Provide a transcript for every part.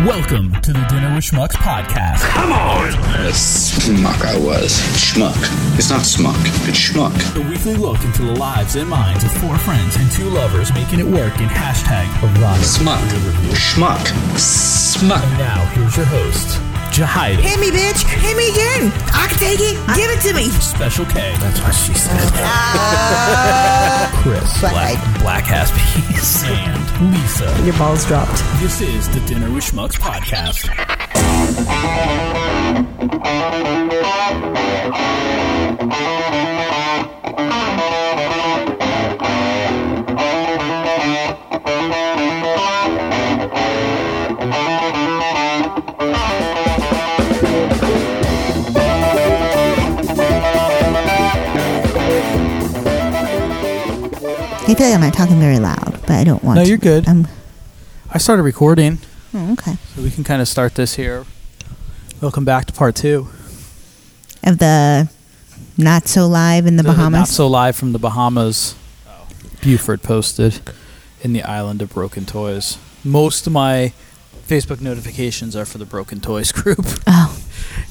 Welcome to the Dinner with Schmucks podcast. Come on! Schmuck I was. Schmuck. It's not smuck, it's schmuck. A weekly look into the lives and minds of four friends and two lovers making it work in hashtag erotic Smuck. career review. Schmuck. Smuck. And now, here's your host, Jahida, Hit me, bitch. Hit me again. I can take it. Give it to me. Special K. That's what she said. Chris, Black- Black Ass Peas, and Lisa. Your balls dropped. This is the Dinner with Schmucks podcast. I feel like I'm not talking very loud, but I don't want. No, to. you're good. I'm I started recording, oh, okay. so we can kind of start this here. Welcome back to part two. Of the not so live in the, Uh, Not Bahamas. so live from the Bahamas. Buford posted in the island of broken toys. Most of my Facebook notifications are for the broken toys group oh,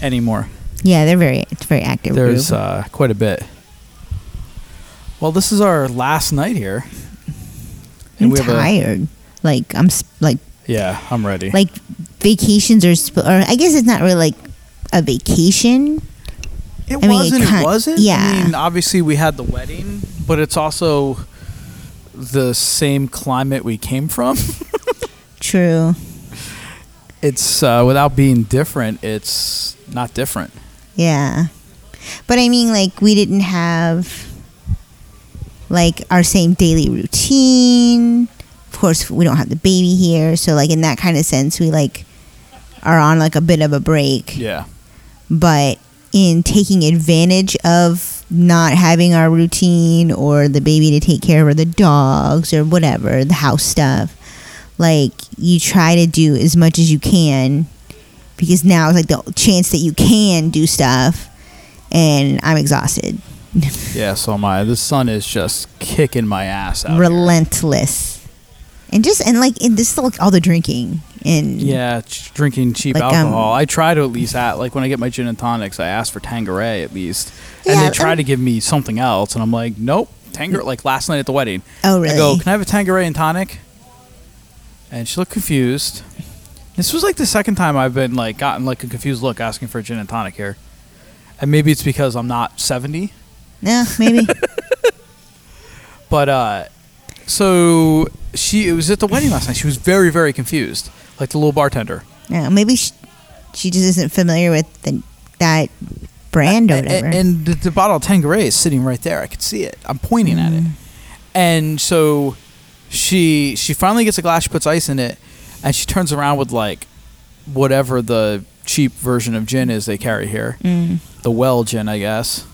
anymore. yeah, they're very. It's a very active. There's group. uh, quite a bit. Well, this is our last night here. I'm we have a- tired. like I'm s- like Yeah, I'm ready. like vacations are. Sp- or I guess it's not really like a vacation. It I mean, was it and it kind- wasn't. yeah. I mean, obviously we had the wedding, but it's also the same climate we came from. True. It's uh, without being different, it's not different. Yeah. But I mean, like we didn't have like our same daily routine. Of course, we don't have the baby here, so like in that kind of sense, we like are on like a bit of a break. Yeah. But in taking advantage of not having our routine or the baby to take care of or the dogs or whatever, the house stuff, like you try to do as much as you can because now it's like the chance that you can do stuff and I'm exhausted. Yeah, so am I. The sun is just kicking my ass out. here. Relentless. And just and like and this like all the drinking and Yeah, ch- drinking cheap Like, um, alcohol. I try to at least at like when I get my gin and tonics, I ask for Tanqueray at least, and Yeah, they try um, to give me something else, and I'm like, nope, Tanqueray. Like last night at the wedding, Oh, I go, really? can I have a Tanqueray and tonic? And she looked confused. This was like the second time I've been like gotten like a confused look asking for a gin and tonic here, and maybe it's because I'm not seventy, Yeah, maybe. but uh, so she it was at the wedding last night. She was very very confused, like the little bartender. Yeah, maybe she, she just isn't familiar with the, that brand or A- a- whatever. And the, the bottle of Tanqueray is sitting right there. I could see it. I'm pointing at it. Mm. Mm-hmm. And so she she finally gets a glass. She puts ice in it, and she turns around with like whatever the cheap version of gin is they carry here, the well gin, I guess.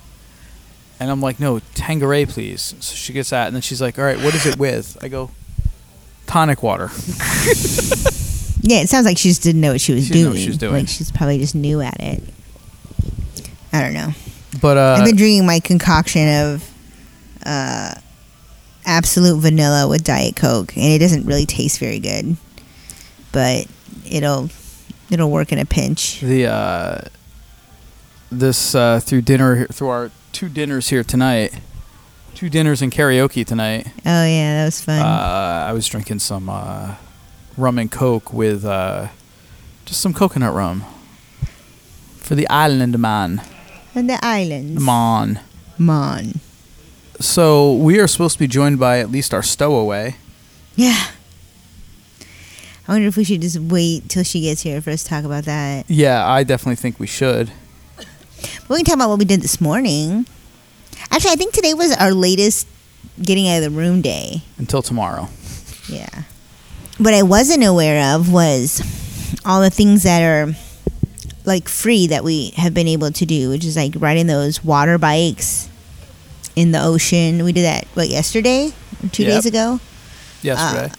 And I'm like, no, Tanqueray, please. So she gets that, and then she's like, all right, what is it with? I go, tonic water. yeah, it sounds like she just didn't know what she was She didn't doing. know what she was doing. Like she's probably just new at it. I don't know. But uh, I've been drinking my concoction of uh, absolute vanilla with diet coke, and it doesn't really taste very good, but it'll it'll work in a pinch. the uh, this uh, through dinner through our two dinners here tonight, two dinners and karaoke tonight. Oh yeah, that was fun. Uh, I was drinking some uh, rum and coke with uh, just some coconut rum for the island man. and the islands, Man. Mon. So we are supposed to be joined by at least our stowaway. Yeah. I wonder if we should just wait till she gets here for us to talk about that. Yeah, I definitely think we should. We can talk about what we did this morning. Actually, I think today was our latest getting out of the room day. Until tomorrow. Yeah. What I wasn't aware of was all the things that are like free that we have been able to do, which is like riding those water bikes in the ocean. We did that, what, yesterday? Or Two Yep. days ago? Yesterday.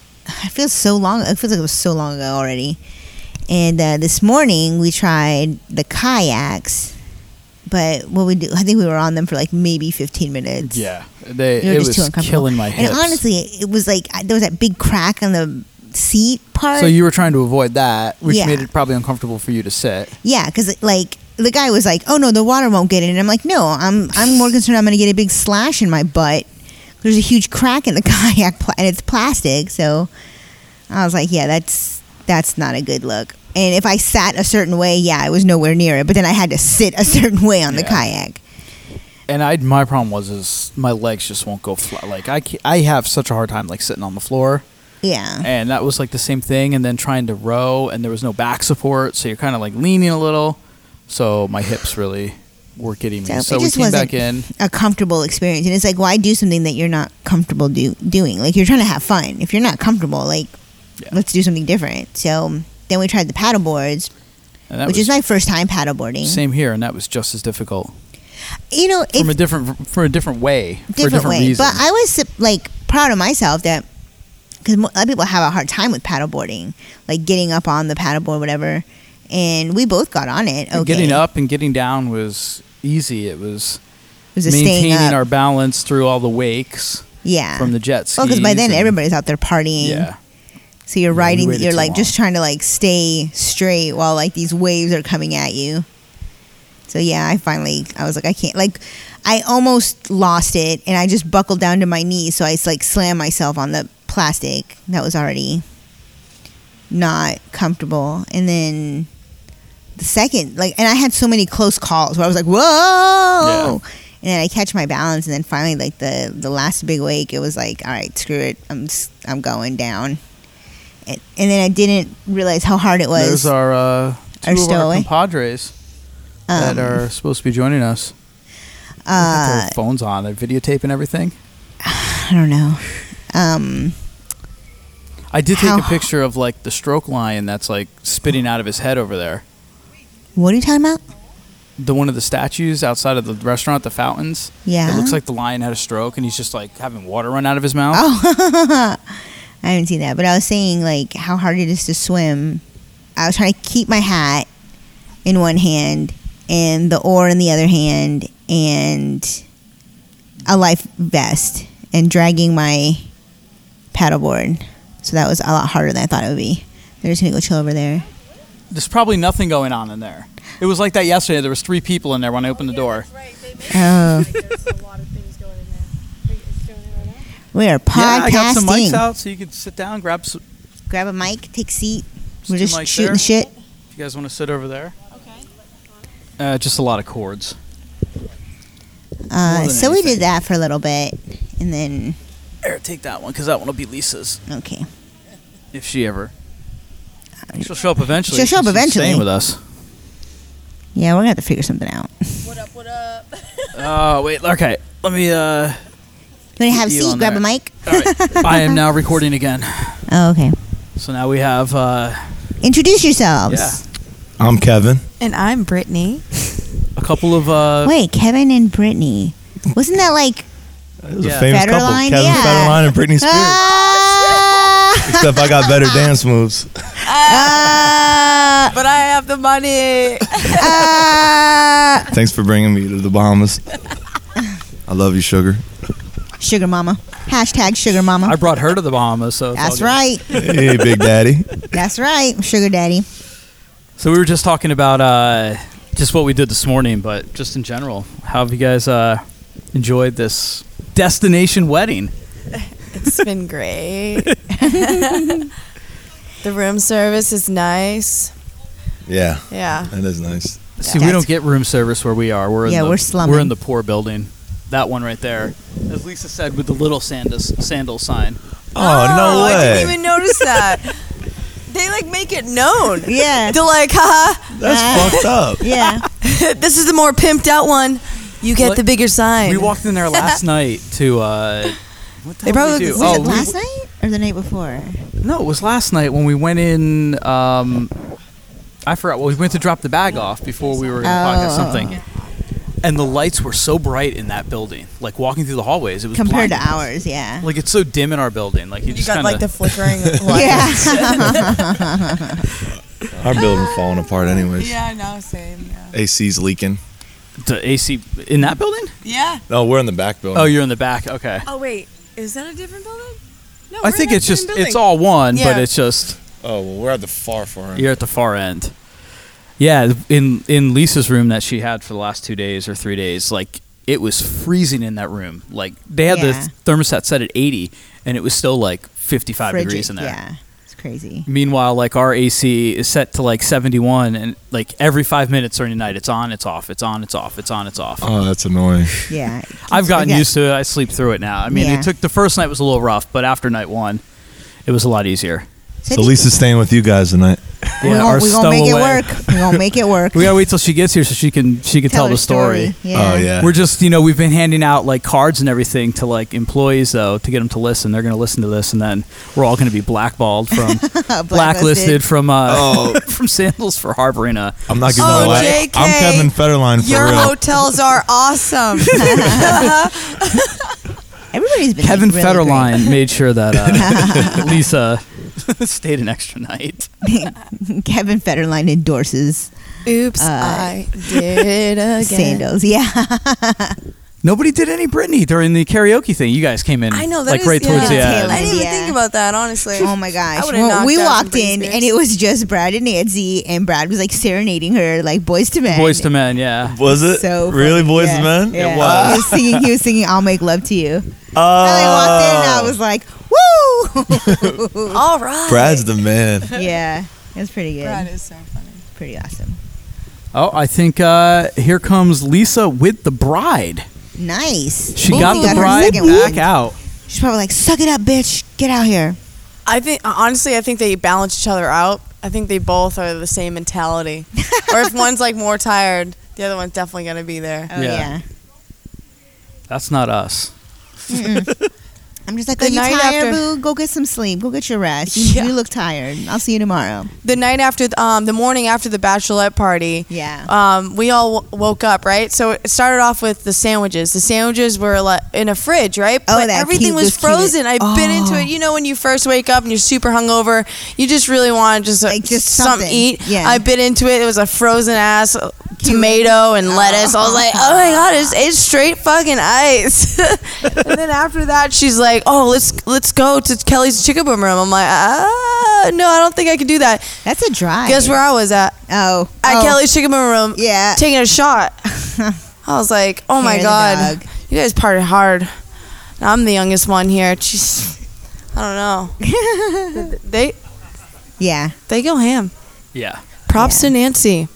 it feels so long. It feels like it was so long ago already. And uh, this morning we tried the kayaks, but what we do, I think we were on them for like maybe 15 minutes. yeah. They, They were it just was too uncomfortable. killing my hips. And honestly, it was like I- there was that big crack on the seat part. So you were trying to avoid that, which Yeah. made it probably uncomfortable for you to sit. Yeah, because like the guy was like, "Oh no, the water won't get in," and I'm like, "No, I'm I'm more concerned. I'm going to get a big slash in my butt. There's a huge crack in the kayak, pla- and it's plastic." So I was like, "Yeah, that's that's not a good look." And if I sat a certain way, yeah, I was nowhere near it. But then I had to sit a certain way on the Yeah. kayak. And I, my problem was is my legs just won't go flat. Like I, ca I have such a hard time like sitting on the floor, Yeah, and that was like the same thing. And then trying to row, and there was no back support, so you're kind of like leaning a little. So my hips really were getting me. So, we came back in. a comfortable experience. And it's like, why do something that you're not comfortable do- doing? Like, you're trying to have fun. If you're not comfortable, like, Yeah. let's do something different. So then we tried the paddle boards, And that which was is my first time paddleboarding. same here, and that was just as difficult You know, it's from a different for a different way for a different different way. reason. But I was like proud of myself that because a lot of people have a hard time with paddleboarding, like getting up on the paddleboard, whatever. And we both got on it. Okay, Getting up and getting down was easy. It was it was a staying maintaining up. our balance through all the wakes yeah from the jet skis. Well, because by then and- everybody's out there partying. Yeah. So you're we riding. waited You're too like just long. trying to like stay straight while like these waves are coming at you. So yeah, I finally I was like I can't like I almost lost it and I just buckled down to my knees so I like slammed myself on the plastic that was already not comfortable and then the second like and I had so many close calls where I was like whoa and then I catch my balance and then finally like the the last big wake it was like all right screw it I'm s- I'm going down and, and then I didn't realize how hard it was There's our uh, two of our our stowaway. compadres that Um, are supposed to be joining us. They got uh, their phones on, they're videotaping everything. I don't know. Um, I did take how- a picture of like the stroke lion that's like spitting out of his head over there. what are you talking about? The one of the statues outside of the restaurant, the fountains. Yeah. it looks like the lion had a stroke and he's just like having water run out of his mouth. Oh, I haven't seen that, but I was saying like how hard it is to swim. I was trying to keep my hat in one hand and the oar in the other hand and a life vest and dragging my paddleboard. So that was a lot harder than I thought it would be. They're just gonna go chill over there. There's probably nothing going on in there. It was like that yesterday. There was three people in there when I opened the door. Oh, we are podcasting. Yeah, I got some mics out so you could sit down, grab. Some, Grab a mic, take a seat. We're two just mics shooting there. shit. if you guys want to sit over there. Uh, just a lot of cords. Uh, than so we anything. did that for a little bit, and then Here, take that one because that one will be Lisa's okay, if she ever. She'll show up eventually. She'll show up since she's eventually. Staying with us. yeah, we're gonna have to figure something out. What up, what up? Oh wait, okay. Let me. Uh, You wanna have a You seat? on Grab a there. mic. all right. I am now recording again. Oh, okay. So now we have. Uh, Introduce yourselves. yeah. I'm Kevin. And I'm Brittany. A couple of. Uh, Wait, Kevin and Brittany. Wasn't that like It was Yeah. a famous couple, Federline? Kevin Yeah. Federline and Britney Spears. ah, Except I got better dance moves. Uh, But I have the money. ah, Thanks for bringing me to the Bahamas. I love you, sugar. sugar mama? Hashtag sugar I mama. brought her to the Bahamas, so it's all That's good. right. Hey, Big Daddy. That's right. Sugar daddy. So we were just talking about uh, just what we did this morning, but just in general, how have you guys uh, enjoyed this destination wedding? It's been great. the room service is nice. Yeah, Yeah. that is nice. See, we That's- don't get room service where we are. We're in Yeah, the, we're slumming. We're in the poor building. That one right there, as Lisa said, with the little sandals, sandal sign. Oh, no way. I didn't even notice that. they like make it known. Yeah. They're like, haha, That's fucked up. Yeah. this is the more pimped out one. You get What? the bigger sign. We walked in there last night to. Uh, what the They hell probably- did we do? was Was oh, it we- last night or the night before? no, it was last night when we went in. Um, I forgot. Well, we went to drop the bag off before we were going to podcast Oh. something. And the lights were so bright in that building. Like walking through the hallways, it was Compared to blinding. ours, yeah. Like it's so dim in our building. Like you, You just got kinda, like the flickering Yeah. Our building's Uh, falling apart, anyways. I know, same. Yeah. AC's leaking. the AC in that building. yeah. No, we're in the back building. Oh, you're in the back. Okay. Oh, wait. Is that a different building? No, I we're think in it's that just same it's building. all one, but Yeah. it's just Oh well, we're at the far far end. you're at the far end. Yeah, in in Lisa's room that she had for the last two days or three days, like it was freezing in that room. Like they had Yeah. the thermostat set at eighty, and it was still like fifty five Frigid, degrees in there. Yeah, it's crazy. Meanwhile, like our AC is set to like seventy one, and like every five minutes during the night, it's on, it's off, it's on, it's off, it's on, it's off. Oh, that's annoying. Yeah, it I've keeps- gotten yeah. used to it. I sleep through it now. I mean, Yeah. it took the first night was a little rough, but after night one, it was a lot easier. So I So think Lisa's staying with you guys tonight. we Yeah, gon- our we gonna make it stowaway. work. We gonna make it work. We gotta wait till she gets here so she can she can tell, her the story. Yeah. Oh yeah. We're just you know we've been handing out like cards and everything to like employees though to get them to listen. They're gonna listen to this, and then we're all gonna be blackballed from blacklisted. Blacklisted. from uh Oh. from Sandals for harboring a. I'm not giving Oh, a lie. JK. I'm Kevin Federline for Your real. hotels are awesome. Everybody's been Kevin really Federline made sure that uh, Lisa stayed an extra night. great. Kevin Federline endorses Oops, I did it again. sandals. Yeah, Nobody did any Britney during the karaoke thing. You guys came in. I know that like is- right towards the yeah. end. I didn't even Yeah. think about that, honestly. Oh my gosh. would've Well, knocked we out walked some in Britney and it was just Brad and Nancy and Brad was like serenading her like boys to men. Boys to Men, yeah. was it So funny. really boys Yeah. and men? Yeah. It was. He was singing he was singing I'll make love to you. Oh. And Uh. I walked in and I was like, Woo All right. Brad's the man. Yeah. It was pretty good. Brad is so funny. Pretty awesome. Oh, I think uh, here comes Lisa with the bride. Nice. She Ooh, got we the her bride second back one. out. She's probably like, Suck it up, bitch. Get out here. I think uh, honestly, I think they balance each other out. I think they both are the same mentality. or if one's like more tired, the other one's definitely gonna be there. Oh Yeah. yeah. That's not us. I'm just like, The Are you night tired, after- boo? Go get some sleep. Go get your rest. You, Yeah. you look tired. I'll see you tomorrow. The night after, um, the morning after the bachelorette party, Yeah. um, we all w- woke up, right? So it started off with the sandwiches. The sandwiches were like in a fridge, right? Oh, but that cute- everything those was cute- Oh. frozen. I bit into it. You know, when you first wake up and you're super hungover, you just really want to just, uh, Like, just something to something. eat. Yeah. I bit into it. It was a frozen ass uh, tomato and lettuce. I was like, oh my god, it's, it's straight fucking ice. and then after that, she's like, oh, let's let's go to Kelly's chicken boom room. I'm like, ah, no, I don't think I can do that. That's a drive. Guess where I was at? Oh. at oh. Kelly's Chicken Boom Room, Yeah. taking a shot. Uh, I was like, "Oh Hair my of the god, dog. you guys partied hard." And I'm the youngest one here. Jeez, I don't know. they Yeah. they go ham. Yeah. Props to Nancy.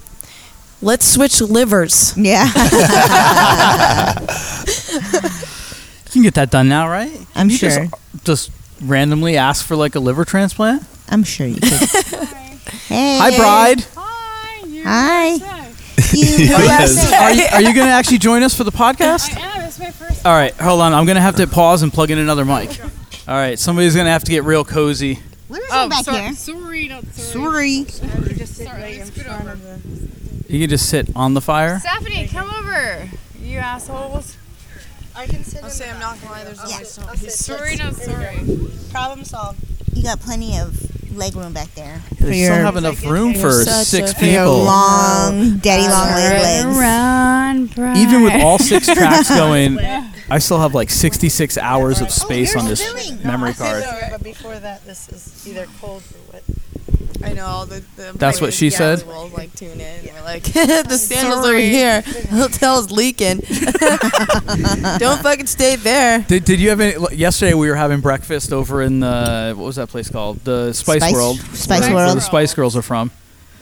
Let's switch livers. Yeah. You can get that done now, right? I'm You sure. Just, just randomly ask for like a liver transplant. I'm sure you could. hey. Hi, bride. Hi. You Are you, yes. are you, are you going to actually join us for the podcast? Yeah, that's my first. All right, hold on. I'm going to have to pause and plug in another mic. All right, somebody's going to have to get real cozy. What is Oh, back sorry, here? sorry, not sorry. Sorry. Sorry, scoot over. You can just sit on the fire. Stephanie, come over. You assholes. I'll say I'm not gonna lie. There's always Sorry, not sorry. problem solved. You got plenty of leg room back there. For They still your, have enough room for such six a- your people. long, daddy long leg legs. Run, Brian. Even with all six tracks going, I still have like 66 hours Oh, of space on this filling. memory card. But before that, this is either cold or wet. I know all the. the That's what she yeah, said? we all, like tune in. and We're like the sandals over here. Hotel's leaking. Don't fucking stay there. Did, did you have any? like, Yesterday we were having breakfast over in the what was that place called? The Spice, Spice- World. Spice where World. The Spice Girls are from.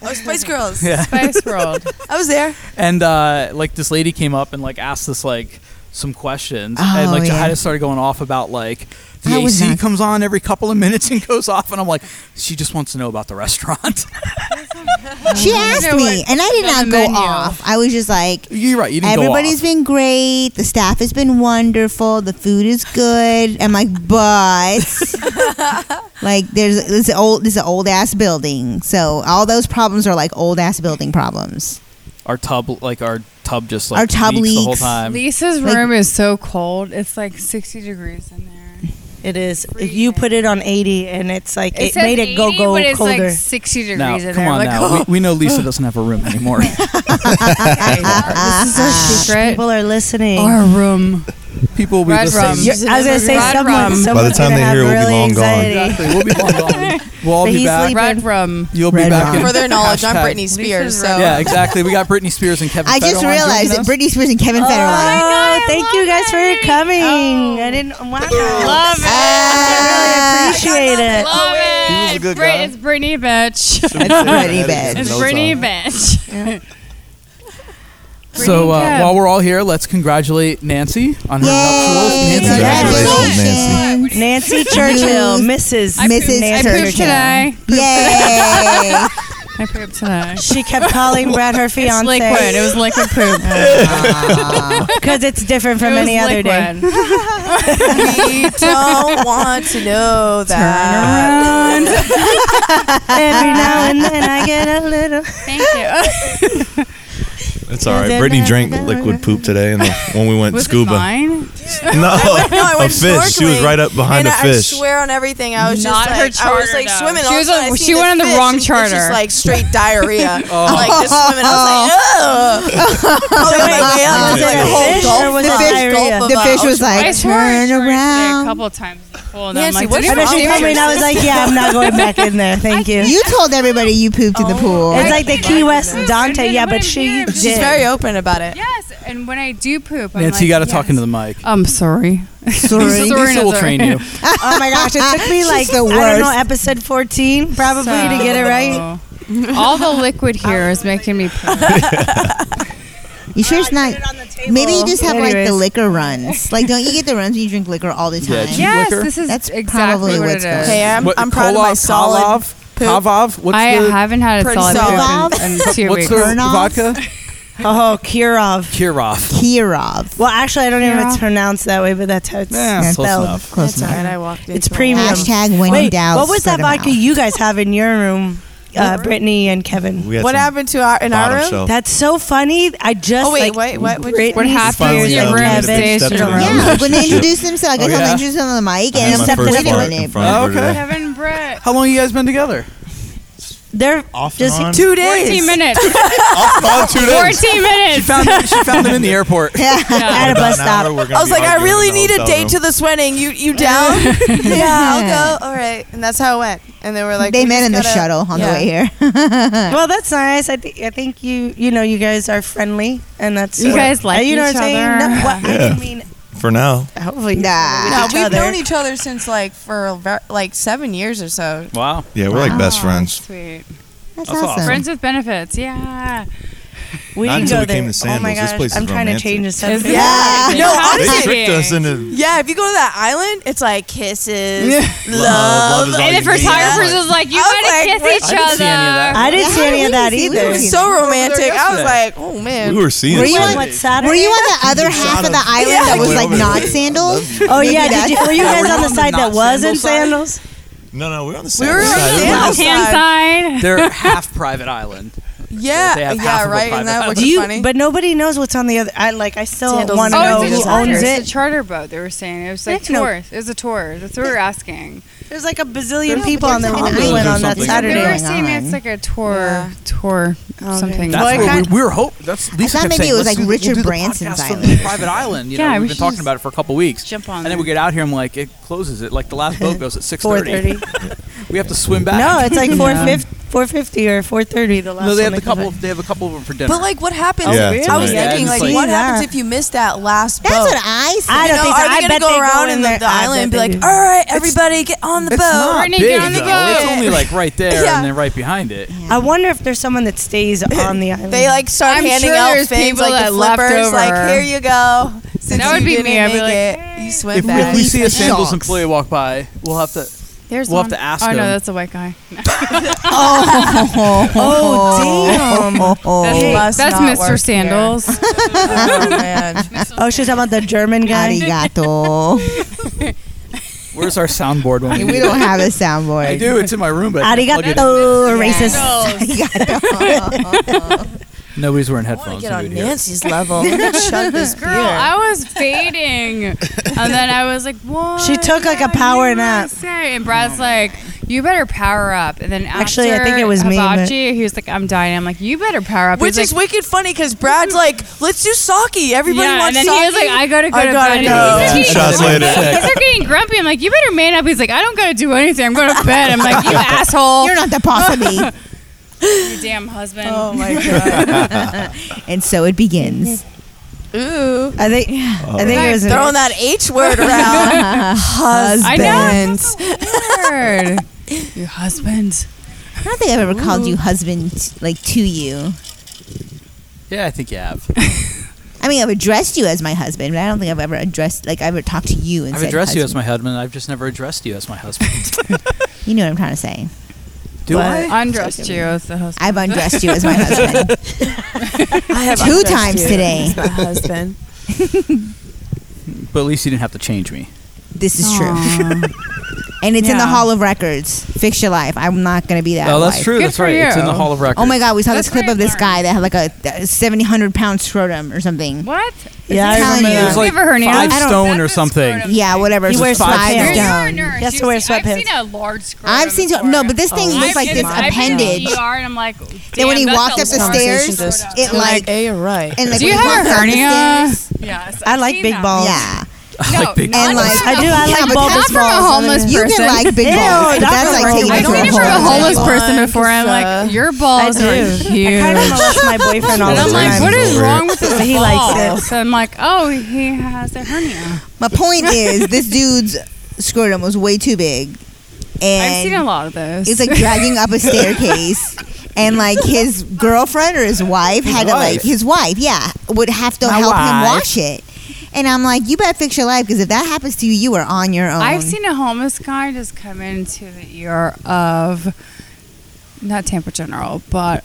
Oh, Spice Girls. Spice World. I was there. And uh, like this lady came up and like asked us like some questions, and Oh, like yeah. Jahida started going off about like the I was AC not- comes on every couple of minutes and goes off, and I'm like, she just wants to know about the restaurant. She asked know me, what? and I did On not the go menu. off. I was just like, You're right. You didn't everybody's go off. been great. The staff has been wonderful. The food is good. I'm like, but like, there's this old, this is an old ass building. So all those problems are like old ass building problems. Our tub, like our tub, just like Our tub leaks the whole leaks. time. Lisa's Like- room is so cold. It's like 60 degrees in there. It is. If you put it on 80 and it's like, it, says made it go 80, go but it's colder. like 60 degrees Now, in there. come on like, oh. now. We, we know Lisa doesn't have a room anymore. this is our secret. People are listening. Our room. people will be Red listening. rum. Yeah, I was gonna say Rod someone. Rum. someone's By the time gonna they have hear it, we'll be really long gone. anxiety. Exactly. We'll be long gone. We'll all But be he's back. sleeping. Red rum. You'll be Red back. rum. in- For their knowledge, I'm Hashtag- Britney Spears. So Yeah, exactly. We got Britney Spears and Kevin. I just Federline joining realized that us. Britney Spears and Kevin Federline. Oh, thank you guys for coming. I didn't. Wow. Oh, Love it. I really appreciate it. Love He was a it. good Brit- guy. It's Britney, bitch. That's pretty bad. It's No Britney, time. bitch. So uh, Britney, yeah. while we're all here, let's congratulate Nancy on her Yay! nuptials. Nancy, Congratulations. Congratulations. Nancy Churchill, Mrs. I pooped- Nancy I Turn pooped today. Yay! I pooped today. She kept calling Brad her It's fiance liquid. It was liquid poop. because it's different from It was any other day. liquid. we don't want to know that. Every now and then I get a little. Thank you. It's all right. Britney drank liquid poop today, and then when we went Was scuba, it mine? no, No, I a went fish. She was snorkeling, right up and behind a I- fish. I swear on everything, I was Not just her like, I was charter, like though. swimming. She all was of a sudden on- I she seen went on the fish, wrong and it's charter. Oh. Just like straight diarrhea. Like just swimming. I was like, ugh. I was like, way up. was it It's like a a whole fish gulp or was of- it fish diarrhea? gulp of, The uh, fish was ultra- I like, swore turn I shorted it a around. couple times in the pool, and I'm Nancy, like, what's "Did And you then she see told me, and I was like, "Yeah, I'm not going back in there. Thank you." You told everybody you pooped Oh. in the pool. It's like the Key West goodness. Dante. Yeah, What but a she beautiful- did. She's She's very open about it. Yes, and when I do poop, I'm Nancy, like, you got to yes. talk into the mic. I'm sorry. Lisa, Sorry, Lisa will Nazar. train you. Oh my gosh, it took me like the I don't know, worst. episode 14 probably to get it right. So- All the liquid here is making me poop. You sure it's not? Maybe you just have like Anyways. the liquor runs. Like, don't you get the runs when you drink liquor all the Yeah, time? just- yes, liquor? this is That's exactly probably what it what's going is. on. Hey, I'm, What, I'm proud of Kolov, my solid. Kalov, poop. Kavov? What's I the, haven't had a Pretty solid solid. poop in, in two what's weeks. the Kurnoff? vodka? Oh, Kirov. Kirov. Kirov. Well, actually, I don't even know if it's Kirov. pronounced that way, but that's how it's Yeah, spelled. close enough. Close That's all right. enough. I walked It's into premium. Hashtag when in Wait, doubt. what was spread that 'em out. vodka you guys have in your room, uh, Brittany and Kevin? We had What some happened to our in our bottom room? shelf. That's so funny. I just Oh wait, like, wait, what? What? Britney What happened Spears in your and room Finally, Kevin. stays stepped in in your our room. Yeah, when they Relationship. introduced themselves, I Oh, got told yeah. them introduced them on the mic, I and had I'm my like, first wait a fart in minute. front of her Okay. today. Kevin Britt. How long you guys been together? They're Off just and on. Two days. 14 minutes. Off and on two days. 14 She minutes. found them, she found them in the airport. at a bus stop. I was like, I really need a date to this wedding. You you down? yeah, I'll go. All right, and that's how it went. And they were like, They we met just in the gotta- shuttle on yeah. the way here. Well, that's nice. I think I think you you know you guys are friendly, and that's You guys like you know each what I'm saying. other. No, what, I Yeah. didn't mean For now, hopefully. Nah. No, each we've other. known each other since like for a ver- like seven years or so. Wow. yeah, we're like best friends. Sweet. That's awesome. awesome. Friends with benefits. Yeah. We Not can until go we came to there. Oh my Sandals. This gosh, place is I'm trying romantic. to change the subject. Yeah. No, They honestly. tricked us into Yeah, if you go to that island, it's like kisses, love. love. Oh, is all And you the need. photographer's was like, you I was gotta like, kiss what? each I didn't see any of that. other. I didn't Yeah, see any we of that didn't see either. It was so romantic. I was like, oh man. We were seeing. Were Were you something. on what Saturday? Were you on the other half of the island that was Wait, like wait, not wait. sandals? Oh yeah, Maybe did you, were you that's- guys on the Yeah, side we're on that the was in not sandal sandals? No, no, we were on the We were sandals. on the side. It sandals was Hand side. side. They're half private island. They Yeah, have half yeah, of a right. And that private which Do is you? funny. But nobody knows what's on the other. I like. I still Sandals. want to Oh, know it's a who charter. It's owns a it. charter boat. They were saying it was like There's no- tours. It was a tour. That's what we were asking. There's like a bazillion There's people on the like an island island on or that something. They Saturday. were Going saying on. it's like a tour, Yeah. tour Oh, something. That's Well, it what kind- we, we were hoping. That's Lisa thought kept maybe saying, it was "Let's like do- we'll do Richard the Branson's podcast on island." private island. You Yeah, know, we we've been should talking just about it for a couple weeks. jump on And then there. we get out here. I'm like, it closes. It like the last boat goes at six Four thirty. thirty. We have to swim back. No, it's like four fifty. Four fifty or four thirty. The last. no. They one have the comes couple. back. They have a couple of them for dinner. But like, what happens? Yeah, it's I was amazing. thinking, Yeah, like, it's like- what happens Yeah. if you miss that last boat? That's what I said. I You don't know, think so. are I they bet gonna they go go around in in there. the, I island and be bet they like, do. all right, everybody, get on the it's boat? not Brittany, big get on the though. boat. It's only like right there Yeah. and then right behind it. I wonder if there's someone that stays on the island. They like start I'm handing sure out there's things people like the that left flippers, like over. here you go. Since That would you be didn't me. I'd be make like, it, you swim If we, back. if we see a sandals Sharks. employee walk by, we'll have to. There's We'll have one. to ask Oh no, him. that's a white guy. oh damn. That's, Hey, must that's not work here. Mr. Sandals. oh man, Oh, she's talking about the German guy. Arigato. Where's our soundboard when we we need don't it? have a I soundboard. do. It's in my room, but I can't plug it in. Arigato, racist. Nobody's wearing I want headphones. to get on nobody here. Nancy's level. I'm gonna chug this Girl, beer. I was fading, and then I was like, "What?" She took, like, a did power you nap. say? and Brad's like, "You better power up." And then after Actually, I think it was me, but- Hibachi, he was like, "I'm dying." I'm like, "You better power up." Which He's is like, wicked funny because Brad's like, let's do sake. Everybody yeah, and wants then sake. he was like, "I gotta go I to gotta bed." And go. he's like, Two "He's shots like, later. He's like getting grumpy. I'm like, "You better man up." He's like, "I don't gotta do anything. I'm going to bed." I'm like, "You asshole, You're not the boss of me. you damn husband." oh my god! And so it begins. Ooh, I think I think it was throwing that H word around. Husband. I know. Weird. Your husband. I don't think I've ever called you husband, like to you. Yeah, I think you have. I mean, I've addressed you as my husband, but I don't think I've ever addressed, like, I've ever talked to you and I've said addressed you as husband. my husband. I've just never addressed you as my husband. You know what I'm trying to say. Do I? Undressed you as the husband. I've undressed you as my husband. I have Two undressed times you. today. It's my husband. But at least you didn't have to change me. This is true. and it's in the Yeah. Hall of Records. Fix your life. I'm not going to be that. oh, that's wife. true. Good that's for right. It's in the you. Hall of Records. Oh my God, we saw That's this clip where of I this learned. guy that had like a, a 700 pound scrotum or something. What? Yeah, I telling remember you. that. It's like Give her her name. five I don't- stone or That's a something. scrotum. Yeah, whatever. He It's wears five stone. sweatpants. You're You're a nurse. He has to You've wear seen- I've sweatpants. seen a large scrotum. I've seen so before. no, but this thing Oh, looked I've like been- this I've been in appendage. the ER and I'm like, Then when he damn, that's walked a up the large stairs, scrotum. just- it I'm like hey, you're right. and like Do you when he have a walked down the hernia? stairs- Yes, I I've like seen big that. balls. Yeah, No, like big not and from like a- Oh. I do. I Yeah, like but bulbous not from a balls. homeless you person. can like big Ew, balls, but that's that's a like horrible taking I it to I've seen a it from a whole homeless One, person before. I'm uh, like, your balls I are do. huge. I kind of molest my boyfriend all and the I'm like, time. what is Over wrong with his But he balls? likes it. So I'm like, oh, he has a hernia. My point is, this dude's scrotum was way too big, I've seen a and lot of those. it's like dragging up a staircase. And like his girlfriend or his wife had to like wife. his wife, yeah, would have to My help him wife. wash it. And I'm like, you better fix your life because if that happens to you, you are on your own. I've seen a homeless guy just come into the ear of, not Tampa General, but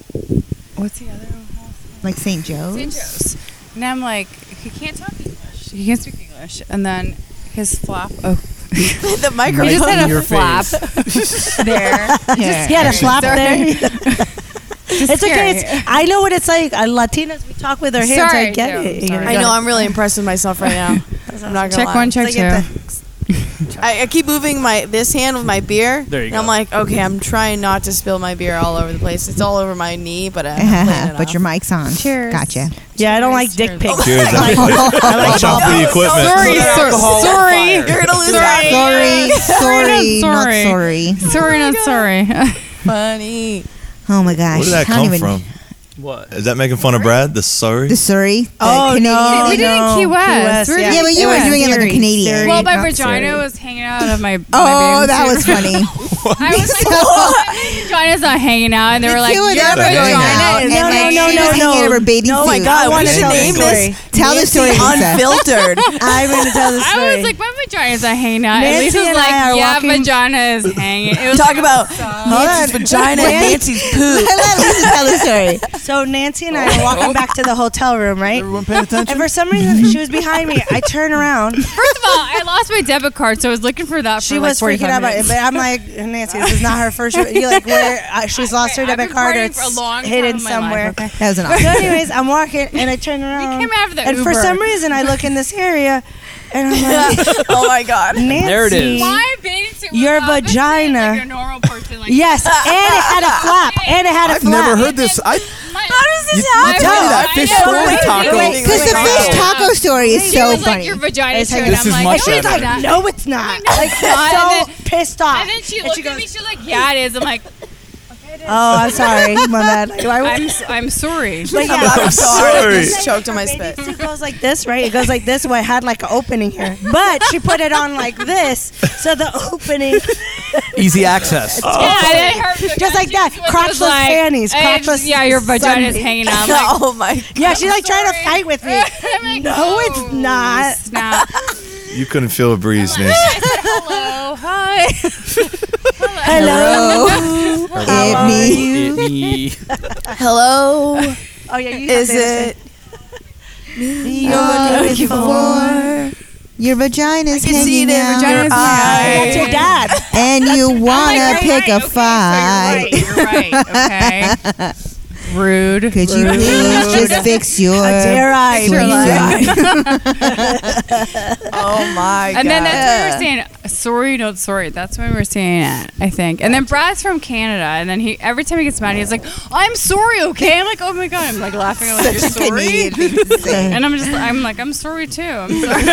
what's the other homeless? like St. Joe's. St. Joe's. And I'm like, he can't talk English. He can't speak English. And then his flap. Oh, the he microphone. just in had your a flap there. He had a flop there. It's okay. scary. It's, I know what it's like. Uh, Latinas, we talk with our hands. I Sorry, get no, it. sorry. I know. I'm really impressed with myself right now. I'm not gonna Check lie. one, check It's like two. I, I keep moving my this hand with my beer. There you and go. I'm like, okay, I'm trying not to spill my beer all over the place. It's all over my knee, but I'm playing it but your mic's on. Cheers. Gotcha. Yeah, I don't like dick Cheers. pics. Cheers. I like- I like Watch out for the equipment. Sorry, sor- sorry. off. You're gonna lose Sorry. Sorry, that. sorry, Sorry, not not sorry. Sorry, not sorry. Funny. Oh my gosh. Where did that I don't come even- from? What? Is that making fun of Brad? The sorry? The Surrey. the Oh, Canadian- no. we did it in Key West. We were doing yeah. Yeah, but you It were was doing it like a Surrey, Canadian. Surrey. Well, my Not vagina Surrey. was hanging out of my. Oh, that was funny. I was like, my vagina's not hanging out, and they were like, two your of them were going out, and, vagina is No, like, hanging no, she was no, no. hanging out of her bathing No, suit. my God, I we want to should tell name this story. this Tell the Nancy story, Lisa. unfiltered. I'm going to tell the story. I was like, my vagina's not hanging out. and Nancy Lisa's and like, I are yeah, walking- vagina is hanging. It was Talk like, about Oh, Nancy's on. vagina, and Nancy's poop. Let Lisa tell the story. So Nancy and Oh. I are walking back to the hotel room, right? Everyone paying attention? And for some reason, she was behind me. I turn around. First of all, I lost my debit card, so I was looking for that. She for like was freaking 45 out about it, minutes. but I'm like, Nancy, this is not her first. You're like, where? Uh, she's lost her I've been debit card or partying for a it's long time hidden in my life, somewhere. okay? That was an So, awesome. anyways, I'm walking and I turn around. came out of the And for Uber. some reason, I look in this area and I'm like, oh my god. Nancy. There it is. Why a bathing suit? was Your obviously, vagina- Like a normal person. Like, Yes, and it had a flap. And it had a I've flap. never heard this. I My, How does you, you tell me that fish story taco. wait, Because the Wow. fish taco story is She so was like, funny. your vagina It's too. like- And This I'm is like, much no, it's better. not. No, it's not. No, Like, it's so not. And then- pissed off. And then she And looked goes, at me. She's like, yeah, it is. I'm like, Oh, I'm sorry. My bad. Like, why would- I'm, s- I'm sorry. But yeah, I'm sorry. I sorry. just choked on my Baby spit. suit goes like this, right? It goes like this. Well, I had like an opening here, but she put it on like this, so the opening Easy access. Yeah, and then her vagina just like that. was Crotchless like, panties, "Hey, crotchless. Yeah, your vagina's sundae. hanging out. I'm like, Oh my. Yeah, she's like trying to sorry. fight with me. I'm like, No, it's not. Snap. You couldn't feel a breeze, Nancy. I said, hello, hi. Hello. It me. It me. Hello. Oh yeah, you Is it? You're looking for your vagina's can see hanging it in out, vagina's Vagina's That's your dad. and you I'm wanna like, you're pick a right, okay, fight. So you're right. You're right. Okay. Rude. Could you please just fix your? Dare I? Sure. Oh my god. And then that's what we were saying. sorry, not sorry. That's when we're seeing it, I think. And then Brad's from Canada, and then he every time he gets mad, he's like, "I'm sorry, okay." I'm like, "Oh my god!" I'm like laughing. I'm like, "You're sorry," and I'm just, I'm like, "I'm sorry too." I'm sorry.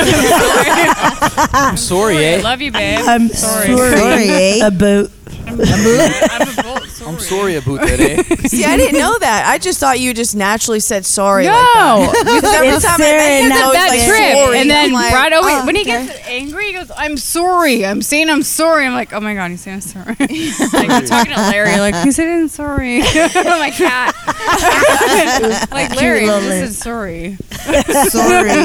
I'm sorry, I eh? love you, babe. I'm sorry. Sorry, eh? about I'm a bolt. Sorry. I'm sorry about that, eh? See, I didn't know that. I just thought you just naturally said sorry. No, like that. it's Every time I think a about it, bad it's like, trip. sorry. And then I'm like, Brad always, oh, when he okay. gets angry, he goes, "I'm sorry. I'm saying I'm sorry." I'm like, "Oh my god, he's saying I'm sorry." He's like I'm talking to Larry, like he's saying sorry. I'm like, cat. like Larry, little this Larry. is sorry. Sorry.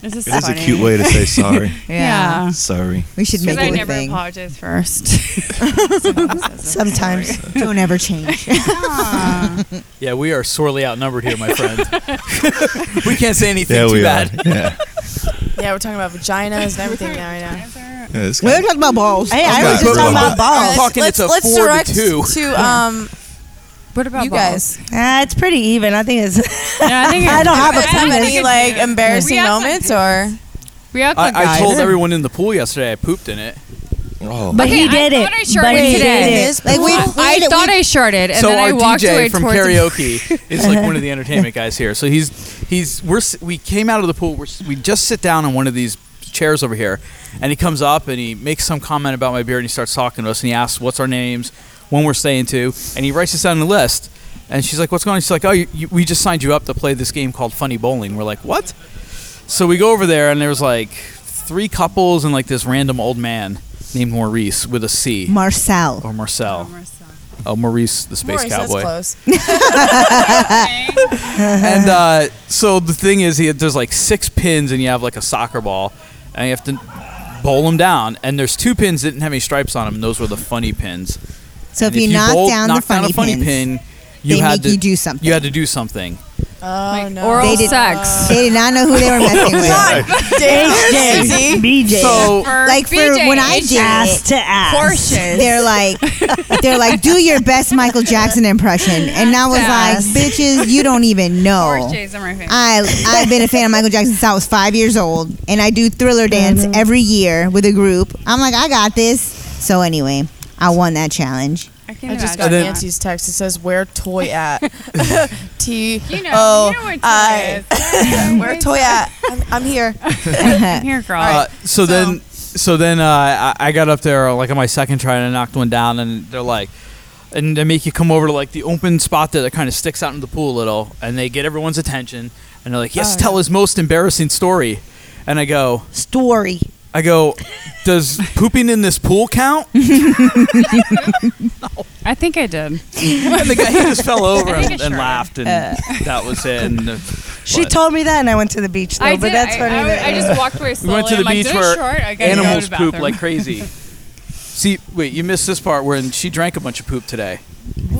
This is It is a funny. cute way to say sorry. Yeah. sorry. We should Because make I it a never thing. apologize first. sometimes. Don't ever change. Yeah, we are sorely outnumbered here, my friend. we can't say anything Yeah, too we bad. are. Yeah. Yeah, we're talking about vaginas and everything now right now. yeah this We're guy- talking about balls. Hey, I Okay. was just talking about All I'm right, balls. talking let's, it's a let's four to direct two. to um what about you guys. Ah, it's pretty even. I think it's. Yeah, I, think I don't have a Do you guys have any like embarrassing We have some moments or We act like I, I guys. told everyone in the pool yesterday I pooped in it. Oh. But Okay, he I did it. thought I sure but did he it. did it. This like we, I thought I sharded, and so then our I walked DJ away from towards the- karaoke is like one of the entertainment guys here. So he's he's we're s- we came out of the pool. We're, s- we just sit down on one of these chairs over here, and he comes up and he makes some comment about my beard and he starts talking to us and he asks what's our names, when we're staying to, and he writes us down the list. And she's like, "What's going on?" She's like, "Oh, you, you, we just signed you up to play this game called Funny Bowling." We're like, "What?" So we go over there and there's like three couples and like this random old man named Maurice with a C Marcel. or Marcel. Oh, Maurice, the space Maurice, that's cowboy close. Oh, and uh, so the thing is, he there's like six pins, and you have like a soccer ball, and you have to bowl them down. And there's two pins that didn't have any stripes on them. And those were the funny pins. So if And you, knock bowled- down the knocked funny, a funny pins, pin, you they had make to you do something. You had to do something. Oh Like no. oral They did- sex. they did not know who they were messing with. Damn. See? BJ. So Like for when I BJ's did ass it, to ass. Portions. they're like, they're like, do your best Michael Jackson impression, and I was like, Yes. bitches, you don't even know. Portions are my favorite. I I've been a fan of Michael Jackson since I was five years old, and I do Thriller dance Mm-hmm. every year with a group. I'm like, I got this. So anyway, I won that challenge. I, I can't just just got And then- Nancy's text. It says, "Where toy at?" T you know, O you know what I. time it is. Where toy at? I'm, I'm here. I'm here, girl. uh, so, then, so then uh, I, I got up there like on my second try and I knocked one down, and they're like. And they make you come over to like the open spot that kind of sticks out in the pool a little, and they get everyone's attention, and they're like, "Yes, Oh, tell his most embarrassing story." And I go, Story. I go, does pooping in this pool count? and I think I did. the guy he just fell over I and, think I and sure. laughed, and that was it. And, uh, She but- told me that, and I went to the beach. Though, I but did. that's I, funny. I, that- I just walked away we slowly. went to the I'm like, beach "Did I where short? I gotta animals go to the poop bathroom." like crazy. See, wait, you missed this part where she drank a bunch of poop today,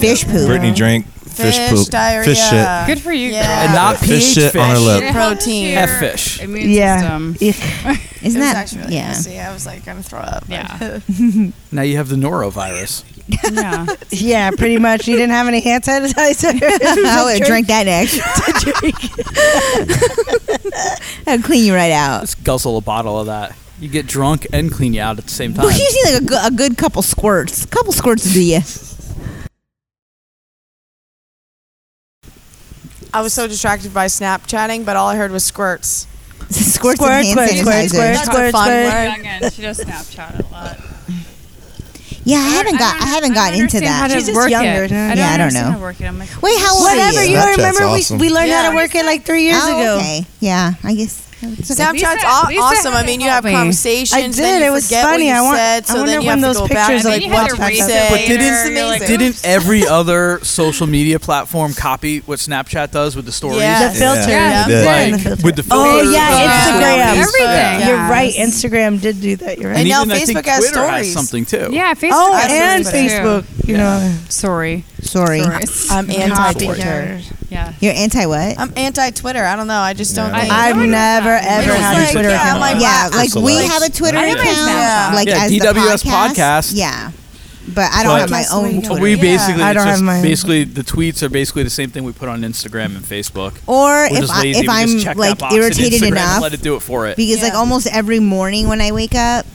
Fish poop. Brittany drank fish, Fish poop, diarrhea. fish shit. Good for you, Yeah. and Uh, not fish pH shit on her girl. lip. It helps Protein. your F fish. Immune yeah. system. Ech. Isn't It was that actually really yeah? messy. I was like, gonna throw up. Yeah. Now you have the norovirus. yeah. Yeah, pretty much. You didn't have any hand sanitizer. I would drink that next. I'll clean you right out. Let's guzzle a bottle of that. You get drunk and clean you out at the same time. Well, you just need like a, go- a good couple squirts. couple squirts do you? I was so distracted by Snapchatting, but all I heard was squirts. Squirts Squirt, of hand squirt, squirt, sanitizer. squirt. That's a fun squirt. word. Again, she does Snapchat a lot. Yeah, I haven't got I haven't gotten into that. She's just younger, It. huh? I don't Yeah, I don't understand know. How to work it. I'm like, Wait, how old Whatever are you you? Snapchat's remember, awesome. we, we learned how Yeah. to work it like three years Oh, ago. okay. Yeah, I guess. it's okay. Snapchat's aw- Lisa awesome. I had mean, it you have help me. conversations. I Then did. you It was forget funny. What you I want- said, I so wonder then you when have those to go pictures, back. like, and what watch the back fuck up. happened. But But didn't didn't amazing. didn't every other social media platform copy what Snapchat does with the stories? Yeah. The filter. Yeah, Yeah. Like, Like, with the Oh, filters, yeah, the- Instagram. Everything. Yeah. You're right. Instagram did do that. You're right. And now I think Facebook has Twitter stories. Has something too. Yeah, Facebook. oh, has and those too. Facebook. You know. Sorry. Sorry. Sorry. I'm anti Twitter. Yeah. You're anti what? I'm anti Twitter. I don't know. I just don't. Yeah. Think. I've Someone never does that. ever It's had like, a Twitter yeah, account. I'm like, yeah, wow. like we Like- have a Twitter I account, don't have Snapchat. like Yeah, as DWS the podcast. podcast. Yeah, but I don't But- have my own Well, Twitter. we Yeah. basically I it's don't just have mine. basically the tweets are basically the same thing we put on Instagram and Facebook. or We're if just I, lazy. if we just I'm check that like box in irritated Instagram and enough, let it do it for it. because like almost every morning when I wake up,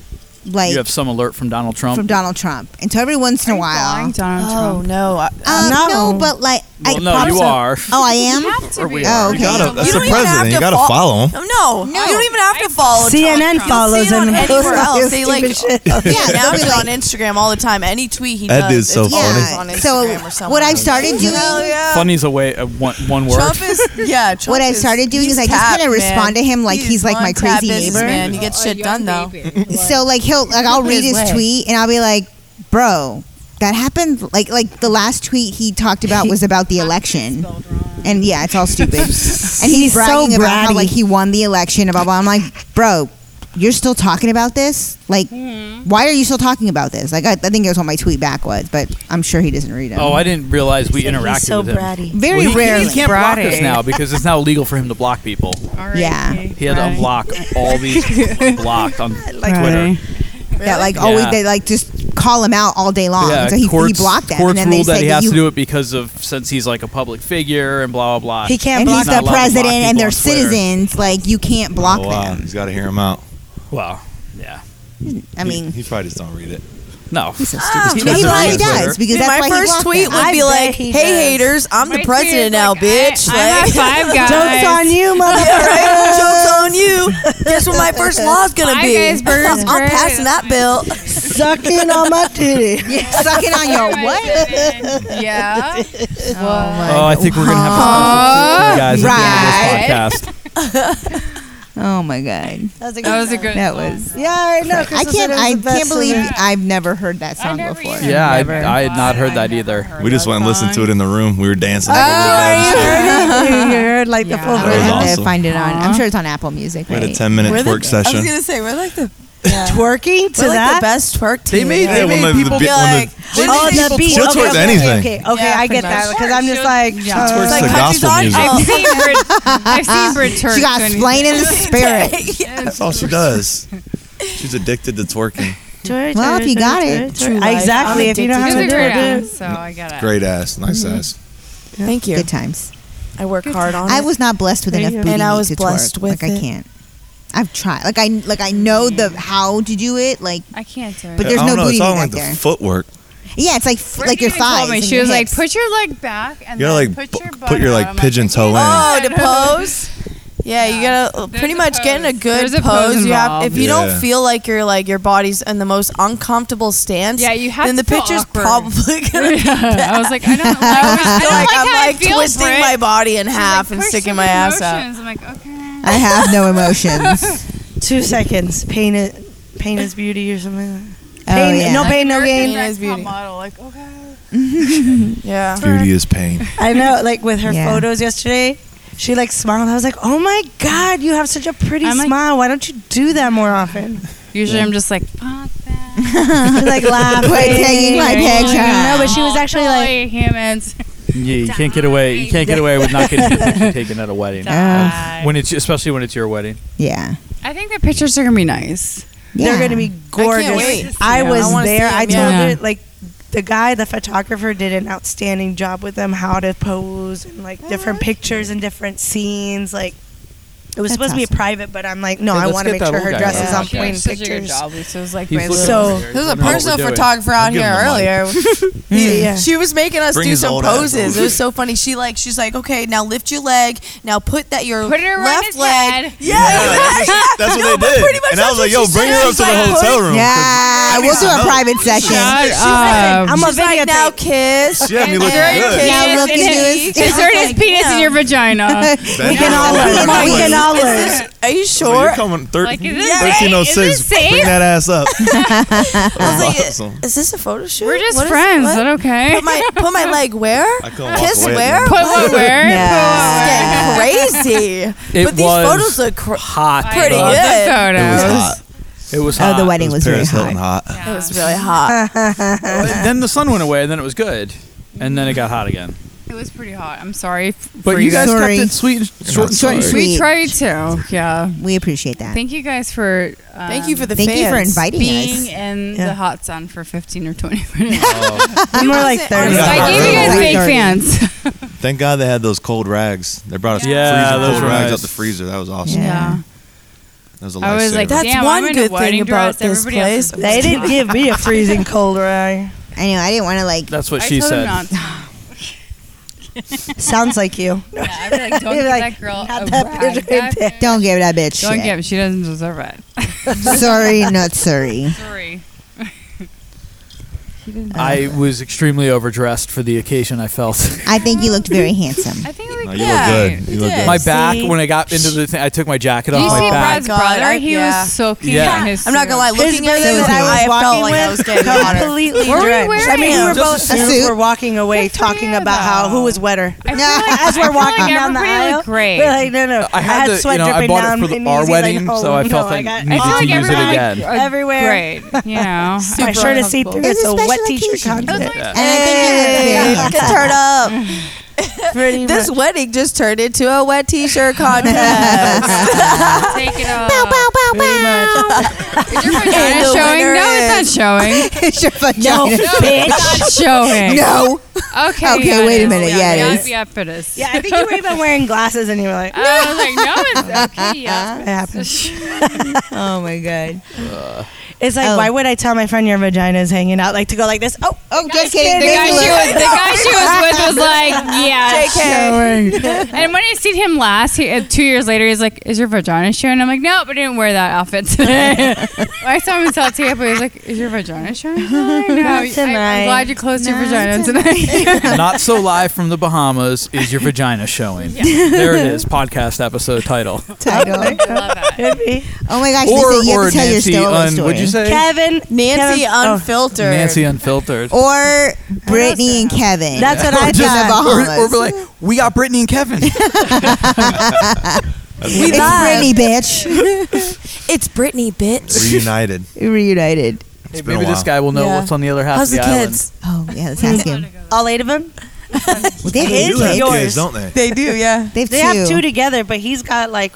like you have some alert from Donald Trump. from Donald Trump, and so every once in a while, Donald Oh no! I, um, No. no. but like, well, I no, you are. Oh, I am. Or we Oh, are. okay. You gotta, that's You the don't even have president. to You gotta fol- follow him. no, No. you don't even have to follow. CNN Trump. follows You'll see it him. on anywhere else. They like Stupid shit. Yeah, announce they'll it be on like- Instagram all the time. Any tweet he That does, is so it's always on yeah. Instagram So or something. what I've started doing, Hell yeah. Funny's a way uh, one, one word. Trump is yeah. Trump what I've is- started doing he's is I just kinda tapped, respond to man. him like he's like my one crazy tapped business neighbor. Man. He gets shit done though. so like he'll like I'll read his tweet and I'll be like, bro, that happened. Like like the last tweet he talked about was about the election. And yeah, it's all stupid. and he's, He's so bragging about how bratty. like he won the election. Blah blah. I'm like, bro, you're still talking about this. Like, why are you still talking about this? Like, I, I think it was what my tweet back was, but I'm sure he doesn't read it. Oh, I didn't realize we interacted with him. very Well, he, rarely. He can't block us now because it's now illegal for him to block people. Yeah. He had to unblock all these blocked on Twitter. Right. That like always Yeah. they like just call him out all day long. Yeah, so he, he courts, blocked them, courts and then they ruled that said he has you, to do it because of since he's like a public figure and blah blah blah. He can't and block he's Not allowed the to block president, people and they're on Twitter. citizens. Like you can't block Oh, wow. them. He's gotta hear him out. Well, yeah. I mean, he, he probably just don't read it. No. he, doesn't read probably his does Twitter. because Dude, that's why my he first blocked tweet them. would I be bet like, he "Hey does. haters, I'm My the president tweet is now, like, bitch." I, I'm Like- at five guys. Jokes on you, mother. Yeah, right? Joke's on you. Guess what my first law is gonna Hi, be? guys, burgers I'm for- passing that bill. Sucking on my titty. sucking on your what? Yeah. Oh, I think we're gonna have to Huh? guys Right. at the end of this podcast. Oh my god, That was a good. that was. Yeah, I know. I Crystal said can't. it was I the best can't believe thing. I've never heard that song never before. either. Yeah, I, Never. I had not heard that either. We just went and listened to it in the room. We were dancing. You Oh, heard it? You heard like the full I'm That gonna was have version. to awesome. find it on. I'm sure it's on Apple Music. we had a right? 10 minute We're the- twerk I was session. gonna say we're like the Twerking to we're like the that. best twerk team. They made, they Yeah, one made of the people bi- You're one of like, the- Oh, She'll the beat. twerk okay, towards okay, anything. Okay, okay, Yeah, I pretty get that much. because I'm just Sure, like, she'll- uh, Twerk's like the country's gospel on- music. oh. I've seen Brit. I've seen Brit Turk. She got explain in the spirit. That's all she does. She's addicted to twerking. Well, if you got it, exactly. If you don't She's have a to do great it, do it. ass, so I got it. Great ass. Nice ass. Thank you. good times. I work hard on I it. was not blessed with There enough you booty go. And I meat was to blessed twerk. with like I it. can't. I've tried. Like I like I know the how to do it. Like I can't do it. But there's I no don't know. booty It's all meat like back there. the footwork. yeah, it's like f- Brit like your even told thighs. me. and She your was like, hips. put your leg back and You gotta then like put bu- your butt put your out. like I'm pigeon toe in. Oh, to There's a- pose. Yeah, you gotta There's pretty a much get in a pose. good There's a pose. pose you have involved. if you Yeah. don't feel like you're like your body's in the most uncomfortable stance. Yeah, you have Then to the feel picture's awkward. probably gonna be Yeah, I was like, I don't, I always I feel feel like, like, how I'm I like feel, twisting Brit. my body in She's half like, and push sticking some my ass out. emotions. I'm like, okay. I have no emotions. Oh, Two seconds. Pain it. Pain is beauty or something. Like that. Oh, Pain, yeah. No pain, no American gain. Rec is beauty. Pop model, like, okay. Yeah. Beauty is pain. I know. Like with her Yeah. photos yesterday, she like smiled. I was like, oh my god, you have such a pretty I'm like- smile. Why don't you do that more often? Usually I'm just like, fuck that. She's like laughing. Quit taking my picture. No, but she was Oh, actually like, boy, humans. Yeah, you can't get away. You can't get away with not getting your picture taken at a wedding. Die. When it's especially when it's your wedding. Yeah. I think the pictures are gonna be nice. yeah. they're gonna be gorgeous. I, wait. Yeah. was I wanna see there. them, I told yeah. her like the guy, the photographer, did an outstanding job with them. How to pose and like different pictures and different scenes. Like it was That's supposed to be awesome. private, but I'm like, no, Hey, I let's want to get make sure that her old guy dress out. is on She point did such a good pictures. job, Lisa. It was like, He's babe, looking look. So- over here. He There doesn't know was a what personal we're doing. photographer I'll out give here him the mic. earlier. Yeah. She was making us Bring do his some old ass poses. over. It was so funny. She like she's like, okay, now lift your leg. Now put that your Put it around left his leg. head. Yeah, that's what- that's No, what but they did. pretty much And I that's was what like, yo, she bring said. her up She's to the like, hotel room. 'cause Oh, Yeah, we'll do a private session. Shut up. I'm a She's like, video now tape. kiss. She had me Insert looking good. his Yeah, penis look in into his- his- Insert his penis in your vagina. We can all learn. We can all learn. Are you You're sure? coming thir- Like, is this safe? 1306. Is this safe? Bring that ass up. That's awesome. Is this a photo shoot? We're just What is- friends. Is what? that okay? Put my put my leg where? I couldn't walk Kiss away. where? Put what where? It's getting crazy. It but these was photos look cr- hot. Pretty I love though. good. It the was hot. photos. It was hot. Oh, the wedding It was, very Paris hot. Hilton hot. It was really hot. And then the sun went away, and then it was good, and then it got hot again. It was pretty hot. I'm sorry. f- But for you guys Sorry. kept it sweet, and short and sorry. sweet. Sweet. We tried to. Yeah. We appreciate that. Thank you guys for. Um, Thank you for the Thank you for fans. inviting being us. in Yeah. the hot sun for 15 or 20 minutes. I'm more like Yeah. thirty. Yeah. I gave you guys fake fans. Thank God they had those cold rags. They brought us Yeah, freezing those cold were rags nice. out the freezer. That was awesome. Yeah. Yeah. was a I was like, lifesaver. damn, I'm in a wedding dress. Everybody else is They didn't give me a freezing cold ride. I know. I didn't want to like. That's what I she told said. him not to. Sounds like you. Yeah, I'd be like, don't You're give like, that girl not a that ride. bitch right That there. bitch- Don't give that bitch. Don't shit. give. She doesn't deserve it. sorry, not sorry. Sorry. I was extremely overdressed for the occasion. I felt I think you looked very handsome. I think like No, you Yeah, look good. You look good. my back when I got into the thing. I took my jacket off. Did you My see back. Brad's God, brother? I- he yeah. was soaking Yeah. in his I'm not gonna lie. syrup. His Looking at brother you, that I I was walking felt like I was with getting hotter. completely What were you drenched. I mean, we wearing? were both Just a as we suit. were walking away, Good for talking you, about how though. who was wetter. I feel Nah. like, As I we're feel walking like down the everybody aisle, looked great. we're like, no, no. I had, to, sweat you know, I dripping bought it down for my the, knees. our He's wedding, like, oh, so I felt no, I got- needed I feel to use like it everyone again. looked Everywhere. Great. You know. My shirt is see through. It was It's a a special wet t-shirt occasion. It was contest. And I think Get you turned up. Pretty This much. wedding just turned into a wet t-shirt contest. Take it off. Bow, bow, bow, bow. Is your vagina the showing? winner No, it's not showing. it's your vagina. It's not showing. No. Okay. Okay, yeah, it wait a is. minute. Yeah, it yeah, is. Yep, it is. Yeah, I think you were even wearing glasses, and you were like, "Ah, I was like, no, it's okay. Yeah. "It happened." Oh my god. It's like, Oh. why would I tell my friend your vagina is hanging out? Like to go like this. Oh, Oh, just kidding. The guy, Thank she you, was, Lou. the guy she was with was like, yeah. Showing. And when I seen him last, he, uh, two years later, he's like, is your vagina showing? I'm like, nope, I didn't wear that outfit today. I saw him in South Tampa. He's like, is your vagina showing? tonight?" No, I- I'm tonight. glad you closed your vagina tonight. Not so live from the Bahamas is your vagina showing. There it is, podcast episode title. Title. Love that. could be Oh my gosh, or listen, you or have to tell Nancy your un, story. would you say Kevin. Nancy Kevin- oh. unfiltered. Nancy unfiltered? Or Brittany and Kevin. That's what Or I just- thought. or, or be like, we got Brittany and Kevin. we it's live. Brittany, bitch. It's Britney, bitch. reunited. Reunited. It's been a Maybe this while. guy will know Yeah. what's on the other half How's of the the, kids? Oh yeah, let's ask him. All eight of them. Well, they have They eight do have kids. yours. don't they? They do, yeah. They have They have two together, but he's got like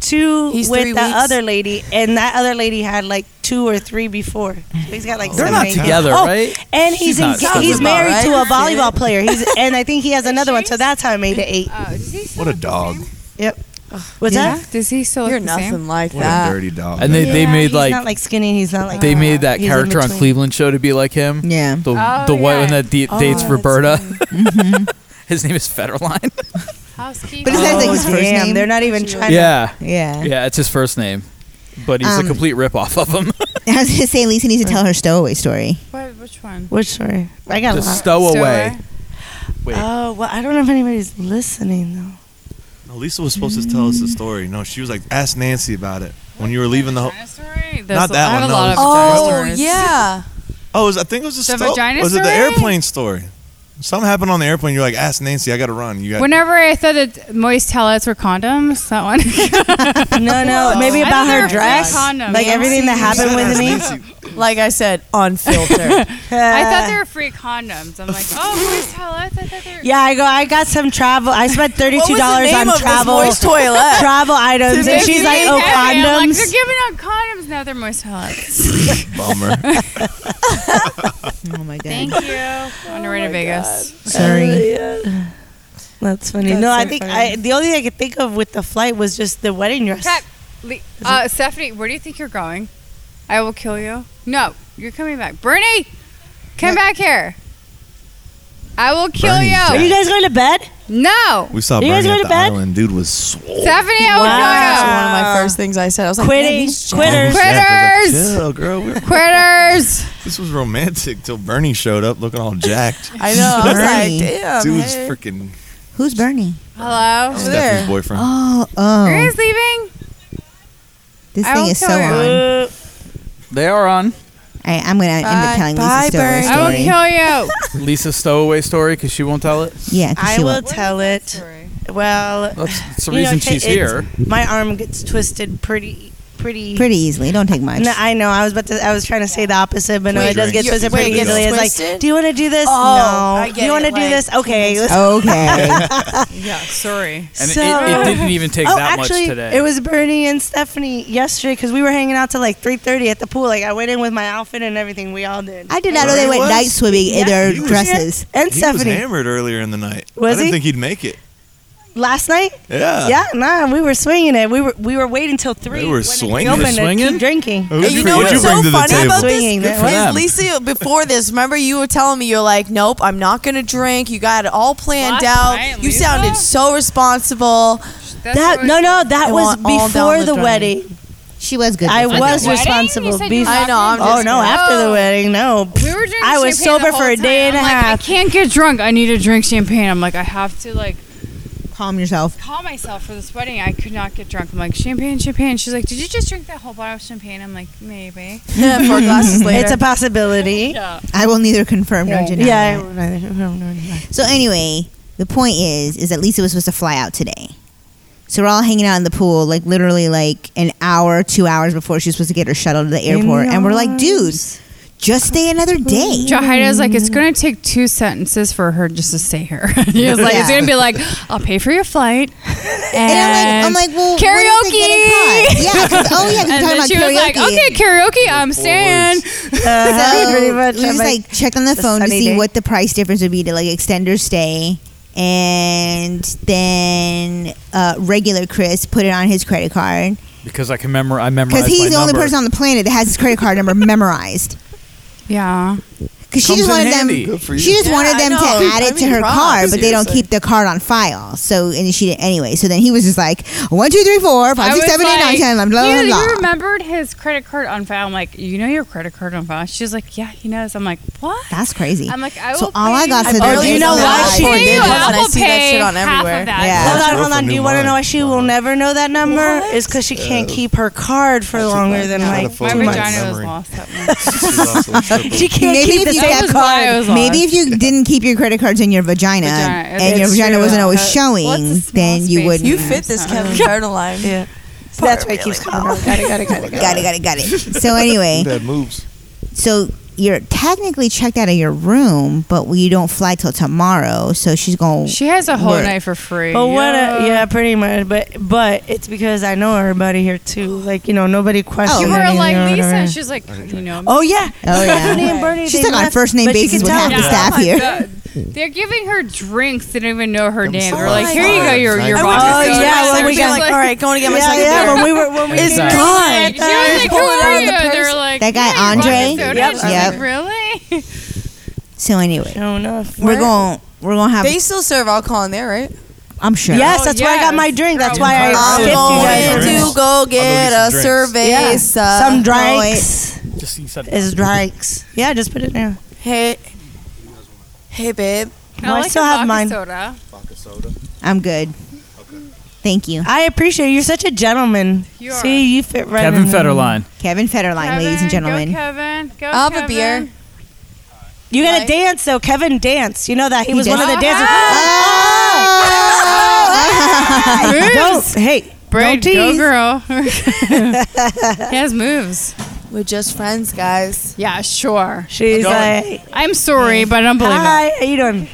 two He's with three the weeks. other lady, and that other lady had like two or three before. So he's got like island. They're seven, not eight. together, Oh, right? And She's he's not enga- together. he's married to a Right? volleyball player. He's and I think he has another one, so that's how I made it eight. Oh, does he What still a look the dog. same? What's that? Does he still You're look the same? nothing like What a that. dirty dog. And they, that they Yeah, made he's like not like skinny. He's not like uh, they made that he's in character on between. Cleveland show to be like him. Yeah. The Oh, the white yeah. one that de- dates Roberta. His name is Federline. But is that like Oh, his first damn, name? they're not even trying. yeah, yeah. yeah, it's his first name, but he's Um, a complete ripoff of him. I was gonna say Lisa needs to tell her stowaway story. What, which one? Which story? I got the a lot. stowaway. Wait. Oh well, I don't know if anybody's listening though. No, Lisa was supposed to tell us the story. No, she was like, ask Nancy about it when you were leaving the. Ho- Oh. Not that I have one, a lot of no. vagina Oh, stories. yeah. oh, it was, I think it was the, The vagina Was it the story? airplane story? Something happened on the airplane. You're like, ask Nancy. I got to run. You got. Whenever I thought that moist towelettes were condoms, that one. No, no, maybe I about thought they her were dress, condoms. like Yeah. everything that You said happened with ask me. Nancy. Like I said, unfiltered. I thought they were free condoms. I'm like, oh, moist towelettes. I thought they were. Yeah, I go. I got some travel. I spent What thirty-two was the dollars name on of this travel moist toilet. travel items, and she's like, "Oh, I'm like, condoms." they're giving out condoms now. They're moist towelettes. Bummer. Oh my god. Thank you. On the Oh way to Vegas. Sorry. That's funny. That's no, I so think funny. I, the only thing I could think of with the flight was just the wedding dress. Crap. Le- Uh, Stephanie, where do you think you're going? I will kill you. No, you're coming back. Bernie, come back here. I will kill Bernie's you. Are you guys going to bed? No. We saw You Bernie guys at go to the bed? island. Dude was swole. Stephanie, I will Oh, That's Wow. one of my first things I said. I was like, man, Quitting, these quitters. Quit. Jack was Quitters! Like, Chill, girl. We're- kill you. Quitters. This was romantic till Bernie showed up looking all jacked. I know. I was Bernie. like, damn. Dude's hey. freaking Who's Bernie? Hello. Over there. Stephanie's boyfriend. Oh, Who oh. is leaving? This I thing will is so kill on. her. All Uh, They are on right, I'm gonna end Bye. up telling Bye, Lisa's stowaway Bernie. I will story. kill you. Lisa's stowaway story because she won't tell it. Yeah, 'cause I she will will. tell it. Well, That's, that's the You know, reason ta- she's it's- here. my arm gets twisted pretty, pretty, Pretty easily. Don't take much. No, I know. I was about to. I was trying to say the opposite, but no, Wait, it does get drink. twisted Wait, pretty it easily. gets It's like, twisted? do you want to do this? Oh, I no. get you want to it, do like- this? Okay. let's- okay. Yeah, sorry. And So- it, it, it didn't even take oh, that actually, much today. it was Bernie and Stephanie yesterday because we were hanging out till like three thirty at the pool. Like I went in with my outfit and everything. We all did. I did not know they Bernie went was? night swimming in Yeah, their he was- dresses. He and was Stephanie. hammered earlier in the night. I Was didn't he? think he'd make it. Last night? Yeah. Yeah, nah, we were swinging it. We were we were waiting till three. Uh. They were when it's swinging. open to keep drinking. Who'd And you know what's so funny about Swinging, this is that was- Lisa. Before this, remember you were telling me you're like, "Nope, I'm not gonna drink." You got it all planned Last out. night, you sounded so responsible. That no no that was before the wedding. She was good. I At the was wedding? responsible. You said you before. were I know, I'm oh just no! kidding. After the wedding, no. We were drinking I was champagne sober the for whole a day and time. a I'm like, half. I can't get drunk. I need to drink champagne. I'm like, I have to like calm yourself. Call myself for this wedding. I could not get drunk. I'm like champagne, champagne. She's like, did you just drink that whole bottle of champagne? I'm like, maybe. It's a possibility. Yeah. I will neither confirm nor Yeah. deny. Yeah, I that. will neither confirm nor deny. So anyway, the point is, is that Lisa was supposed to fly out today. So we're all hanging out in the pool, like literally like an hour, two hours before she was supposed to get her shuttle to the airport, and we're like, dude, just stay another day. Jahida's like, it's gonna take two sentences for her just to stay here. he was like, it's Yeah. gonna be like, I'll pay for your flight. And, And I'm like, I'm like, well, when is it getting caught? karaoke. Yeah, 'cause- oh yeah, 'cause and we're then talking she about was like, karaoke. okay, karaoke, I'm staying. so we just like checked on the the phone to sunny see day. what the price difference would be to like extend her stay, and then uh, regular Chris put it on his credit card because I can memor- I memorized because he's my the only number. person on the planet that has his credit card number memorized. Yeah, because she Comes just in wanted them. handy. Good for you. She just Yeah, wanted I them to know. add I it to mean, her props, card, but they don't seriously. keep the card on file. So and she didn't anyway. So then he was just like one, two, three, four, I five, six, was seven, eight, nine, ten, blah, blah, you, blah, you blah. remembered his credit card on file. I'm like, you know your credit card on file. She's like, yeah, he knows. I'm like, what? That's crazy. I'm like, I So will all pay I got for you- I that barely is know that what I she ordered did. it. I And I will see that pay shit on half of everywhere. that. Yeah. Hold on, That's hold on. Do you want to know why she will never know that number? Is because she can't keep her card for longer than like My two vagina was months. lost. She can't maybe keep if the you same kept- card. maybe if you didn't keep your credit cards in your vagina, Vagina, and your it's vagina true. wasn't always Uh, showing, then you wouldn't. You fit this Kevin Carter line. Yeah. That's why it keeps coming. Got it, got it, got it, got it, got it, got it. So anyway, That moves. so you're technically checked out of your room, but we don't fly till tomorrow. So she's going. She has a whole night for free. But what? A, yeah, pretty much. But but it's because I know everybody here too. Like you know, nobody questions. you were anything or like Lisa, whatever. and she's like, you know. Oh yeah. Oh, yeah. Bernie and Bernie, She's they like on left, first name but you basis can with half tell. Oh the staff my here. God. They're giving her drinks. They don't even know her name. They're Oh like, my here you God. go, your your I Oh, vodka was just like, soda. Like, when we she got was like, all right, going to get my Yeah, second yeah, beer. when we were- when we it's came in, gone. She was like, who are you? They're like, That guy, "Yeah, your Andre?" vodka soda?" Yep. She's like, Yep. Really? So anyway, Where- we're going. We're gonna have. They still serve alcohol in there, right? I'm sure. Yes, that's where I got my drink. That's why I I'm tipped you guys. going to go get a survey. Yeah. so- Some drinks. Just you said It's drinks. Yeah, just put it there. Hey, hey, babe. No, I I like still your have vodka mine. Soda. I'm good. Thank you, I appreciate it. You're such a gentleman. You are. See, you fit right Kevin in. Federline. Kevin Federline, ladies and gentlemen. Kevin, go. I'll have a beer. Kevin. You gotta dance though. Kevin danced. You know that he, was did. one of the dancers. Ah, Moves. Ah, Don't hey. Braid, don't go tease. girl. he has moves. We're just friends, guys. Yeah, sure. She's like, I'm sorry, but I don't believe it. hi, how you doing?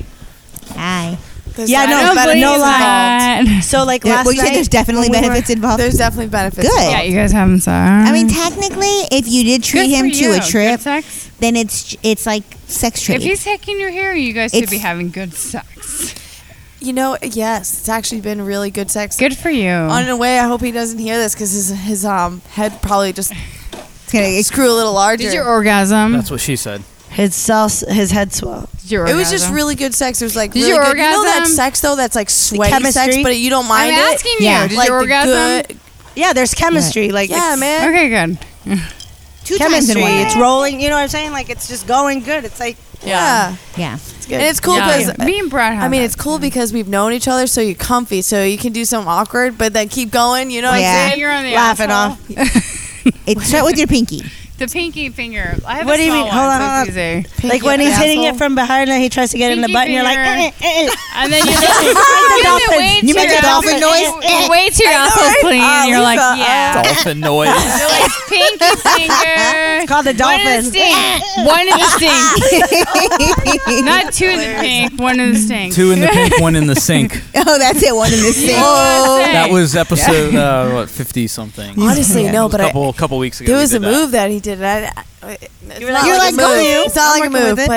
Hi. There's Yeah, I no, don't but believe no lie. that. So like Yeah, last well, you said night, there's definitely when we were- benefits involved. There's definitely benefits. Good. Yeah, you guys haven't sex. I mean, technically, if you did treat him to a trip, sex. then it's it's like sex trade. If he's taking your hair, you guys should It's- be having good sex. You know, yes, it's actually been really good sex. Good for you. On a way, I hope he doesn't hear this because his his um head probably just It's gonna- it's- screw a little larger. Did your orgasm? That's what she said. his sauce, his head swell. Did your it orgasm? was just really good sex. It was like Did really your good. You know that orgasm? sex though, that's like sweaty sex, chemistry? but you don't mind I'm it. asking you. Yeah. Did like your the orgasm? good- Yeah, there's chemistry. Like yeah, it's man. Okay, good. two times in chemistry. one It's night. rolling. You know what I'm saying? Like it's just going good. It's like Yeah. Yeah. it's good. and it's cool because. me and Brad. I mean, it's cool because we've known each other, so you're comfy, so you can do something awkward, but then keep going. You know what Yeah. I'm yeah, saying? you're on the Laughing asshole. It start with your pinky. The pinky finger. I have a What do you small One, mean? Hold on, so hold it's easy. like when up he's the hitting asshole. it from behind and he tries to get in the Pinky butt, and you're like, finger. eh, eh, eh. And then you you dolphin. wait You till make a your dolphin asshole- noise. you Wait till your asshole's clean, and you're like, yeah. Dolphin noise. You're like, pinky finger. eh." Call the One in the dolphin. stink. One in the stink. Not two in the pink, one in the stink. Two in the pink, one in the sink. Oh, that's it. One in the sink. That was episode uh, what fifty something. Honestly, It no, was but a I, couple couple weeks ago. There we was a did that. move that he did. and I, I, it's not You're like, like, a go move. you. It's not I'm like a working move, with it.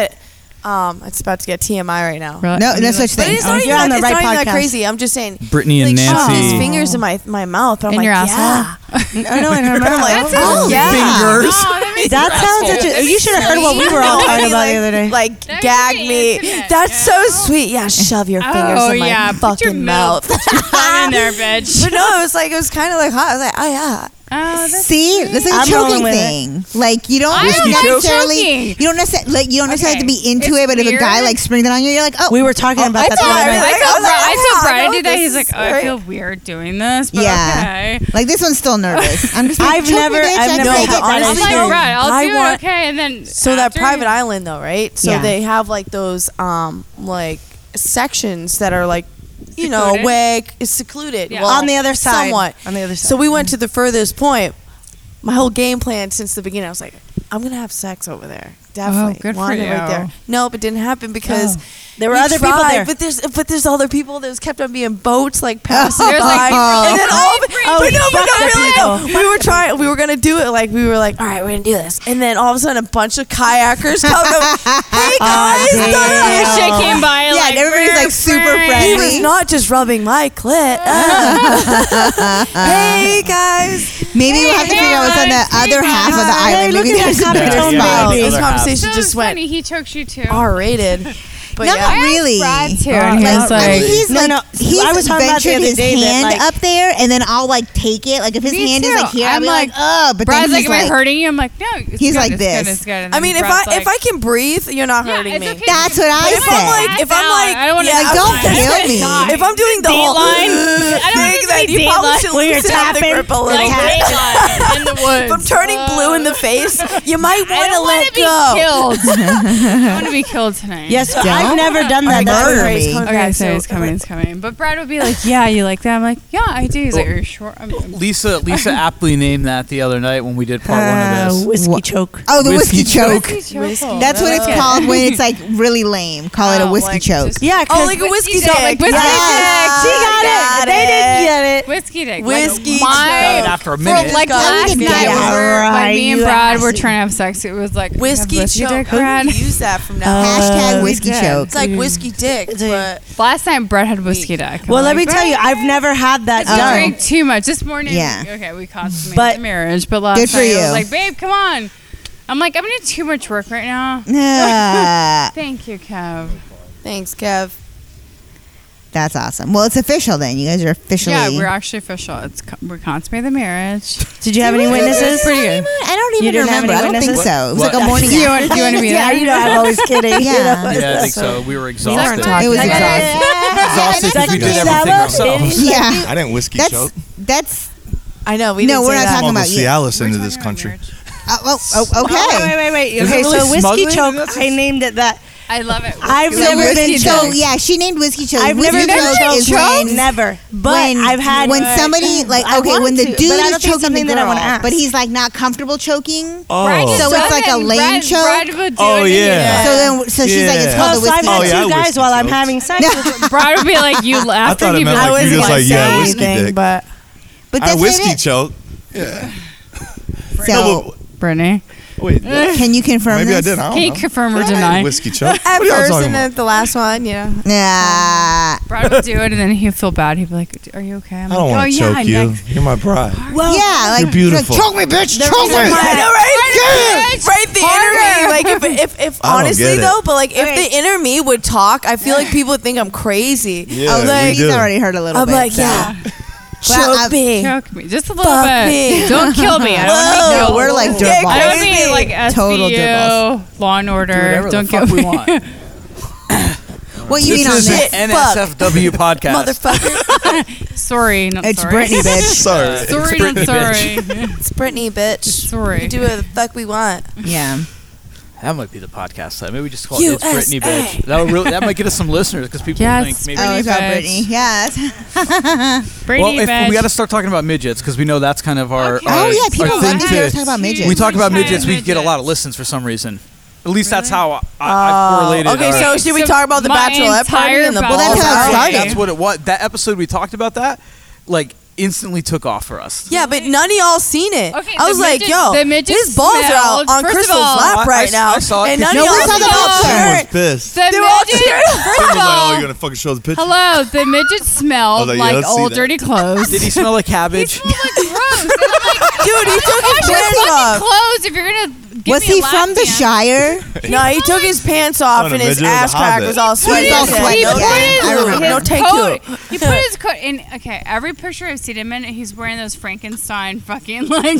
but Um, it's about to get TMI right now. Really? No, no such But thing. it's not You're even, on that, the it's right not even that podcast. crazy. I'm just saying. Brittany and like, shoved Nancy. his fingers in my my mouth. I'm In like, your yeah. I know, and I remember like, That's oh, it. yeah. Fingers. Oh, that makes That me sounds stressful. interesting. You should have heard what we were all talking about the other day. Like That's gag pretty me. intimate, That's so sweet. Yeah, shove your fingers Oh, in my yeah, fucking put your mouth. mouth- put your thumb in there, bitch. But no, it was like it was kind of like hot. I was like, oh yeah. Oh, that's See, cute. this is a I'm choking rolling with it. thing. Like you don't I don't like necessarily, choking. you don't necessarily, like, you don't necessarily Okay. have to be into it. It's But if a guy weird. like springs that on you, you're like, oh, We were talking about that. the thought I other night. I Like, I told was like, Brad, I "Oh, told Brad I I know did that. this He's like, is oh, I great." feel weird doing this, but Yeah. okay. like this one's still nervous. I'm just like, I've choke me, never- bitch. I've I never take had it. that I'm Honestly, like, Brad, I'll I do want- it, okay, and then So that after- private island though, right? So Yeah. they have like those um like sections that are like you know Secluded? away it's secluded Yeah. Well, On the other side. somewhat On the other So side. we went to the furthest point. My whole game plan since the beginning, I was like, I'm gonna have sex over there. Definitely. Oh, good for Wanted it Right you. Oh. there. Nope, it didn't happen because There were we other people tried, there. But there's but there's other people that was kept on being boats like passing There's, by, like, and then all. Of, Oh, but no, but fuck no, the really people. though. We were trying. We were gonna do it. Like we were like, all right, we're gonna do this. And then all of a sudden, a bunch of kayakers come. up. Oh, Hey guys, damn. da-da. This shit came by. Yeah, like, and everybody's like super he friendly. was not just rubbing my clit. Uh. hey guys, Maybe we'll have to figure out what's on the Hey, other half of the Hey, island. look Maybe at there's a that better Capitone spot. baby. this conversation So just went funny. He chokes you too. R-rated. But Not yeah, really. Brad's here, and he Like, was I mean, like- he's No, like, no, he's I was talking about the ventured other his day that, hand like- up there, and then I'll like take it. Like if his Me hand too. is like here, I'm I'm be like, like- oh, but Brad's then like, he's am I like, hurting you? I'm like, no. It's He's good, like it's this. Good, it's good. And I then mean, if I Brad's if I like, can breathe, you're not yeah, hurting it's me. okay, That's you what can I put it said. on If I'm like- if I'm down. like- I don't want to yeah, like, don't kill me. If I'm doing the whole, Dateline. I don't thing, think then we you probably Dateline should when you're loosen up the tapping. grip a little Like bit. Dateline in the woods. If I'm turning Uh, blue in the face, you might I want to don't let be go. killed. I want to be killed tonight. Yes, so I've never done that. murder That's- me. Okay, so he's coming, he's coming. But Brad would be like, "Yeah, you like that?" I'm like, "Yeah, I do." He's like, "Are you sure?" I'm, I'm Lisa Lisa aptly named that the other night when we did part Uh, one of this. whiskey Wha- choke. oh, the Whiskey whiskey choke. choke. chokehold. That's what I it's like it. called when it's like really lame. Call it a Oh, whiskey like choke. just- Yeah, Oh, because like a whiskey dick, dick. like whiskey Yes. she got, Got it. They didn't it. get it. Whiskey dick. Whiskey like, my, choke. After a for, minute. like Got last it. night, Yeah, we were, right, when me and you Brad ass- were trying to have sex, it was like Whiskey, we have whiskey choke. dick, Who Brad. would use that from now? on? Hashtag Oh, whiskey yeah. choke. It's like whiskey dick, but Last night, Brett had whiskey dick. Well, I'm let me like, tell you, I've never had that uh, I Oh. done. drank too much this morning. Yeah. Okay, we consummated But- the marriage, but last Good for night I you. was like, "Babe, come on." I'm like, "I'm doing too much work right now." Nah. Thank you, Kev. thanks, Kev. That's awesome. Well, it's official then. You guys are officially. Yeah, we're actually official. It's co- we're consummating the marriage. Did you have any witnesses? Pretty good. I don't even didn't have remember. I any don't think witnesses? so. It was What? like a morning. you want, after do you want to thing. be Yeah, there? you know, I'm always kidding. you Yeah. know. yeah, I think so. We were exhausted. It was Yeah. exhausting. exhausted. That's because we did tequila, everything baby. ourselves. Yeah, I didn't whiskey choke. that's that's. I know we No, didn't we're say not that. talking Smuggled about you. Cialis into We're this talking about country. marriage. Oh, oh, oh, Oh, wait, okay. wait, wait. Is it Okay, really so whiskey smuggling? choke. That's- I named it that. I love it. I've So never whiskey been choke. choked. Yeah, she named whiskey choke. I've whiskey never been choke is choked. when- Never, but when, I've had when somebody like I okay want when the to, but dude I don't is think choking the something girl, that I wanna ask. but he's like not comfortable choking. Brad So is it's like a loving- lame Brad- choke? Brad would do Oh, it. yeah. So then, so she's like, it's Yeah. called Oh, the so I've whiskey had Oh, choke. yeah, two I guys whiskey while I'm choked. having sex. with- Brad would be like, you laugh. thought it he meant, I like, wasn't you're just gonna like, say yeah, whiskey anything, dick. but But I that's whiskey what choke. it. So No, Brittany. Wait, can you confirm? Maybe I this? did. I Can you don't know. confirm or I didn't deny? Whiskey choke. at What are y'all first talking and about? then the last one, you know. Nah. Brad would do it, and then he'd feel bad. He'd be like, "Are you okay?" I'm I like, don't "Oh want to yeah, choke you. next." You're my bride. yeah, like You're beautiful. Choke me, bitch. Choke me. I know, right? Right, the inner me. Like if, if, if I don't honestly get it. though, but like if Okay. the inner me would talk, I feel like people would think I'm crazy. Yeah, I'm like, we do. He's already hurt a little I'm bit. like, so. yeah, Well, I- choke me. Choke me just a little Fuck bit. me. Don't kill me. I don't want to Whoa. be No, killed. we're like Get dirtballs. I don't crazy. mean like Total SVU, Law and Order. Whatever don't the fuck kill we me. want. What you mean on This is this? Shit, an fuck. NSFW podcast. Motherfucker, Sorry, not It's sorry. Britney, bitch. Sorry. Sorry, not sorry. it's Britney, bitch. Sorry. We do what the fuck we want. Yeah. That might be the podcast. Maybe we just call it "It's Brittany, USA. bitch." That would really, that might get us some listeners because people Yes. think maybe. Oh, it's Britney, about bitch. Brittany. Yes. Britney, well, if bitch. we uh, got to start talking about midgets because we know that's kind of our. Okay. our- Oh yeah, our people thing love to- to talk about midgets. We talk about Huge midgets, we fan get a lot of midgets. listens for some reason. At least that's how I, I, I correlated. Oh, Okay, our- so should we So talk about the my Bachelorette party entire and the Well, that's balls how it out? started. That's what it was. That episode we talked about that, like instantly took off for us. Yeah, but none of y'all seen it. Okay, I was the like, midget- yo, the midget his balls are out smelled- on first of Crystal's all- lap I- I- right now, I saw it and because none no one of y'all saw seen the it. picture. Someone's pissed. The They were all midget. teared up. First Someone's of like, oh, all, you're gonna fucking show the picture. hello. The midget I smelled was like, yeah, like let's see old that. dirty clothes. Did he smell like cabbage? Dude, he took his Wash your pants fucking off. clothes if you're gonna. Give Was me he a lap from the dance. Shire? No, he took his pants off Not a and his midget, it was a ass crack hobbit. was all What sweaty. is all Yeah. sweaty? No, Yeah, thank I you. remember. No, his thank coat. you. He put his coat in. Okay, every picture I've seen him in, he's wearing those Frankenstein fucking like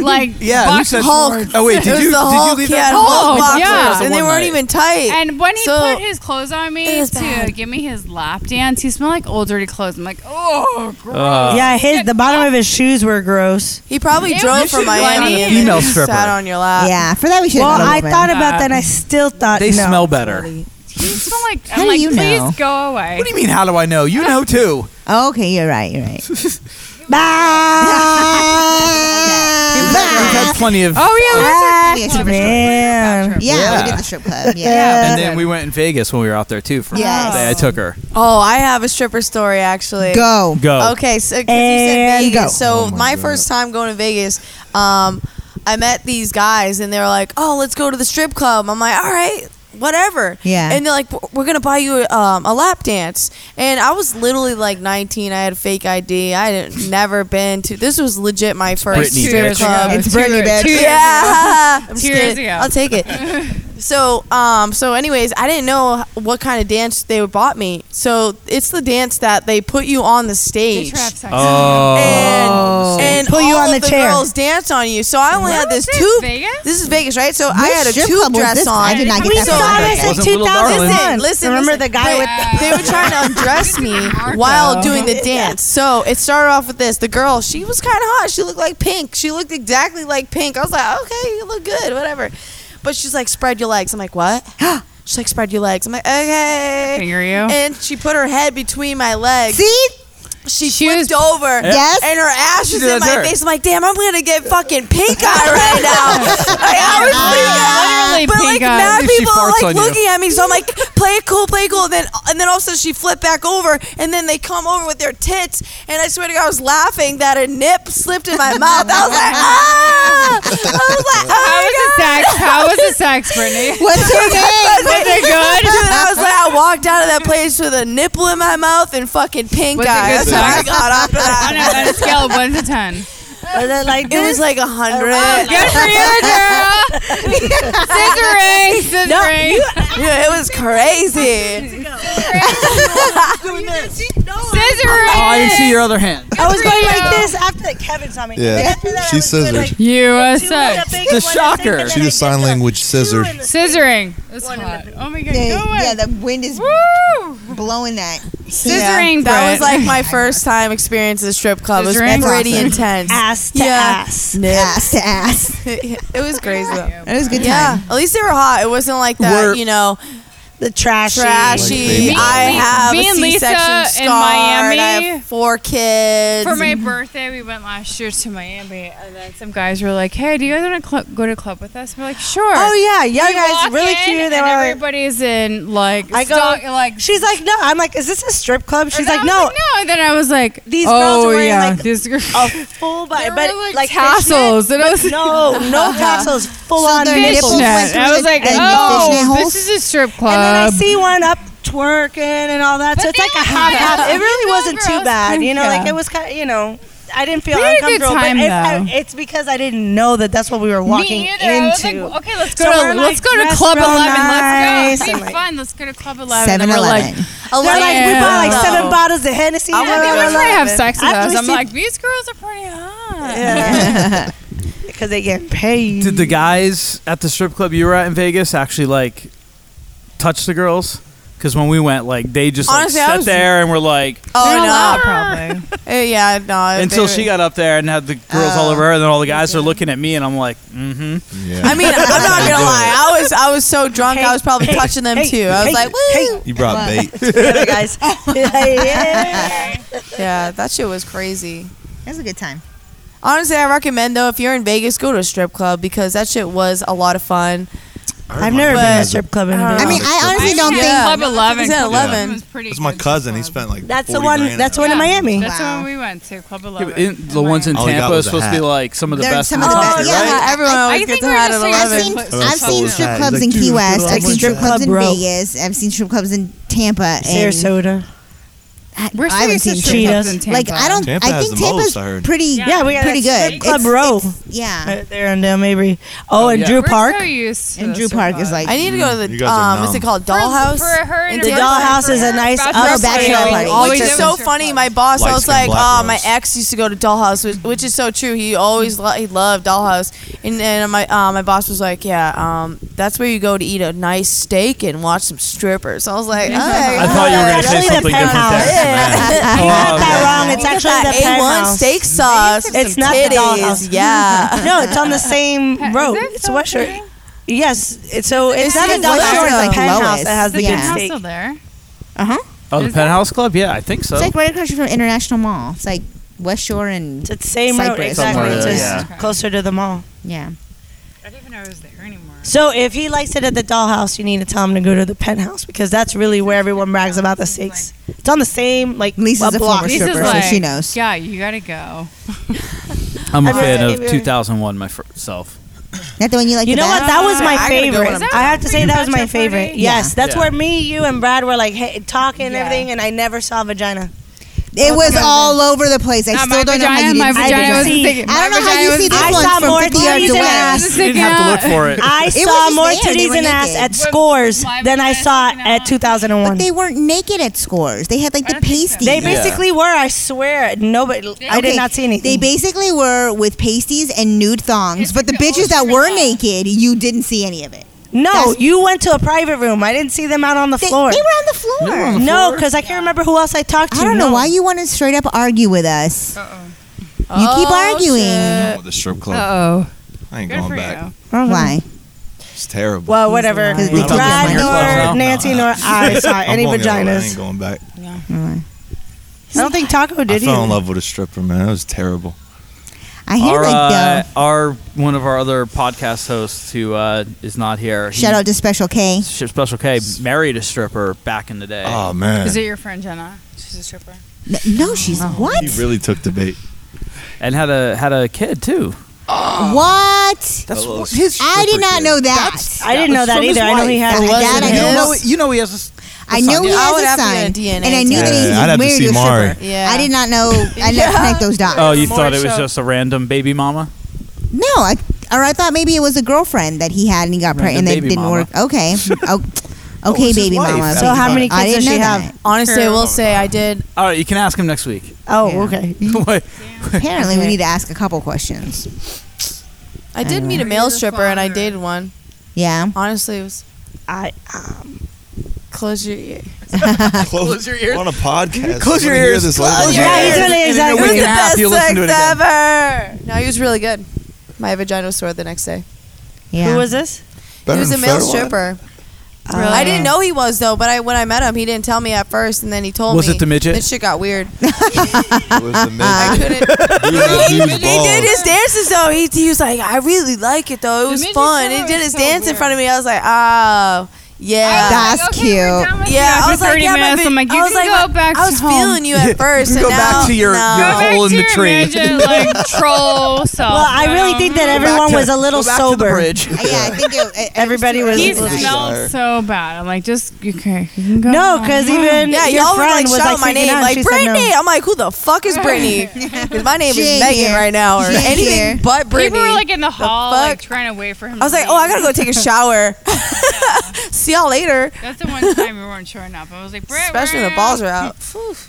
like yeah, who box said Hulk. Oh wait, it did was you did the you Hulk. leave He that had Hulk Hulk boxers boxers, Oh, Yeah. and they one weren't night. even tight. And when he So- put his clothes on It me was to bad. give me his lap dance, he smelled like old dirty clothes. I'm like, oh, gross. Uh, yeah, his the bottom of his shoes were gross. he probably Ew, drove you from should Miami blame and Female then just stripper. sat on your lap. Yeah, for that we should. Well, I thought about that, Uh, and I still thought They no. smell better. he smelled like. How I'm do like, you please know?" go away. What do you mean? How do I know? You know too. Oh, okay, you're right. You're right. We've Bye. had plenty of. oh yeah, that's Ah, a yeah, club super trip. Man. Club trip. Yeah, Yeah. we did the strip club. Yeah. And then we went in Vegas when we were out there too. For Yes. the day I took her. Oh, I have a stripper story actually. Go. Go. Okay, so 'cause you said And Vegas. go. So my first time going to Vegas, um, I met these guys and they were like, "Oh, let's go to the strip club." I'm like, "All right." Whatever. Yeah. And they're like, "We're- we're gonna buy you um, a lap dance. And I was literally like 19. I had a fake ID. I had never been to. This was legit my first Britney, strip bitch. club. It's Britney, bitch. Yeah. I'm just Two years kidding. ago. I'll take it. So, um, so anyways, I didn't know what kind of dance they bought me. So it's the dance that they put you on the They stage. trap Oh. sex. Oh. And, and Oh. Put you all on of the chair. girls dance on you. So I only Where had this was this? tube. Vegas? This is Vegas, right? So I Which had a strip tube club was dress this? on. I did not get We that. saw far. this in Wasn't Little Darling. 2001. Listen, listen. Remember listen. the guy with They- They were trying to undress me while doing the dance. So it started off with this. The girl, she was kind of hot. She looked like Pink. She looked exactly like Pink. I was like, okay, you look good, whatever. But she's like, spread your legs. I'm like, what? She's like, spread your legs. I'm like, okay. Finger you. And she put her head between my legs. See? She, She flipped was- over. Yes. And her ass was did in that my dirt. face. I'm like, damn, I'm gonna get fucking pink eye right now. like, I was Literally freaking out. But like pink eye. mad If she people farts are like on you. looking at me, so I'm like, play it cool, play it cool. Then and then all of a sudden she flipped back over, and then they come over with their tits, and I swear to God, I was laughing that a nip slipped in my mouth. I was like, ah! I was like, oh How my was God. the sex? How was the sex, Brittany? What's her name? Was it good? Dude, I was like, I walked out of that place with a nipple in my mouth and fucking pink Was it eye. good That's what I got after On a, on that. a scale of one to ten. Was it like It was this? like a hundred. Good for you, girl. scissoring, scissoring. Yeah, it was crazy. scissoring. Oh, I didn't see your other hand. I was going like this after that Kevin saw me. Yeah. After that, I She was scissors. doing, like, two USA. and a big The one, I think, shocker. and She then just I sign did the language two scissors. and the- Scissoring. That's hot. Oh my god. Yeah, Go away. yeah, the wind is Woo! blowing that. Scissoring, that was Brett. like my first time experience at a strip club. It was Scissoring? pretty Awesome. intense. Ass to Yeah. ass. Nip. Ass to ass. it was crazy though. It was a good Yeah, time. at least they were hot. It wasn't like that, We're- you know, The trashy. trashy. Me and I Lee- have me a and Lisa C-section scar. in and I Miami- have four kids. For my birthday, we went last year to Miami, and then some guys were like, "Hey, do you guys want to cl- go to a club with us?" And we're like, "Sure." Oh yeah, young We guys, walk really in, cute. They and were. everybody's in like I go- stock- like. She's like, no. I'm like, is this a strip club? She's and I like, was no. no. And then I was like, These oh, girls are wearing, yeah. like, these girls. A full body, They were, but like, like tassels, fishnet, and I but was- no, no tassels, So full on their nipples. nipples went Fishnet. through I was the- like, the fishnet oh, holes? this is a strip club. And then I see one up twerking and all that. so Um, But it's like they a were half half. hot. It really You wasn't know, too bad. You know, girls- like it was kind of, you know, I didn't feel We had a good uncomfortable. time, but it's, though. I, it's because I didn't know that that's what we were walking Me either. I was into. like, okay, let's go So to we're, like, let's go to dressed Club real Eleven. nice let's go. and, It'd be like- fun. Let's go to Club Eleven. Seven And we're like, Eleven. They're like, we bought Yeah. like seven bottles of Hennessy. I We're want to like, have sex with After us. we I'm see- like, these girls are pretty hot. because they get paid. Did the guys at the strip club you were at in Vegas actually like touch the girls? Because when we went, like they just like, Honestly, I sat was- there and were like They're Oh allowed, no! probably. Uh, yeah, no. until they- she got up there and had the girls all over her, and then all the guys are looking at me, and I'm like, mm-hmm. I mean, I'm not gonna lie. I was I was so drunk. I was probably touching them hey, too. I was hey, like, woo. You brought bait. Together, guys? yeah. Yeah, that shit was crazy. It was a good time. Honestly, I recommend though if you're in Vegas, go to a strip club because that shit was a lot of fun. I've never been to a strip club in a I mean, I honestly don't Yeah. think. Club Eleven. It's at Club 11. was pretty. It's my cousin. He spent like That's the 40 one. grand That's the on one Yeah, in Miami. That's Wow. the one we went to Club Eleven. In, the in ones in All we got Tampa is was a supposed to hat. be like some of the They're best. some in of the town, best- yeah. Oh, right? I- Yeah, everyone I always think gets hot we're at just I've Eleven. seen, Like, I've so seen sad. strip He's clubs like, in dude, Key go to West. I've London. seen strip clubs in Bro. Vegas. I've seen strip clubs in Tampa. and- Sarasota. I, We're I haven't serious seen as strip shit. clubs. clubs in Like Tampa. I don't. Tampa I has think the most, Tampa's I heard. pretty. Yeah, we got pretty that good. strip club row. Yeah. Right there on down Mabry. Oh, Oh, and yeah. Drew We're Park. so used to And the Drew strip Park is club. like. I need to go to You the guys are um, what's it numb. called, For- Dollhouse? For her and The her Dollhouse is a nice Oh, bachelor party. All we which did is was so strip funny. club. My boss, I Light was skin, like, black "Oh, girls." my ex used to go to Dollhouse," which, which is so true. He always lo- he loved Dollhouse, and then my uh, my boss was like, "Yeah, um, that's where you go to eat a nice steak and watch some strippers." I was like, "Oh, "All right, I thought you were going to Really say the something different penthouse. there. You Oh, got that wrong. It's Get actually that the penthouse. A1 steak sauce. It's some not the Dollhouse. titties. Yeah. No, it's on the same Is road. that It's still West Shore. there? Yes, it's so it's, Is not it a dollar Lois? store. It's Like a penthouse Lois. that has Is the the Yeah. good penthouse steak. still there? Uh uh-huh. huh. Oh, the Is that- penthouse club. Yeah, I think so. It's like right across from International Mall. It's like West Shore and It's at the same road. Cypress. Exactly. Somewhere It's there, just yeah. closer to the mall. yeah. I didn't even know it was there anymore. So if he likes it at the dollhouse, you need to tell him to go to the penthouse because that's really where everyone brags about the steaks. It's on the same like Lisa's a block. former Lisa's stripper, so like, she knows. Yeah, you gotta go. I'm a I've fan never- of 2001 myself. That the one you like. You the know what? best? That was I- my I gotta go favorite. when I'm I have to say that was my Bachelor party? favorite. Yes, that's Yeah. where me, you, and Brad were like hey, talking and Yeah. everything, and I never saw vagina. It was all over the place. I Not still my don't know vagina, how you my didn't see vagina it. was sticking- I don't my know how you vagina see was- this I one saw from more 50 yards titties than away. ass. Just You sticking didn't have to out. look for it. I was saw just more there. They titties were and ass naked. at Scores why than I was I saw sticking at out? 2001. But they weren't naked at scores. They had like I the don't think so. pasties. They Yeah. basically were. I swear, nobody. I did Okay, not see anything. They basically were with pasties and nude thongs, It's but the Oh, like bitches an old that strip were club. naked, you didn't see any of it. no, that's- you went to a private room. I didn't see them out on the They, floor. they were on the floor. no, because I can't remember who else I talked to. I don't No. know why you want to straight up argue with us. Uh You keep Oh, arguing. with the strip oh. club. Uh oh. I ain't Good going for back. you. I don't know. Why? It's terrible. Well, whatever. Because they told us Brad when. No, no. nor Nancy nor I saw I'm any going the other way. I ain't vaginas. going back. I don't think Taco I did fell in either. love with a stripper, man. It was terrible. I hear Our, like uh, though. our one of our other podcast hosts who uh, is not here. he- Shout out to Special K. Sh- Special K married a stripper back in the day. Oh man, Is it your friend Jenna? She's a stripper. N- No, she's Oh. what? he really took the bait. and had a had a kid too. What? That's little what- his. I did not know that. I didn't know was that from his either. I know he wife. had. That- that I You know. know, you know he has a. s- a I son, know he yeah. I would has have a to son, do a DNA and I knew test. that he Yeah, I'd was have to married see to a Mari. stripper. Yeah. I did not know. I did not Yeah. connect those dots. Oh, you More thought it was so- just a random baby mama? No, I or I thought maybe it was a girlfriend that he had and he got Right, the pregnant and baby that didn't mama. work. Okay, oh, okay, it's his baby wife. mama. So baby how mama. many I kids didn't does she know have? that. Honestly, I will say I did. All right, you can ask him next week. Oh, Yeah. okay. Wait, Apparently, we need to ask a couple questions. I did meet a male stripper and I dated one. Yeah, Honestly, it was I um, close your ear. It Close, your ears. on a podcast. Close your I wanna hear ears. This Close later. your yeah, he's really It excited. was- and a half, you listen to it again. ever. No, he was really good. My vagina was sore the next day. yeah. Who was this? Better he was a than male Fairwater. stripper. Uh, I didn't know he was though, but I when I met him, he didn't tell me at first, and then he told Was me. it the midget? This shit got weird. It was the I midget. couldn't. He was a he, dude's he balls. did his dances though. He, he was like, I really like it though. It was midget fun. He solo did is his so dance in weird. front of me. I was like, oh yeah. That's cute. yeah, I was like, yeah, my minutes. vi- I'm like, you I was can like, go back I was to home. feeling you at first, and go now back to your, no. your hole in the tree. Imagine, like troll self. Well, I really think that everyone was a little Go back to the sober. bridge. Uh, yeah, I think it, it- it Everybody was- He It He's- smelled so bad. I'm like, just okay. You can go No, home. because even Yeah, your y'all were friend like was shouting like my freaking name, out. like She said no. Brittany. I'm like, who the fuck is Brittany? 'Cause my name She is ain't Megan here. right now, or She ain't anything here. but Brittany. people were like in the hall, like fuck? trying to wait for him. I was to like, leave. oh, I gotta go take a shower. See y'all later. That's the one time we weren't showing up. I was like, Brett, Especially when the where are you?" balls are out.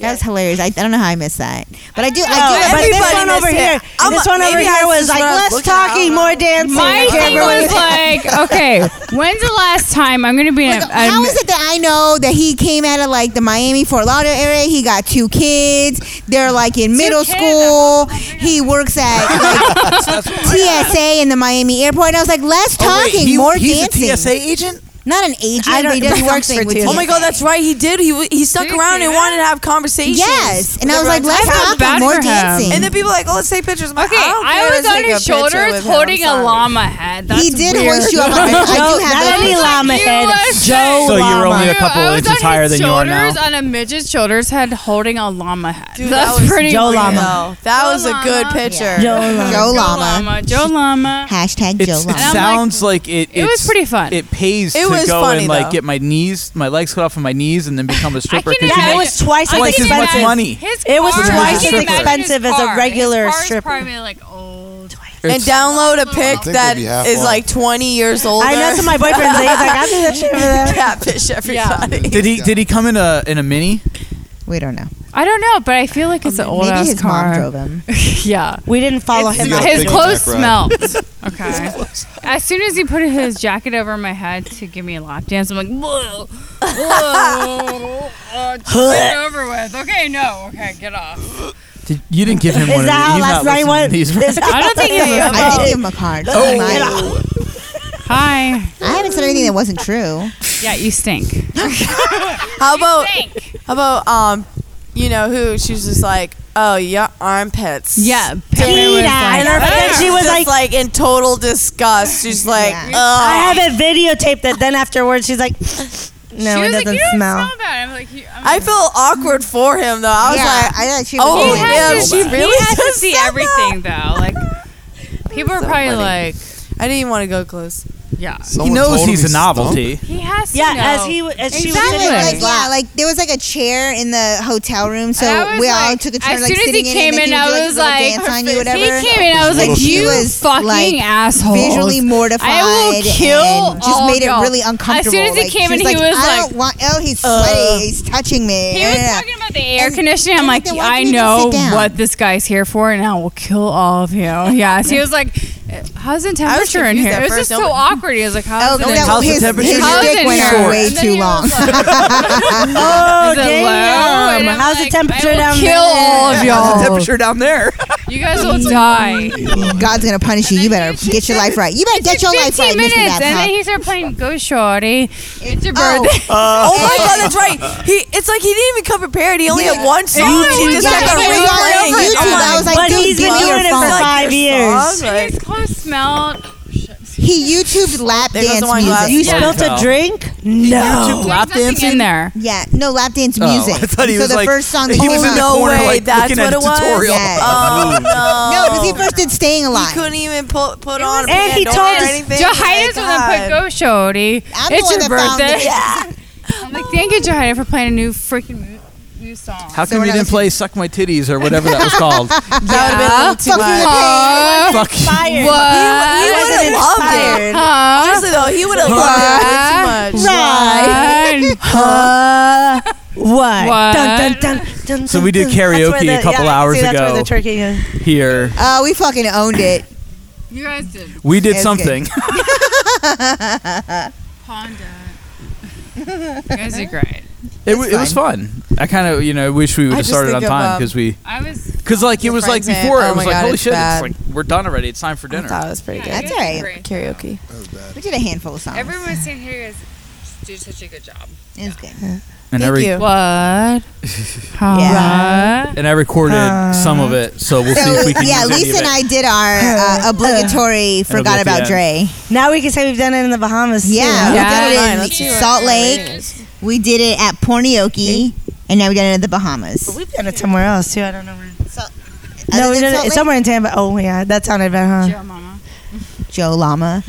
That was hilarious. I, I don't know how I missed that, but I do. Oh, I do. but this Everybody one missed over it. here, I'm this a- one over maybe here I was just like, wanna let's look at talk, it. eat more dancing. My Okay, thing everyone- was like, okay, when's the last time I'm gonna be in a, Like, how a- is it that I know that he came out of like the Miami Fort Lauderdale area? He got two kids. They're like in middle kids, Oh school. He works at like, TSA in the Miami airport. And I was like, less Oh, wait, talking, he- more he's dancing. a TSA agent? No, not an agent, I but he don't- does works something for with Oh my god, that's right. He did. He w- he stuck Did you around see and that? wanted to have conversations. Yes, and I with was like, everyone. let's have more dancing. And then people are like, oh, let's take pictures. Okay, I was on his shoulders holding a llama head. That's He did weird. hoist you up on my- I do No, have not it. any llama You head, are Joe So you're only a couple I was inches on his higher than you are shoulders now. on a midget's shoulders head holding a llama head. Dude, That's that was pretty Joe weird. Llama. That was a good picture. Joe Llama. Joe Llama. Llama. Joe Llama. Hashtag Joe It's, it Llama. sounds like, it. it was it's- pretty fun. It pays It to was go funny, and like though. get my knees, my legs cut off of my knees, and then become a stripper. can 'cause you make- imagine- It was I twice as can Twice as much imagine- money. His It was car- I twice can as imagine his expensive as a car. regular His car's stripper. Probably like old. And It's- download a pic think we'll that be half is off. like 20 years older. I know, so my boyfriend's like, he's like, I did that shit for that. catfish everybody. did he? Did he come in a in a mini? We don't know. I don't know, but I feel like it's an old Um, Maybe ass his car. mom drove him. Yeah. We didn't follow It's- him. got a his big clothes jack smelled. Okay. As soon as he put his jacket over my head to give me a lap dance, I'm like, whoa, whoa, uh, just get it over with. Okay, no, okay, get off. Did, you didn't give him Is one. that of how these. He's last not listening to these. night went? Is- I don't think he I did give him a card. Oh, my. Hi. I haven't said anything that wasn't true. Yeah, you stink. How about Stink. how about um, you know who? She was just like, oh, your armpits. Yeah. Peter was like, And her Yeah. face, she was like, Just like in total disgust. She's like, Yeah. I oh. have it videotaped that then afterwards she's like, no, she it was doesn't like, you Don't smell. smell bad. I'm like, you, I I'm felt awkward for him though. I was like, I thought she was oh, He doing yeah, it. has to, she he really has to does see smell everything though. Like people are probably funny. like, I didn't even want to go close. yeah. He Someone knows told him he's a stunk. novelty. He has to Yeah, know. as he w- as she was Exactly. sitting on Like, his yeah, lap. like there was like a chair in the hotel room, so I was we all like- took a as turn like soon as he sitting came in. in, and then he would I do, like, was a little like- dance on you, He whatever. came in. I was like, Little "You shit. fucking Like, asshole!" Visually mortified. I will kill and just all made it y'all. really uncomfortable. As soon as he Like, came she in, he was I like, don't want, "Oh, he's sweaty. he's touching me." He was Yeah. talking about the air And- conditioning. and I'm like, then why I didn't you just know sit down?" what this guy's here for, and I will kill all of you. Yes. He was like, "How's the temperature in confused here?" at It was first. just so Nobody- awkward. He was like, "How's Oh, the that How's was the his, temperature? his How's dick it went here? on way And then too he long. was like- Oh, Is it low? damn. And I'm How's like, the temperature I will down kill there? all of y'all. How's the temperature down there? You guys will die. God's gonna punish you. You better get your life right. You better get your life 15 right, minutes, Mr. and then Babcock. he started playing "Go Shorty." It's your Oh. birthday. oh my god, that's right. He it's like he didn't even come prepared. He only had one song. he just Yeah, kept on it was all Oh replaying over it. YouTube. I'm I was like, But dude, he's give been me your doing it for phone. like, five your years. song? Like, His clothes smelled. He YouTubed lap There goes dance the wine glass. music. You Yeah. spilt a Hotel. drink? No. Lap dancing in there. Yeah, no lap dance music. Oh, I thought he so was the like- first song that he came was in up- the no corner, way, like, that's looking at what a it was. tutorial. Yes. Oh no, no! because he first did "Staying He Alive." couldn't even put put on. a And he band told or us- anything. Johanna's the one that put God. "Go Shorty." I'm the it's one your that found birthday. it. I'm like, thank you, Johanna, for playing a new freaking new, new song. How So come when you I didn't was- play "Suck My Titties" or whatever that was called? That would have been a Fuck little you, too the much. pain. Fuck. Fired. What? He would have loved it. Honestly though, he would have loved it way too much. Right. Huh? What? What? Dun, dun, dun, dun, So we did dun, dun. That's karaoke where a couple yeah, hours see, that's ago. Where the turkey goes. Here, Uh, we fucking owned it. You guys did we did It's good. something. Honda. you guys did great. It, w- it was fun. I kind of, you know, wish we would I have just started on think of, time um, because we, I was. because like it was like friends and- before. oh it my was like God, holy it's shit! bad. It's like we're done already. It's time for I dinner. thought it was pretty Yeah, you good. That's guys did all great. Karaoke. We did a handful of songs. Everyone was saying here, you guys do such a good job. it was good. And Thank every you. What? Yeah. What? and I recorded some of it, so we'll see if we So can. yeah, use any Lisa of and it. I did our uh, obligatory be "Forgot at the About end. Dre." Now we can say we've done it in the Bahamas. too. Yeah, we Fine, did let's it see in what Salt the Lake. rating is. We did it at Pornioke, and now we did it in the Bahamas. But we've done it somewhere else too. I don't know where. Other No, we than did Salt it Lake, somewhere in Tampa. Oh yeah, that sounded bad, huh? Joe, mama. Joe Llama,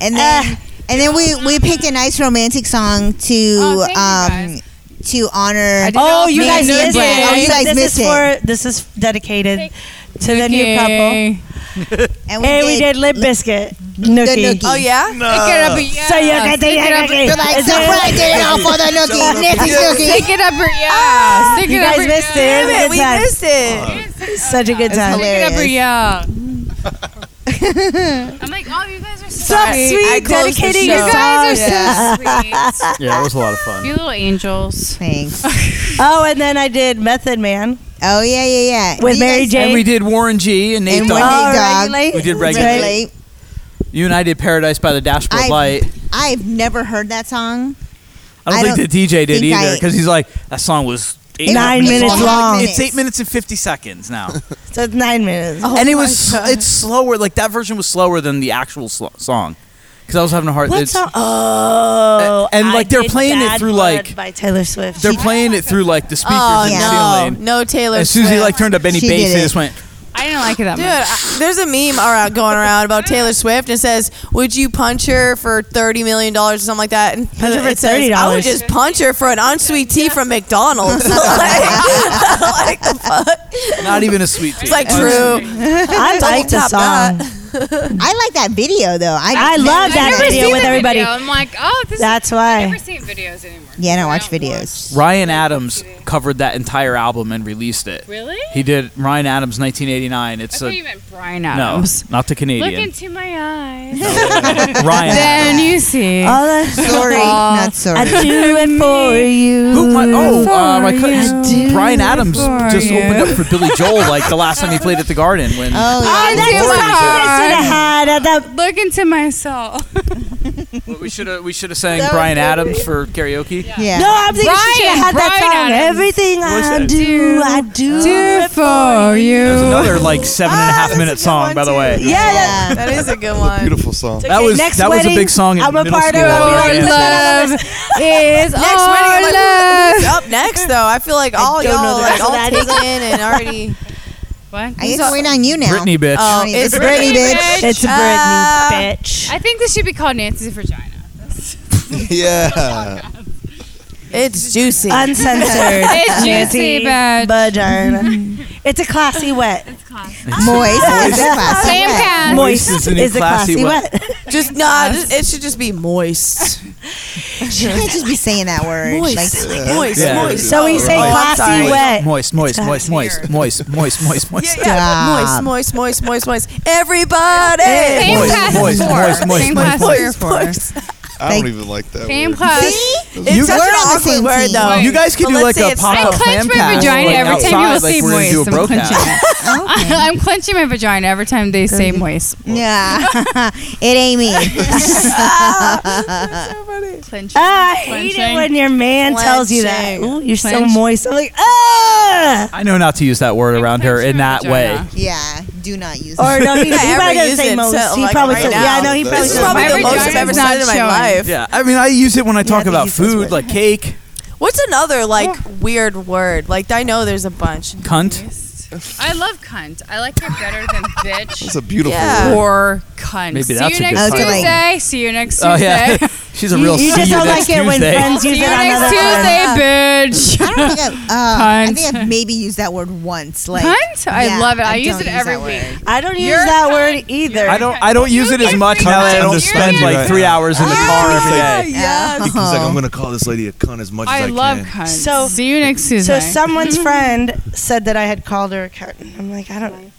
and then and then we we picked a nice romantic song to Oh, thank you, um guys. to honor. didn't know if guys knew missed that. it. Oh, you guys this missed is it. for this is dedicated to the new couple. Okay. And And we did Lip Biscuit Nookie. Nookie. Oh yeah. Pick it up, yeah. So you can take Pick it up, it. You're like, Is that's it- what I did it all for the Nookie, Nancy Nookie. Stick it up your yeah. Stick Ah! You it up guys your missed yeah. it. Damn it, we Good time. missed it. Such a good It's time. hilarious. Stick it up your yeah. I'm like, oh, you guys are so So sweet. I sweet, closed the dedicating show. your You guys are so sweet. Yeah, it was a lot of fun. You little angels. Thanks. Oh, and then I did Method Man Oh yeah, yeah, yeah. with You Mary guys- J. And we did Warren G and Nate And Dogg. Warren- Oh, Dog. Regulate. We did Regulate. Regulate. You and I did Paradise by the Dashboard I- Light. I've never heard that song. I don't I think don't the DJ did think either I- because he's like that song was eight Nine minutes minutes long. It's eight minutes and fifty seconds now, So it's nine minutes. Oh and it was it's slower. Like that version was slower than the actual sl- song because I was having a hard. What it's- song? Oh, and, like, I they're did playing it Bad through, Blood like- by Taylor Swift. They're playing it througugh like the speakers Oh in the no, ceiling. no Taylor. As soon as he Swift. like turned up any She bass, did he it. just went. I didn't like it that Dude, much. I, there's a meme around going around about Taylor Swift and says, "Would you punch her for thirty million dollars or something like that?" And Punch her for it says, $30. I would just punch her for an unsweet tea from McDonald's. like, like the fuck? Not even a sweet. It's like, true. I liked the Don't song. stop I like that video though. I, I love that I've never video seen with the everybody. video. I'm like, oh, this That's is, I've why. never seen videos anymore. Yeah, I don't I watch don't videos. Ryan Adams covered that entire album and released it. Really? He did Ryan Adams 1989. It's I a thought you meant Brian no, Adams. not the Look Canadian. into my eyes. Ryan. then you see. Oh. All that Sorry, not sorry. I do it for you. Who? My, oh, uh, my For co- you. Brian Adams For just you. opened up for Billy Joel like the last time he played at the Garden when Oh Oh, yeah. that's Too what I hard. should have had. at the- Look into my soul. Well, we should have we should have sang Brian Adams for karaoke. yeah. No, I'm thinking she should Brian, have had that Brian song. Adams. Everything I do, I do. Do That for was Oh, you. another like seven and a half minute song, by the way. Yeah, that, Yeah. That is a good one. Beautiful song. That was next that was a wedding, big song in I'm a middle part of school. Our a Brian. love is Next our wedding, I'm like, love. who's up next though? I feel like all don't know y'all the like rest of all that. taken and already. What? I guess we're waiting on you now. Britney bitch. Oh, Johnny, it's it's Britney, Britney, bitch. It's Britney, Uh, bitch. I think this should be called Nancy's vagina. yeah. It's juicy. Uncensored. It's juicy, but Vagina. It's a classy wet. Moist. Is it classic? same cast. Moist is is, an a classy classy, wet. wet. just nah. Just, it should just be moist. You can't just be saying that word. Moist. Like, moist. Yeah. Moist. So we Oh, say oh, I'm sorry. classy wet. moist, moist, moist, moist, moist, moist, moist, moist. Yeah, yeah. Stop. Moist, moist, moist, moist, moist. Everybody. Same Moist, class moist, four. moist, moist, Same moist, class moist. three or four. I Thank- don't even like that. Same word. class. See? It's such We're an on the awkward same word team. though. You guys could But do like let's say a it's pop I up clench clam my cast, vagina like, every time you outside, will like say we're gonna do moist. a I'm broadcast. clenching it. I'm clenching my vagina every time they say moist. Yeah. it ain't me. Clenching. Ah, I hate it Clenching. when your man tells you that. Clenching. Ooh, you're so Clench. moist. I'm like, ah. I know not to use that word around her in that way. Vagina. Yeah. Do not use Or it. no, he, he I ever probably doesn't use say it, most. so, he like, probably right says, now. yeah, I know he This probably This is says. probably My the most I've vagina's ever not said in my showing. life. Yeah, I mean, I use it when I talk they about use this food, word. like cake, What's another like weird word? Like I know there's a bunch. cunt. I love cunt. I like it better than bitch That's a beautiful Yeah. word. or cunt. Maybe see that's you a good next song. Okay. Tuesday. See you next Tuesday. Oh yeah, she's a real. you see just you don't next like it when Tuesday. friends use See you it on next other friends. Tuesday, I bitch. don't think I've, uh, I Cunt. think I've maybe used that word once. Like, Cunt? I yeah, love it. I, use don't it every that word. week. I don't use You're that kind. word either. I don't. I don't use it as much now that I don't spend like three hours in the Ah, car every day. Yeah. He's like, I'm gonna call this lady a cunt as much I, as I love can. cunt. So- see you next So Tuesday. someone's friend said that I had called her a cunt. I'm like, I don't.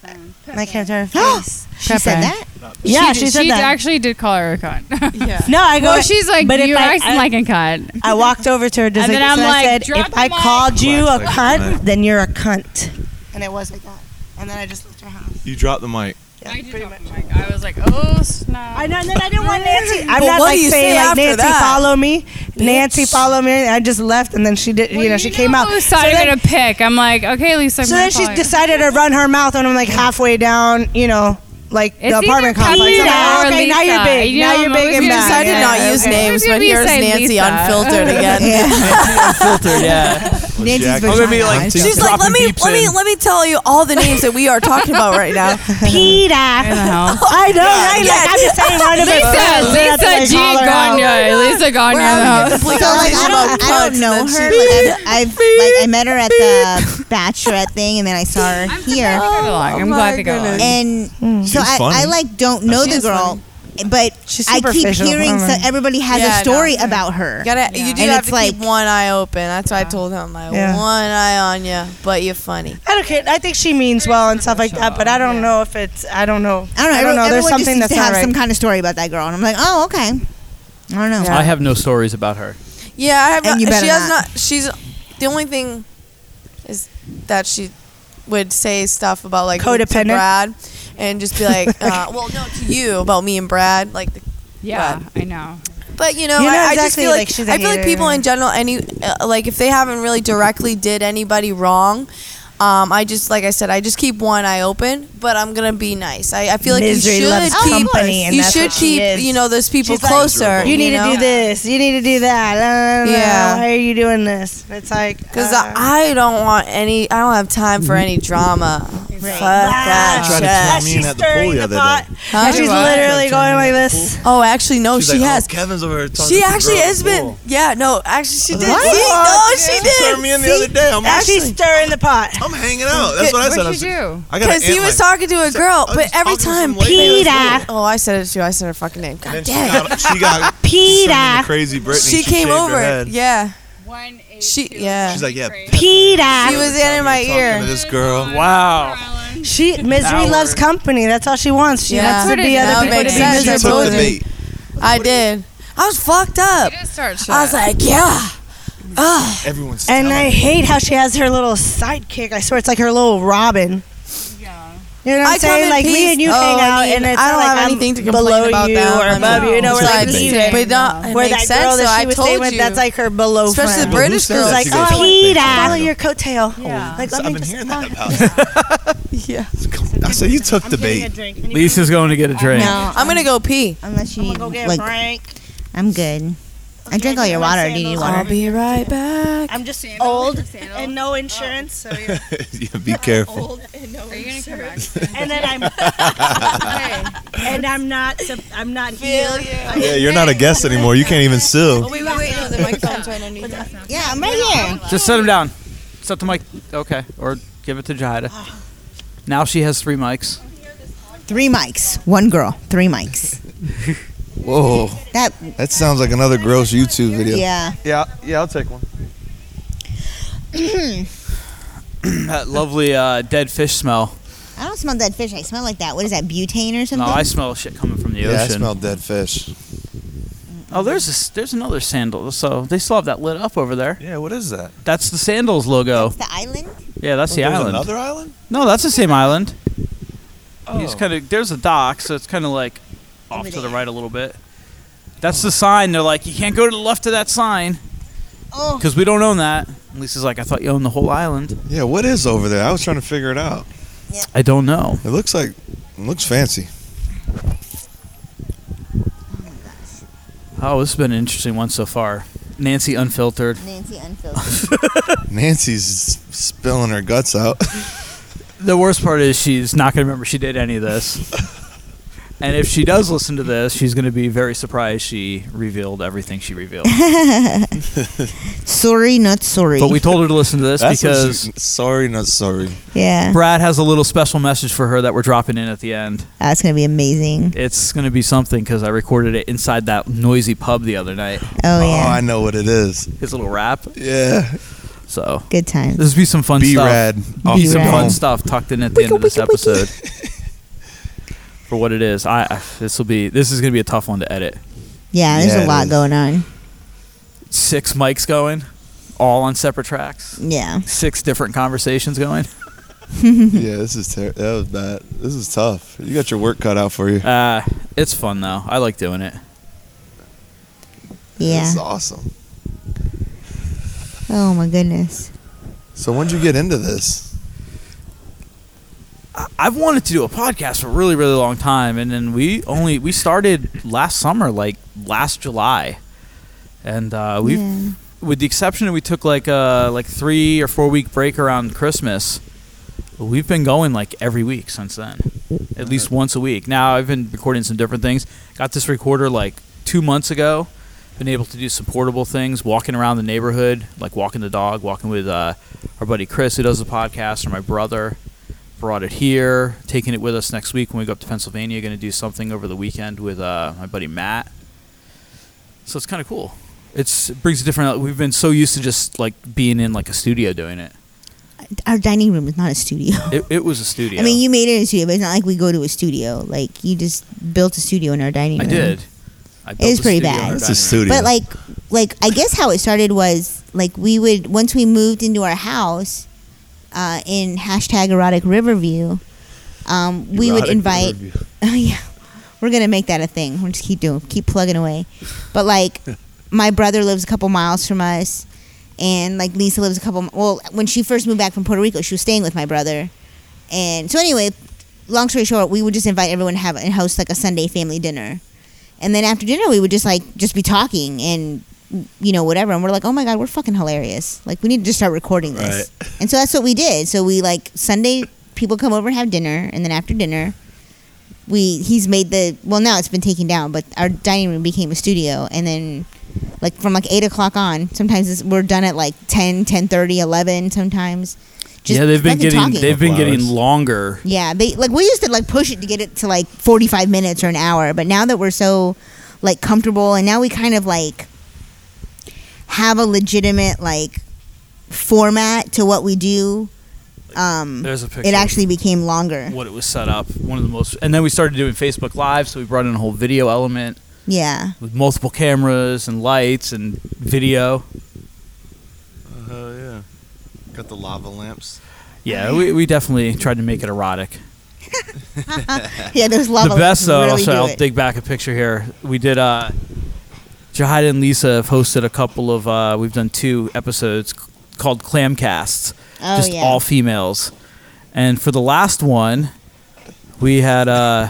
I can't turn her face. She said that? Yeah, she, did- said that. actually did call her a cunt. Yeah. no, I go. Well, she's like, but if you're I- acting I- like a cunt. I walked over to her just And like then I'm this, and like, I said, "Drop if I the mic." called you a Relax, like, cunt, man. then you're a cunt. And it was like that. And then I just left her house. You dropped the mic. Yeah, I, did pretty drop much. the mic. I was like, oh snap. I know, and then I didn't want Nancy. I'm But what not like do you saying say like after Nancy that? follow me, Nancy follow me. I just left, and then she did. Well, you know, she came out. Who So side I'm then, gonna pick? I'm like, okay, Lisa. I'm so gonna then she call you. decided to run her mouth, and I'm like halfway down. You know, like It's the apartment either complex. Pete I'm like, or okay, now you're Lisa. big. You now know, you're I'm big always and We gonna bad. decided yeah, not yeah, use okay. names, Maybe but we here's say Nancy Lisa. unfiltered again. Filtered, yeah. Nancy's Jack- vagina. I'm gonna be like, I "She's don't She's like, let Dropping me peeps let me in. let me tell you all the names that we are talking about right now. Peter. I know, hell? right? Yeah. Like, I'm just saying one of Lisa, Lisa G. Gagne, Lisa Gagne. We're in the having a house. complete So like conversation I about don't, I don't cunts, know and her. then she- Like I've, I've like I met her at the bachelorette thing, and then I saw her I'm here, glad they got along. I'm my glad they got goodness. along. and so I, funny. I like don't know the She's girl, but She's I keep superficial. hearing so Alright. everybody has Yeah, I a story know. about her. You gotta, you do And have it's to keep like- one eye open. That's what I told him. Like Yeah. one eye on you, but you're funny. I don't care. I think she means well and stuff like that, but I don't know if it's. I don't know. I don't know. I don't know. There's everyone just something seems that's to not have right. some kind of story about that girl, and I'm like, oh okay. I don't know. I have no stories about her. Yeah, I have. And not, you better she has not. not. She's the only thing is that she would say stuff about like to Codependent? Brad, and just be like, uh, well, no, to you about me and Brad, like the, Yeah, I know. But you know, You're not I, I just exactly feel like like, she's a I feel like hater. people in general, any uh, like if they haven't really directly did anybody wrong. Um, I just like I said, I just keep one eye open, but I'm gonna be nice. I, I feel like Misery you should loves keep company, and you that's should what she keep is. you know those people She's like, closer. You need to know? do this. You need to do that. la, la, la, la, Yeah. Why are you doing this? It's like Cause uh, I don't want any. I don't have time for any drama. Fuck Ah, that She tried to shit. tell me in at the pool the other day. Huh? And she's literally going like this. Oh, actually, no, She's she like, has. Oh, Kevin's over here talking she to some actually girl at has the been. pool." Yeah, no, actually, she did. What? See? No, Yeah. Oh, she She turned did. me in the other day. I'm Actually, stirring the pot. I'm hanging out. That's what I said. I What'd was- you do? I got an Because he aunt was like- talking to a girl, I was but just every talking to time, some lady Peter. at the pool. Oh, I said it too. I said her fucking name. God And she damn. got, she got Peter. sent into crazy Britney. She came shaved her over. head. Yeah, One eight. she. Yeah, She's like, yeah. Peter. she was in my Talking to ear. this girl. Wow. She misery Howard. loves company. That's all she wants. She Yeah. wants to be That other people makes to sense. be She That's took the what miserable. it bait. I did. I was fucked up. You just start shit. I was like, yeah. Ugh. Everyone's And I telling hate how she has her little sidekick. I swear it's like her little Robin. yeah. You know what I'm I come saying? in Like peace. me and you Oh, hang I out, mean, and it's I not don't like have I'm anything to complain below about you that. or I above know. you. You know, It's we're like like, leaving. but not- it Where that makes girl sense, so that she I was told staying with, you. that's like her below Especially the friend. British said girls. that? Like, She oh, goes, I Peter. follow your coattail. Yeah. Like, I've let me been just hearing that about it. Yeah. I said, you took the getting a bait. drink. Lisa's going to get a drink. No, I'm gonna go pee. unless you I'm need, gonna go get like, Frank. I'm good. I drank all get your my water. Do you need sandals. water? I'll be right back. I'm just Sandals? old Sandals? and Oh. no insurance, so you're yeah, be careful. old and no Are you gonna come back? insurance. And then I'm and I'm not sup- I'm not here. Yeah, you're not a guest anymore. You can't even Oh, sue. Wait, wait, wait. No, the microphone's right underneath. Yeah, I'm right here. Just set him down. Set the mic. Okay. Or give it to Jahida. Now she has three mics. Three mics. One girl. Three mics. Whoa. That. That sounds like another gross YouTube video. Yeah. yeah, yeah I'll take one. that lovely uh, dead fish smell. I don't smell dead fish. I smell like that. What is that? Butane or something? No, Mm-hmm. I smell shit coming from the Yeah, I ocean. smell dead fish. oh, there's this, there's another sandal. So they still have that lit up over there. Yeah, what is that? That's the sandals logo. It's the island. Yeah, that's the There's island. another island? No, that's the same island. Oh. It's kind of there's a dock, so it's kind of like off Over to the there. right a little bit. That's the sign. They're like, you can't go to the left of that sign Oh. because we don't own that. Lisa's like, I thought you owned the whole island. Yeah, what is over there? I was trying to figure it out. I don't know. It looks like, it looks fancy. Oh, this has been an interesting one so far. Nancy unfiltered. Nancy unfiltered. Nancy's spilling her guts out. The worst part is she's not going to remember she did any of this. and if she does listen to this, she's going to be very surprised she revealed everything she revealed. sorry, not sorry. but we told her to listen to this because sorry, not sorry. yeah. Oh, Brad has a little special message for her that we're dropping in at the end. That's gonna be amazing. It's going to be something because I recorded it inside that noisy pub the other night. Oh Oh, I yeah. know what it is. His little rap. Yeah. So Good time. this would be some fun Be stuff. rad. Be Be some rad. fun stuff tucked in at the end of this Wicka, wicka, wicka. episode. For what it is, I I- this will be this is going to be a tough one to edit. Yeah, there's Yeah, it a lot is. going on. Six mics going, all on separate tracks. Yeah. Six different conversations going. yeah, this is ter- that was bad. This is tough. You got your work cut out for you. Uh, it's fun though. I like doing it. Yeah. This is awesome. Oh my goodness. So when'd you get into this? I- I've wanted to do a podcast for a really, really long time, and then we only we started last summer, like last July, and uh, we, have Yeah. with the exception that we took like a like three or four week break around Christmas, we've been going like every week since then, at least once a week. Now I've been recording some different things. Got this recorder like two months ago. Been able to do some portable things, walking around the neighborhood, like walking the dog, walking with uh, our buddy Chris who does the podcast, or my brother brought it here, taking it with us next week when we go up to Pennsylvania. Going to do something over the weekend with uh, my buddy Matt. So it's kind of cool. It's it brings a different. We've been so used to just like being in like a studio doing it. Our dining room is not a studio. It, it was a studio. I mean, you made it a studio, but it's not like we go to a studio. Like you just built a studio in our dining I room. did. I built is a pretty studio bad. in our That's It's a dining room. studio. But like, like I guess how it started was like we would once we moved into our house uh, in hashtag erotic Riverview, um, we would Erotic invite. review. Oh yeah, We're gonna make that a thing. We're just keep doing, keep plugging away. But like, my brother lives a couple miles from us, and like Lisa lives a couple. Well, when she first moved back from Puerto Rico, she was staying with my brother, and so anyway, long story short, we would just invite everyone to have and host like a Sunday family dinner, and then after dinner we would just like just be talking and you know whatever, and we're like, oh my god, we're fucking hilarious. Like we need to just start recording this, and so that's what we did. So we like Sunday people come over and have dinner, and then after dinner. We he's made the well now it's been taken down but our dining room became a studio and then like from like eight o'clock on. Sometimes it's, we're done at like 10, 10.30, 11 Sometimes. yeah, they've been fucking getting talking. they've been getting longer. Yeah, they like we used to like push it to get it to like forty five minutes or an hour, but now that we're so like comfortable and now we kind of like have a legitimate like format to what we do. Um, There's a picture of It actually became longer. What it was set up, one of the most, and then we started doing Facebook Live, so we brought in a whole video element Yeah. with multiple cameras and lights and video. Oh yeah, got the lava lamps. Yeah, we, we definitely tried to make it erotic. yeah, those lava the best lamps though. really also, do I'll it. dig back a picture here. We did. uh Jahida and Lisa have hosted a couple of. uh We've done two episodes c- called Clam Casts, Oh, just yeah. all females. And for the last one, we had uh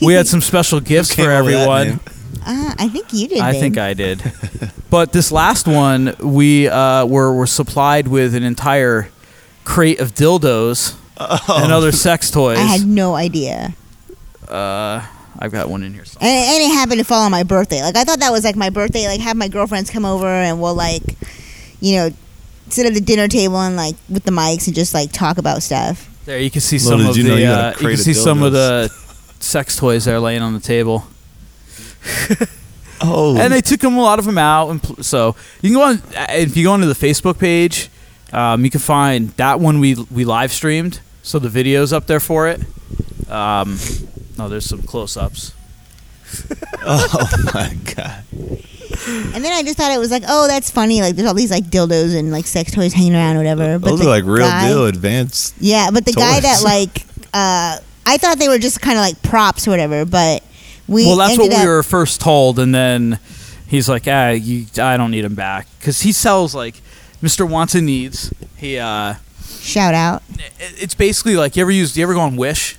we had some special gifts for up with that everyone. name? Ah, I think you did. I babe. think I did. but this last one, we uh, were were supplied with an entire crate of dildos and other sex toys. Oh. I had no idea. uh, I've got one in here. somewhere. and, and it happened to fall on my birthday. Like I thought that was like my birthday. Like have my girlfriends come over and we'll like, you know, sit at the dinner table and like with the mics and just like talk about stuff. There, you can see Little some did of you know the you had a uh, you crate can of see some of the sex toys that are laying on the table. Oh, and they took them a lot of them out and pl- so you can go on uh, if you go onto the facebook page um, you can find that one we we live streamed so the video's up there for it um, no there's some close-ups oh my god. And then I just thought it was like, oh, that's funny. Like there's all these like dildos and like sex toys hanging around, or whatever. Those the are like real guy- deal advanced. Yeah, but the guy toys. that like, uh, I thought they were just kind of like props or whatever, but. We well that's what ended we up- were first told and then he's like ah you i don't need him back because he sells like mr wants and needs he uh Shout out. it- it's basically like you ever used you ever go on wish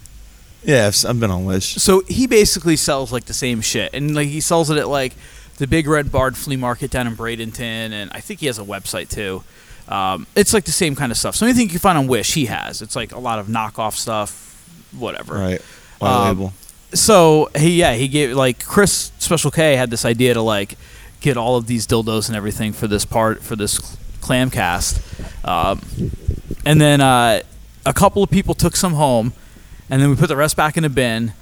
Yeah, I've, s- I've been on Wish. so he basically sells like the same shit and like he sells it at like the big red barn flea market down in bradenton and i think he has a website too um, it's like the same kind of stuff so anything you can find on wish he has it's like a lot of knockoff stuff whatever Right. White Um, label. so he yeah he gave like chris special k had this idea to like get all of these dildos and everything for this part for this cl- clam cast um, and then uh, a couple of people took some home and then we put the rest back in a bin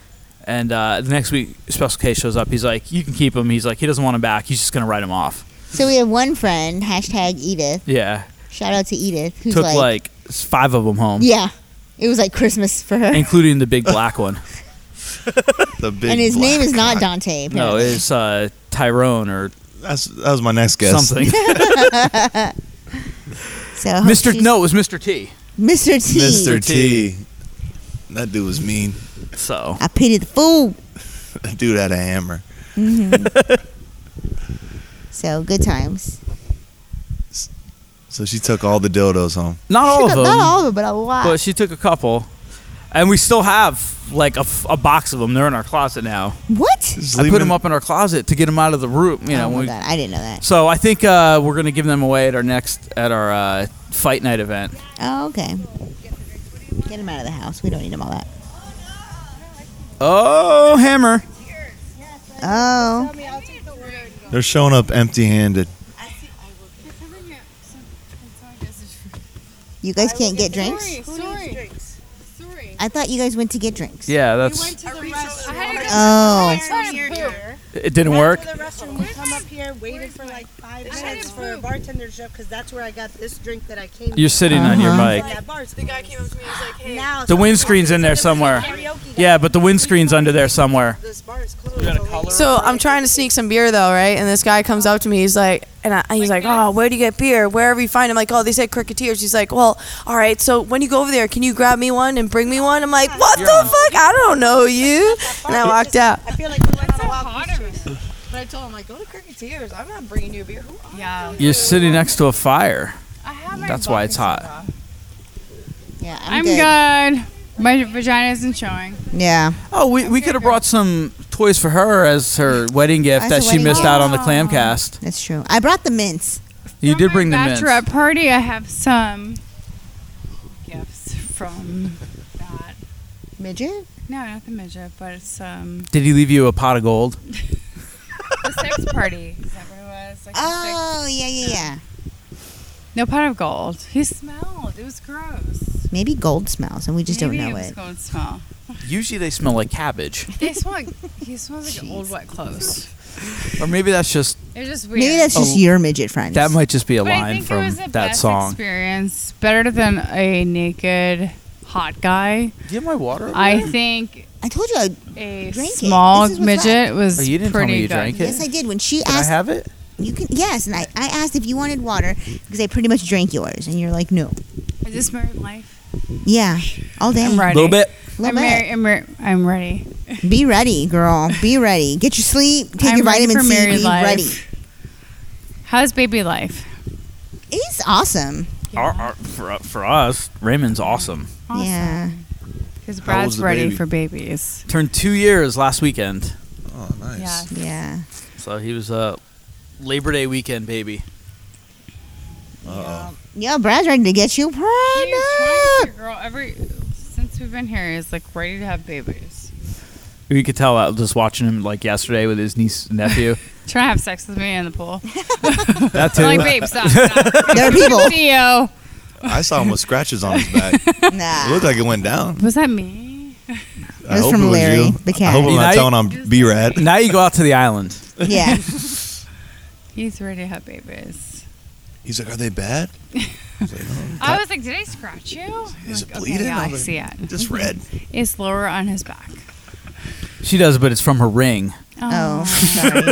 and uh, the next week special k shows up he's like you can keep him he's like he doesn't want him back he's just gonna write him off So we have one friend, hashtag Edith. yeah Shout out to Edith, who's took like, like, s five of them home yeah, it was like Christmas for her. including the big black one The big. and his black name is not cock. no Dante. Apparently. it's uh, tyrone or That's that was my next guess. something so I hope mr she's- no it was mr t Mr. T. Mr. T. That dude was mean. so I pity the fool. That dude had a hammer. So good times. So she took all the dildos home. Not all of them, Not all of them, but a lot. but she took a couple, and we still have like a, f- a box of them. They're in our closet now. what? Just I leave put him- them up in our closet to get them out of the room. You know, oh when my we- god, I didn't know that. so I think uh, we're gonna give them away at our next at our uh, fight night event. Oh, okay. Get him out of the house. We don't need him all that. Oh, hammer! Oh, They're showing up empty-handed. you guys can't get drinks. Sorry, sorry, sorry. I thought you guys went to get drinks. Yeah, that's I had to go Oh, to the restroom. it. Didn't work. The restroom. We come up here. waited for like five minutes for a bartender show because that's where I got this drink that I came. You're sitting on your mic. Uh-huh. The guy came up to me and was like, "Hey, now The windscreen's in there somewhere. Yeah, but the windscreen's under there somewhere. So I'm trying to sneak some beer though, right? And this guy comes up to me. He's like, and I, he's like, oh, where do you get beer? Wherever you find. it." I'm like, oh, they said cricketers. He's like, well, all right. So when you go over there, can you grab me one and bring me one? I'm like, what the fuck? I don't know you. And I walked out. I feel like we went on a walk. But I told him like, go to Cricketers. I'm not bringing you a beer. Who are yeah. You're sitting next to a fire. That's why it's hot. Yeah, I'm, good. My vagina isn't showing. Yeah. Oh, we, we could have brought some toys for her as her wedding gift As that a she wedding missed gift. out on the clam cast. That's true. I brought the mints. You Oh did bring the mints. Bachelorette party. I have some gifts from that midget. No, not the midget, but it's um Did he leave you a pot of gold? the sex party. Is that what it was? Like Uh, oh yeah, yeah, yeah. No pot of gold. He smelled. It was gross. Maybe gold smells, and we just Maybe don't know it. Was it. gold smell. Usually they smell like cabbage. They smell. Like, he smells like old wet clothes. Or maybe that's just It was just weird. Maybe that's just Oh. your midget friends. that might just be a But I line think it from was the that best song. Experience better than a naked hot guy. Do you have my water? over I there? think I told you I a drank it. small This is what's midget up. was Oh, you didn't tell me pretty you good. drank it? Yes, I did. When she Can I asked, have it? you can. Yes, and I, I asked if you wanted water because I pretty much drank yours, and you're like, no. Is this married life? Yeah, all day. I'm ready. little bit. I'm, Little bit. married. I'm, re- I'm ready. Be ready, girl. Be ready. Get your sleep. Take I'm your ready vitamin for C. married Be life. ready. How's baby life? It's awesome. Our- our- for, for us, Raymond's awesome. Yeah. Because old's Brad's the ready baby? for babies. Turned two years last weekend. Oh, nice. Yeah. Yeah. So he was a Labor Day weekend baby. Uh-oh. Yo, Brad's ready to get you He's trying to pregnant. girl every since we've been here is like ready to have babies. You could tell that just watching him like yesterday with his niece and nephew. Trying to have sex with me in the pool. that too. I'm like, babe, stop. stop. There are people. See you. I saw him with scratches on his back. it Nah. looked like it went down. Was that me? I was hope from it was Larry, you. the I cat. hope I'm Now not you- telling him B-Rad. now you go out to the island. Yeah. He's ready to have babies. He's like, are they bad? I was like, did I scratch you? I'm Is like, it bleeding? Okay, yeah, I I'm like- see it. Just red. It's lower on his back. She does, but it's from her ring. Oh, sorry.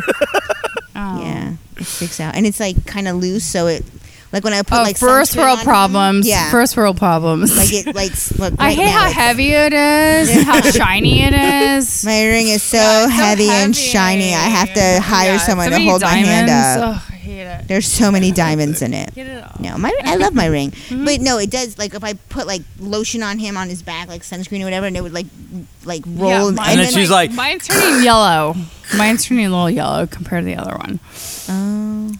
Oh. Yeah. It sticks out, and it's like kind of loose, so it like when I put Oh, like first sunscreen world on- problems. Yeah. First world problems. Like it like. s- like I right hate now how it's- heavy it is, how shiny it is. My ring is so, Yeah, it's so heavy, and shiny. I have to hire Yeah, someone so to many hold my hand diamonds. up. Ugh, I hate it. There's so many diamonds in it. Get it off. No, my I love my ring, Mm-hmm. but no, it does. Like if I put like lotion on him on his back, like sunscreen or whatever, and it would like like roll. Yeah, and, mine- And then she's like, mine's turning yellow. Mine's turning a little yellow compared to the other one. oh,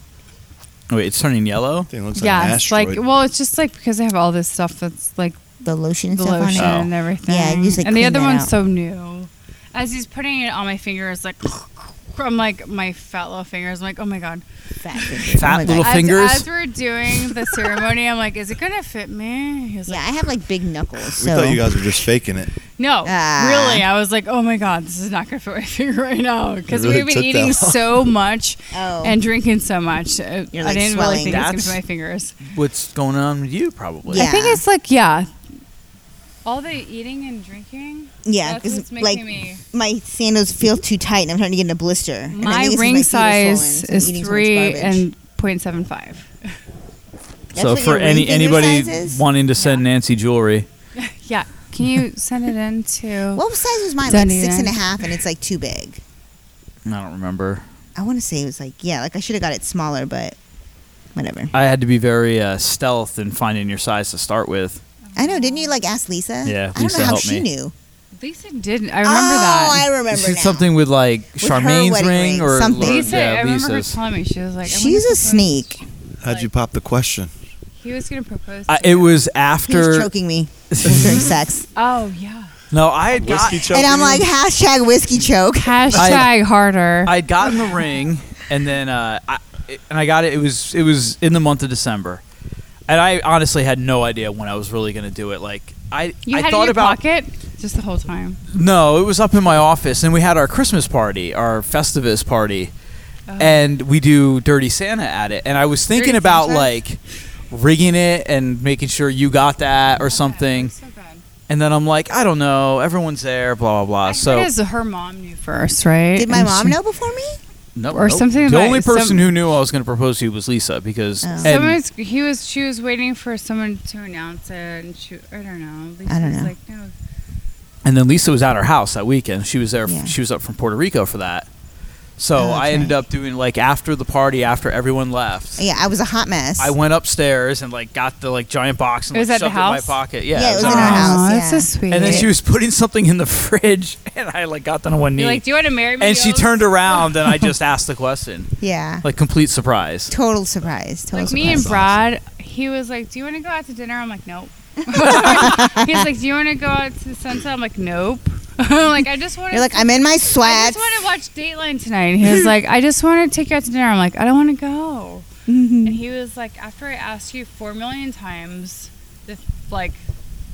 wait, it's turning yellow? Thing looks like an yeah, it's asteroid. like well, it's just like because I have all this stuff that's like the lotion and the stuff lotion on it. and everything. Yeah, you just, like, and the clean other that one's out. so new. As he's putting it on my finger, it's like I'm like my fat little fingers. I'm like, oh my god. Fat, fingers. Fat my little God. As, fingers? as we're doing the ceremony, I'm like, is it gonna fit me? He was Yeah, like, I have like big knuckles. we So thought you guys were just faking it. No, Ah. really. I was like, oh my god, this is not gonna fit my finger right now because It really we've took been that eating long. so much Oh. and drinking so much. Uh, You're, I like, didn't swelling. really think it was That's- gonna fit my fingers. What's going on with you, probably? Yeah. I think it's like yeah, all the eating and drinking. yeah, that's because what's making like me- my sandals feel too tight, and I'm trying to get in a blister. And I My think it's 'cause ring my feet are swollen, size so I'm is eating so much three garbage. and point seven five. That's So what for your ring any finger anybody size is? wanting to send Nancy jewelry, Yeah. Can you send it in to? what size was mine? Like Don't six and a even. half, and it's like too big. I don't remember. I want to say it was like yeah, like I should have got it smaller, but whatever. I had to be very uh, stealth in finding your size to start with. I know. Didn't you like ask Lisa? Yeah, I don't Lisa know how helped me. she knew. Lisa didn't. I remember oh, that. I remember Is it now. something with like her Charmaine's wedding ring ring, or something. Lord- Lisa, I yeah, remember her Lisa's? telling me she was like, I wonder She's a if this was- sneak. How'd you pop the question? He was gonna propose. I, to it me. was He was after. choking me during sex, Oh yeah. No, I had got, and I'm like hashtag whiskey choke. Hashtag harder. I had gotten the ring, and then uh, I, it- and I got it. It was it was in the month of December, and I honestly had no idea when I was really going to do it. Like I You I had thought it in your about pocket just the whole time. no, it was up in my office, and we had our Christmas party, our Festivus party, and we do Dirty Santa at it. And I was thinking Oh. Dirty about Santa? like rigging it and making sure you got that or something. And then I'm like, I don't know. Everyone's there, blah blah blah. Uh, so Because her mom knew first, right? Did my And mom she- know before me? Nope, or nope. something The about- only person some- Oh. who knew I was going to propose to you was Lisa because and Someone's, he was she was waiting for someone to announce it, and she I don't know. Lisa I don't was know. Like no, And then Lisa was at our house that weekend. She was there. She was up from Puerto Rico for that. So Oh, that's I ended up doing like after the party, after everyone left. Yeah, I was a hot mess. I went upstairs and like got the like giant box and It like, was at shoved the it in my house? pocket. Yeah, Yeah, it was at in our the house, Oh, that's so yeah. sweet. And then she was putting something in the fridge, and I like got down on one knee. You're like, do you want to marry me? and she Gills?" turned around, and I just asked the question. Yeah. like complete surprise. Total surprise. Total Like surprise. me and Brad, he was like, "Do you want to go out to dinner?" I'm like, "Nope." He's like, "Do you want to go out to the sunset?" I'm like, "Nope." like I just want. You're like, I'm in my I sweats. just want to watch Dateline tonight. And he was like, I just want to take you out to dinner. I'm like, I don't want to go. And he was like, after I asked you four million times, the f- like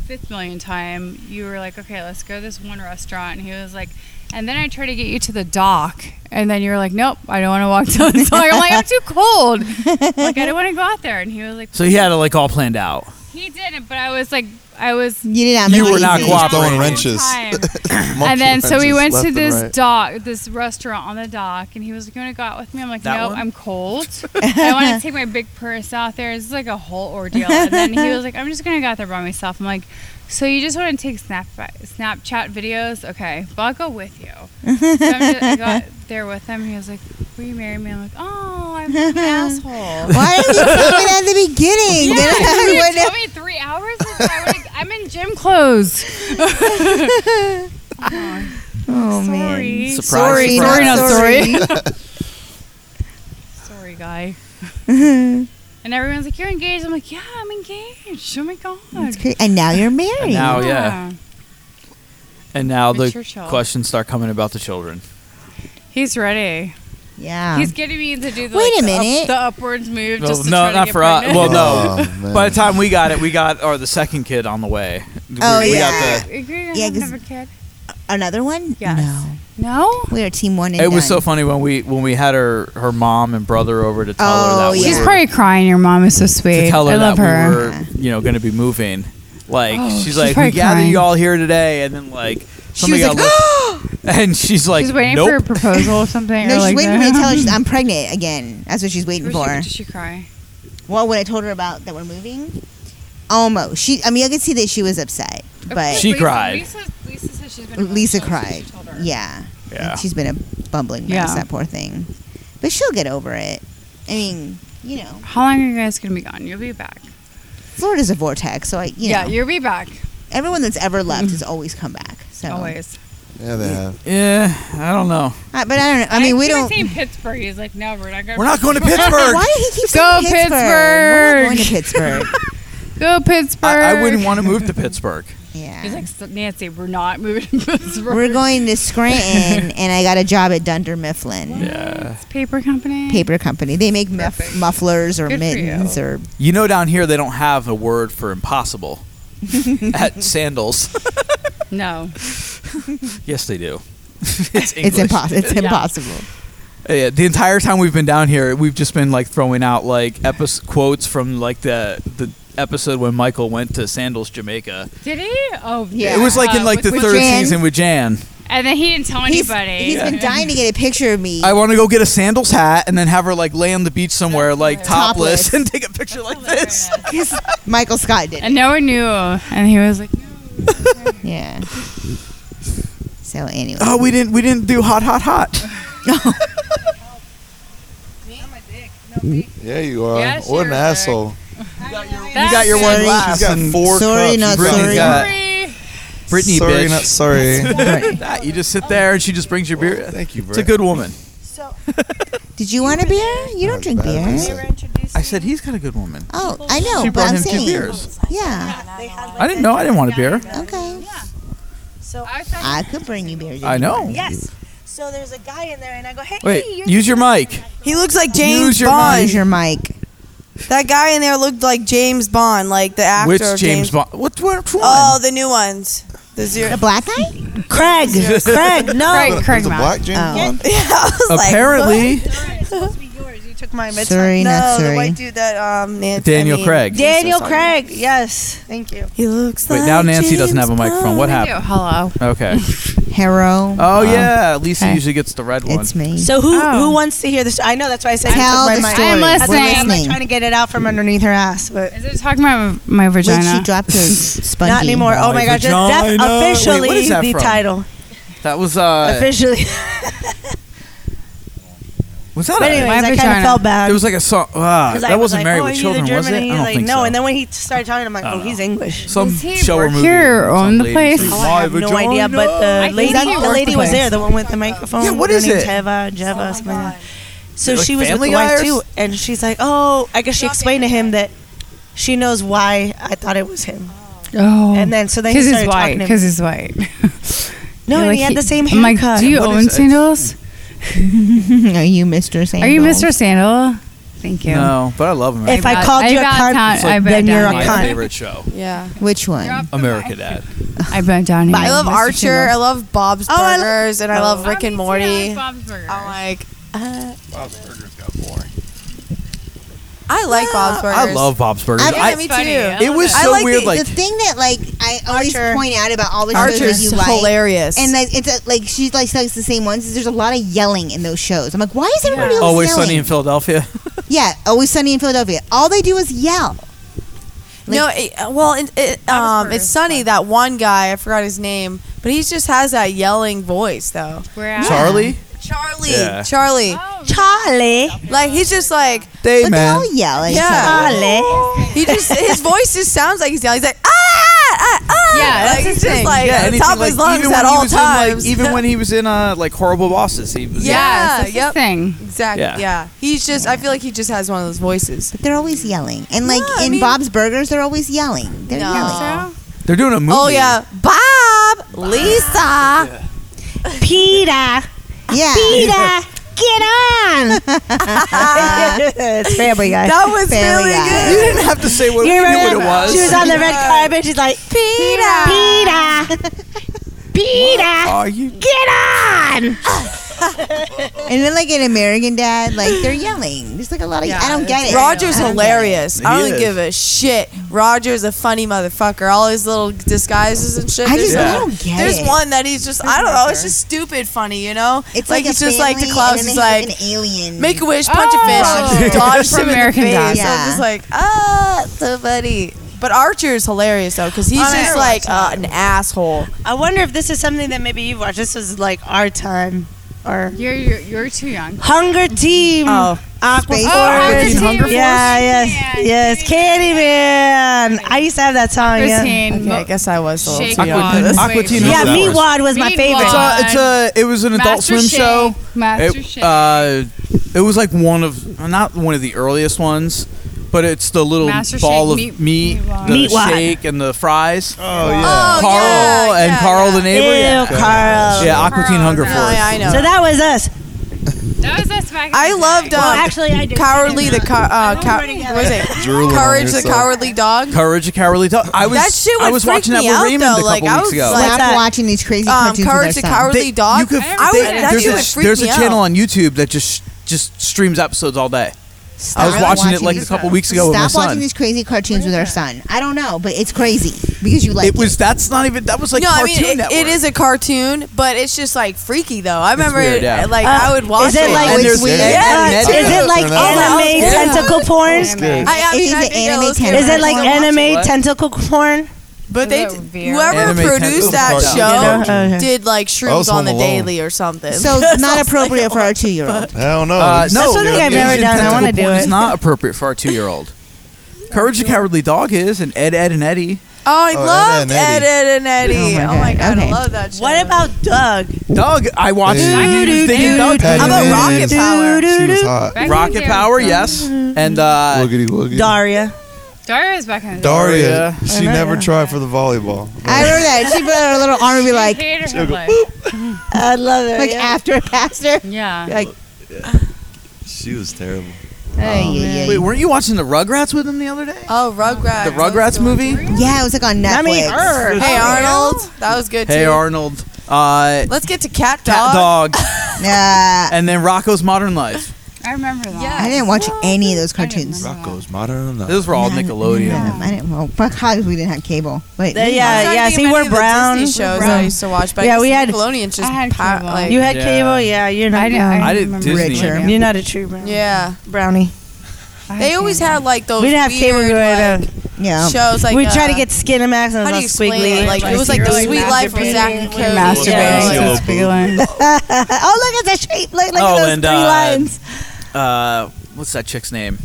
fifth million time, you were like, okay, let's go to this one restaurant. And he was like, and then I tried to get you to the dock. And then you were like, nope, I don't want to walk down the dock. I'm like, I'm too cold. Like, I don't want to go out there. And he was like, So he had it like all planned out. he didn't, but I was like, I was. You did You were not cooperating. and then so we went to this dog. dock, this restaurant on the dock, and he was like, "You want to go out with me?" I'm like, That "No, one? I'm cold. I want to take my big purse out there. It's like a whole ordeal." And then he was like, "I'm just gonna go out there by myself." I'm like, "So you just want to take snap Snapchat videos? Okay, well I'll go with you." So I'm just, I got there with him. He was like, "Will you marry me?" I'm like, "Oh, I'm an asshole." Why didn't you tell me that at the beginning? Yeah, Then I you would've- told me three hours ago. I would've- I'm in gym clothes. Oh man. Surprise, Sorry, surprise. not Sorry, sorry. not Sorry, guy. And everyone's like, "You're engaged." I'm like, "Yeah, I'm engaged." Oh my god. It's cra- and now you're married. And now, Oh, yeah. And now Mature the child. questions start coming about the children. He's ready. Yeah. He's getting me to do the Um, Wait like, a the up- minute. the upwards move. Well, just to no, try to not get for us. Well, pregnant. no. Oh, man. By the time we got it, we got or the second kid on the way. We- Oh, we yeah. Got Agree, Yeah, yeah, 'cause- never kid. Another one? Yes. No. No. We are team one. the, And it was done. so funny when we when we had her her mom and brother over to tell Oh, her that She's we were, probably crying. Your mom is so sweet. to tell her I that love we her. were you know going to be moving. Like Oh, she's, she's like we probably gathered crying. you all here today, and then like somebody was got like, "Ah!" looked- and she's like "Ah!" she's waiting nope. for a proposal or something. No, or she's like waiting for me that. to tell her she's, I'm pregnant again. That's what she's waiting Was she- for. Did she cry? Well, when I told her about that we're moving, almost. She, I mean, I could see that she was upset, but She cried. Lisa, Lisa says she's been really Lisa close since cried. she told her. Yeah. Yeah. And she's been a bumbling mess, Yeah. that poor thing. But she'll get over it. I mean, you know, How long are you guys gonna be gone? You'll be back. Florida's a vortex, so I, you yeah, know, you'll be back. everyone that's ever left has always come back. So, Always. Yeah, they have. Yeah, I don't know. I, Uh, but I don't know. I mean, we keep on don't. saying Pittsburgh. He's like, no, we're not going. We're not going to Pittsburgh. Why did he keep Go saying Pittsburgh? We're not going to Pittsburgh. Pittsburgh. Go Pittsburgh. I, I wouldn't want to move to Pittsburgh. yeah. He's like, "S- Nancy, we're not moving to Pittsburgh. We're going to Scranton, and I got a job at Dunder Mifflin Yeah. paper company. Paper Company. They make muff- mufflers or Good for you. mittens or You know, down here they don't have a word for impossible at sandals. No. yes, they do. it's English. it's impossible. It's Yeah. impossible. Yeah, the entire time we've been down here, we've just been like throwing out like episode quotes from like the the episode when Michael went to Sandals, Jamaica. Did he? Oh, Yeah. It was like in Uh, like the with- with third Jan. season with Jan. And then he didn't tell He's- anybody. he's been dying to get a picture of me. I want to go get a Sandals hat and then have her like lay on the beach somewhere like topless, Topless. and take a picture like this. Because Michael Scott did. and no one knew. And he was like, it. Yeah. So anyway, Oh, we didn't we didn't do hot hot hot. Yeah, you are. Yeah, what an sure, asshole. That's got your one it. glass. She's got and four Sorry, cups. not Brittany's sorry. got- Sorry. Brittany, sorry, bitch. not sorry. That, you just sit there and she just brings your beer. Thank you, Britt. It's a good woman. did you want a beer? You don't drink bad beer. Oh, idea. I said he's got a good woman. Oh, I know, She but brought I'm him two saying, beers. yeah, I didn't know. I didn't want a beer. okay. I thought I could bring you beers. if I you know. want. Yes. So there's a guy in there, and I go, hey, Wait, you're use your mic. He looks like James your Bond. Use your mic. That guy in there looked like James Bond, like the actor. Which of James, Bond? What? Which one? Oh, the new ones. The The zero. black guy? Craig, Craig, no. Craig, Craig There's a Mack. black James Oh. Bond? Yeah, I was like, Apparently, supposed to be yours. You took my Sorry, no, not sorry. the white dude that um Nancy, Daniel I mean- Craig. Daniel So sorry. Craig. Yes, thank you. He looks. Wait, now Nancy doesn't have a microphone. What happened? Hello. Okay. Harrow. Oh yeah, Lisa usually gets the red one. It's me. So who who wants to hear this? I know that's why I said Tell you the took my mic. story. I'm That's why listening. I'm like trying to get it out from underneath her ass, but is it talking about my vagina? Wait, she dropped her spongy. Not anymore. Oh my gosh, that's, that's vagina. Wait, officially what is that the from? title. That was uh. officially. Was that? But a- anyways, My I kinda vagina. felt bad. There was like a song. Ah, 'Cause I that was wasn't like, Married oh, with he's Children, a was it? Germany. I don't like, think no, so. and then when he started talking, I'm like, I oh, don't he's English. Some Does he show or work movie. Here Some on the lady place. sings, Oh, I have "My no idea, vagina." but the lady, think he the worked lady the was place. there, the one with the microphone. Yeah, what her is name's it? Teva, Jeva, something like that. So Is it she like was with Family the Guy wife or too, and she's like, "Oh, I guess she explained to him that she knows why I thought it was him." Oh, And then so then he because he's started white. talking to Because me. he's white. No, You're and he had the same I'm like, haircut. do you What own is it? sandals? Oh. Are you Mr. Sandals? Are you Mr. Sandal? Thank you. No, but I love him. If I called you a cunt, It's like then my you're a My cunt. favorite show, Yeah. Which one? America Dad. I bent down here. I love Mr. Archer. Sandal. Oh, I love Bob's Burgers, and I love Rick and Morty. Bob's Burgers. I like. Uh, Bob's Burgers got boring. I like Bob's Burgers. I love Bob's Burgers. I- Yeah, I, me too. I It was love it. so I like weird. the- like the thing that like I always point out about all the shows that Archer's you like, hilarious. and like it's uh, like she like likes the same ones. is There's a lot of yelling in those shows. I'm like, why is everybody always, always yelling? sunny in Philadelphia. Yeah, always sunny in Philadelphia. All they do is yell. no, it, uh, well, it, it, um, it's Sunny that one guy. I forgot his name, but he just has that yelling voice though. Where Charlie. Oh, Charlie, Yeah. Charlie, Charlie. Like he's just like They But man. they're all yelling. Yeah. He just his voice just sounds like he's yelling. He's like ah ah ah. Yeah, that's like, his he's just thing. like yeah, at the anything top of like, his lungs even at when he all was in, like- times. even when he was in uh, like horrible bosses, he was yeah, that's his yep. thing. Exactly. Yeah. Yeah. He's just I feel like he just has one of those voices. They're always yelling, and like No, I in mean- Bob's Burgers, they're always yelling. They're No. yelling. They're doing a movie. Oh yeah. Bob, Lisa. Peter, Yeah, Peter, get on! it's Family Guy. That was Family really Guy. good. You didn't have to say what You you knew remember what it was. She was on the red carpet. She's like, Peter, Peter, Peter, Are you? get on! and then like in American Dad, like they're yelling. There's like a lot of. I don't get it. Roger's I don't get it. hilarious. I He don't is. give a shit. Roger's a funny motherfucker. All his little disguises and shit. I just There's I Yeah. don't get There's it. one that he's just I don't know, it's just stupid funny, you know? It's like, like, he's a just like to family, Klaus, and then he's they have like an alien. Make a wish, punch a Oh. fish, dodge From him American in the Dad. face. So I'm just like, ah, so funny. But Archer is hilarious though, because he's Oh, I just never like uh, an asshole. I wonder if this is something that maybe you've watched. This is like our time. Or You're, you're you're too young. Hunger Mm. Team. Oh. Aquaforce. Space Hunger Team. Hunger Force? Yeah, Yeah, yes. Yes. Candyman. I used to have that song. Yeah. Christine, Okay, I guess I was a little Shake too young. Aqua- Aqua Wait. Teen Yeah, Hunger Force. Meatwad was my favorite. It's Meatwad. a, it's a, it was an Adult Master Swim Shake. show. Master it, Shake. uh, it was like one of not one of the earliest ones, but it's the little Master ball Shake, of meat, meat- the meat wad. shake, and the fries. Oh, yeah. Oh, Carl yeah, and yeah, Carl yeah. the neighbor. Ew, yeah, Carl. yeah Aqua Teen Carl, Hunger no, Force. No, yeah, I know. So that was us. That was us back. in I the loved day. um, Well, actually, I did. Cowardly the cow- uh, know cow- we're together. what was it? Drooling on Courage the yourself. Cowardly Dog. Courage the Cowardly Dog. I was That shit would I was freak watching that me with out, Raymond though. a couple Like, I weeks was ago. like- Stop that- watching these crazy Um, cartoons Courage the with our son. Cowardly Dog. You could, I never they- did that. That there's shit a, would freak there's a me channel out. on YouTube that just just streams episodes all day. Stop I was watching it like a these- couple weeks ago Stop with my watching son. these crazy cartoons with our son. I don't know, but it's crazy because you like it was that's not even that was like no, I cartoon mean it- network. it is a cartoon, but it's just like freaky though. I remember, weird, yeah. like I would watch Is it like And there's weird. Ned- is Ned- it like Turn it off. anime Yeah. tentacle porn? Good. I, I It mean, is I an think I anime was- character. Is it like What? anime What? tentacle porn? But they, Is it d- weird? whoever Anime tentacle produced that cartoon. show Yeah. Okay. did like shrooms Also on the Home Alone. daily or something. so it's not appropriate for our two year old. I don't know. Uh, He's- no, That's something I've never Asian done. I tentacle wanna do porn is it. not appropriate for our two-year-old. Courage the Cowardly Dog is, and Ed, Ed, and Eddie. oh, I Oh, loved Ed, Ed, Ed, Ed, and Eddie. Oh my god, Okay. I love that show. What about Doug? Doug, I watched it. and he was thinking Doug. Patty How about Lou. Rocket Power? She was hot. Back in the Rocket day, Power, um, yes, and uh, Lookity, lookity. Daria. Daria was back in the day. Daria. Yeah. She never tried for the volleyball. I remember that. She put out her little arm and be I like, hated her life. I love it. like after a pastor. Yeah. Like, She was terrible. oh, yeah, wait, yeah. weren't you watching the Rugrats with him the other day? Oh, Rugrats. The Rugrats movie. Yeah, it was like on Netflix. I mean, her. Hey Arnold, that was good too. Hey Arnold. Uh, Let's get to Cat Dog. Cat Dog, Nah. and then Rocco's Modern Life. I remember that. I didn't watch any of those cartoons. Rocco's Modern Love. Those were all Nickelodeon. Um, I didn't. Well, fuck, how we didn't have cable. Wait, They- yeah, yeah. See, we're brown. shows I used to watch, but yeah, we had had. Nickelodeon. Just pa- like you had Yeah. cable, yeah. You're not. I didn't- I brown. I did remember Disney. Richer. cable. You're not a true brown. yeah. brownie. They always had like those. we didn't have cable. weird, We were like, yeah. shows like we tried to uh, get Skinamax and How do it was all you explain squiggly. it? Like it was like the sweet life of Zach and Cody. Masturbating. oh, look at the shape. Look, look oh, at those and three uh, lines. uh, what's that chick's name?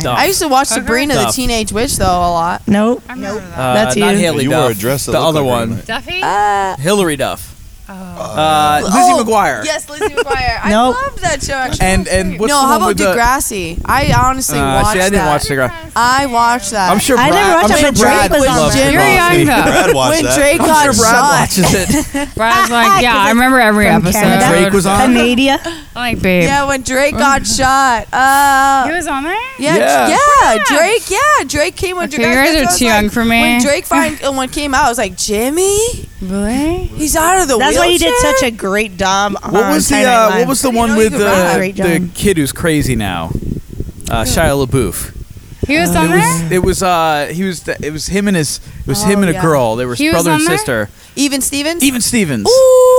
Duff. I used to watch Sabrina the Duff. Teenage Witch though a lot. Nope. Nope. Uh, That's not you. Haley You Duff. wore a dress that the looked other like one, Duffy? Uh, Hillary Duff. Oh. Uh, Oh. Lizzie McGuire. Yes, Lizzie McGuire. I Nope. loved that show actually. And and what's no, the one how about with the- Degrassi? I honestly Uh, watched see, I didn't that. watch Degrassi. I watched that. I'm sure. Brad, I'm sure Brad loves Jim- Degrassi. Brad watched When that. Drake I'm got sure Brad shot. watches it. Brad's like, yeah, I remember every From episode. Canada. Drake was on. it? Canada. I'm like, babe. Yeah, when Drake got shot. Uh, He was on there? yeah, Yeah. yeah, Drake. Yeah, Drake came when Okay, Drake. you guys are too young for me. When Drake find, uh, when came out, I was like, Jimmy, Really? he's out of the. That's why you did wheelchair? such a great job. On What was the Saturday Night uh, Live. What was the one know with you could rap. the Great the job. kid who's crazy now? Uh, Shia LaBeouf. He Uh, was on It there? was it was uh he was the, it was him and his it was him Oh, and a yeah. girl. They were He was brother on and there? sister. Even Stevens. Even Stevens. Ooh,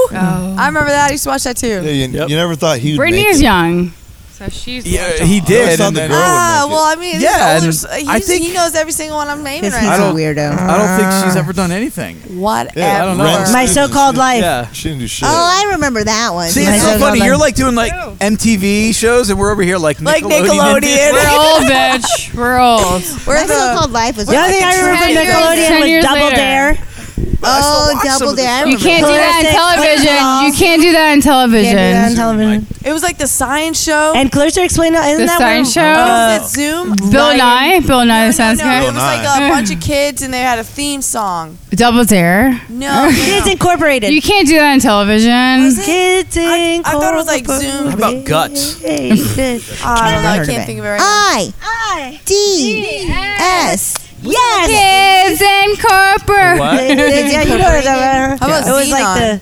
Oh. I remember that. I used to watch that too. Yeah, you, Yep. you never thought he would Brittany make is it. young. So she's. Yeah, he I always did. thought and the then- girl would Ah, make it. well, I mean, Yeah, yeah, and he's older, so I he's- think- he knows every single one I'm naming Because right he's I a now. don't- weirdo. I don't think she's ever done anything. Whatever. Yeah, I don't know. Ren My Stevens, so-called she- life. Yeah. She didn't do shit. Oh, I remember that one. See, it's I so love funny. that. You're like doing like Ew. MTV shows, and we're over here like Like Nickelodeon. Nickelodeon. We're old, bitch. We're old. We're My the- so-called life was. The other thing I remember from Ten years- ten Nickelodeon years was Double later. Dare. Oh, watch some double of this dare. I You remember can't do that in television. You can't do that in television. Yeah, on television. It was like the science show. And uh, Clarissa explained that. Isn't The that science where, show? What was it Zoom? Bill Ryan- Nye? Bill Nye, No, the science no, it guy? was like a bunch of kids and they had a theme song. Double Dare. No, Kids no. Incorporated. You can't do that on television. Kids I, I thought it was like Incorporated. Zoom. How about guts? Yes. Oh, I don't know. Never heard I of can't it. think of it right now. I D S. Yes. Kids Incorporated. What? yeah, you know what that How about It was like Xenon?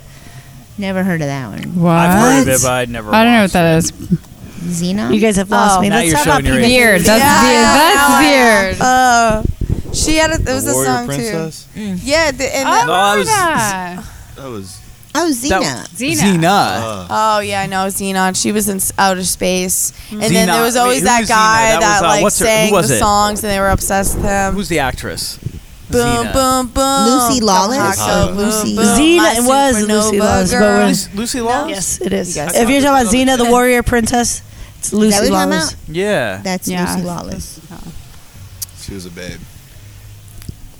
the Never heard of that one. What? I've heard of it, but I'd never. I don't know what watched that is. Xenon. you guys have lost Oh. me. Now Let's you're talk about showing your Peanut. age. Weird. That's Yeah, weird. I know, I That's know. weird. Oh, she had a. It was the a Warrior song Princess? too. Yeah, the, and Oh, I the, No, Oh, I was- remember that. That was. Oh, That- Xena. Xena. Xena. Uh, oh yeah, I know Xenon. She was in s- outer space, and then Xena. there was Wait, always who that was Xena? guy That that, was, uh, like what's her- who sang was the it? songs, and they were obsessed with him. Who's the actress? boom, Xena. boom, boom? Lucy Come Lawless? on, Oh, boom, Lucy. boom, Xena- my it was Lucy supernova Lawless, but girl. we're- Lucy, Lucy Lawless. Yes, it is. You guys If you're saw talking about it. Xena, the warrior princess, it's Is that what Lucy you're talking Lawless. Yeah. That's Yeah. Lucy Lawless. she was a babe.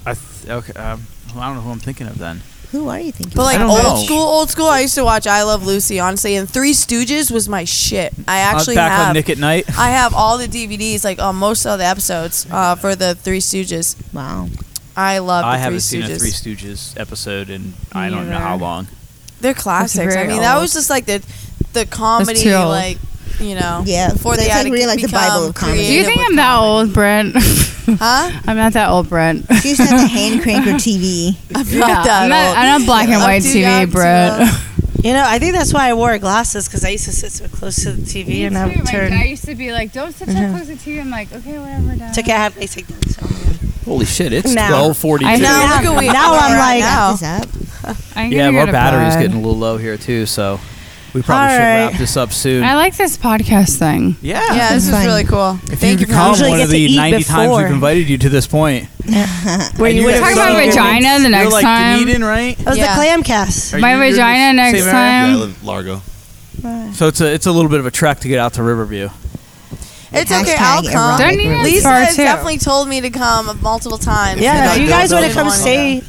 I th- okay. Um, I don't know who I'm thinking of then. Who are you thinking? But like I don't old know. school, old school. I used to watch I Love Lucy, honestly, and Three Stooges was my shit. I Uh, actually back have. on Nick at Night. I have all the DVDs, like on most of the episodes uh, for the Three Stooges. wow. I love. I the haven't Three seen Stooges. a Three Stooges episode in I don't know Neither. how long. They're classics. I very mean, that old. was just like the the comedy, too old. like you know, Yeah, before they that's had like to really like the become Bible of comedy. Do you creative think with I'm that comedy. old, Brent? Huh? I'm not that old, Brent. She used to have the hand crank her TV. I'm Yeah, not that I'm, not, old. I'm not black and I'm white too TV, young, Brent. too You know, I think that's why I wore glasses because I used to sit so close to the TV and I would turn. I I used to be like, don't sit so Uh-huh. close to TV. I'm like, okay, whatever, Dad. took a half day take that. So. Holy shit! It's Now. twelve forty-two. I know. Now look at we- Now where I'm we're at like- now. Is that? I'm Yeah, gonna our go to battery's bed. getting a little low here too, so we probably All should right. wrap this up soon. I like this podcast thing. yeah. Yeah, this is Fun. really cool. If Thank you you've for come Usually one get of to the eat 90 times before. we've invited you to this point. Where And you you would guys have Talk about so- vagina the You're next like, time. you need in, right? It was Yeah. the clam cast. Are My you- you're the vagina next same time. area? Um, yeah, I live Largo. So it's a, it's a little bit of a trek to get out to Riverview. It's Hashtag okay. I'll erotic come. Don't need room. it. Lisa Far has too. definitely told me to come multiple times. Yeah, Like, if you don't guys really want to come wanna stay,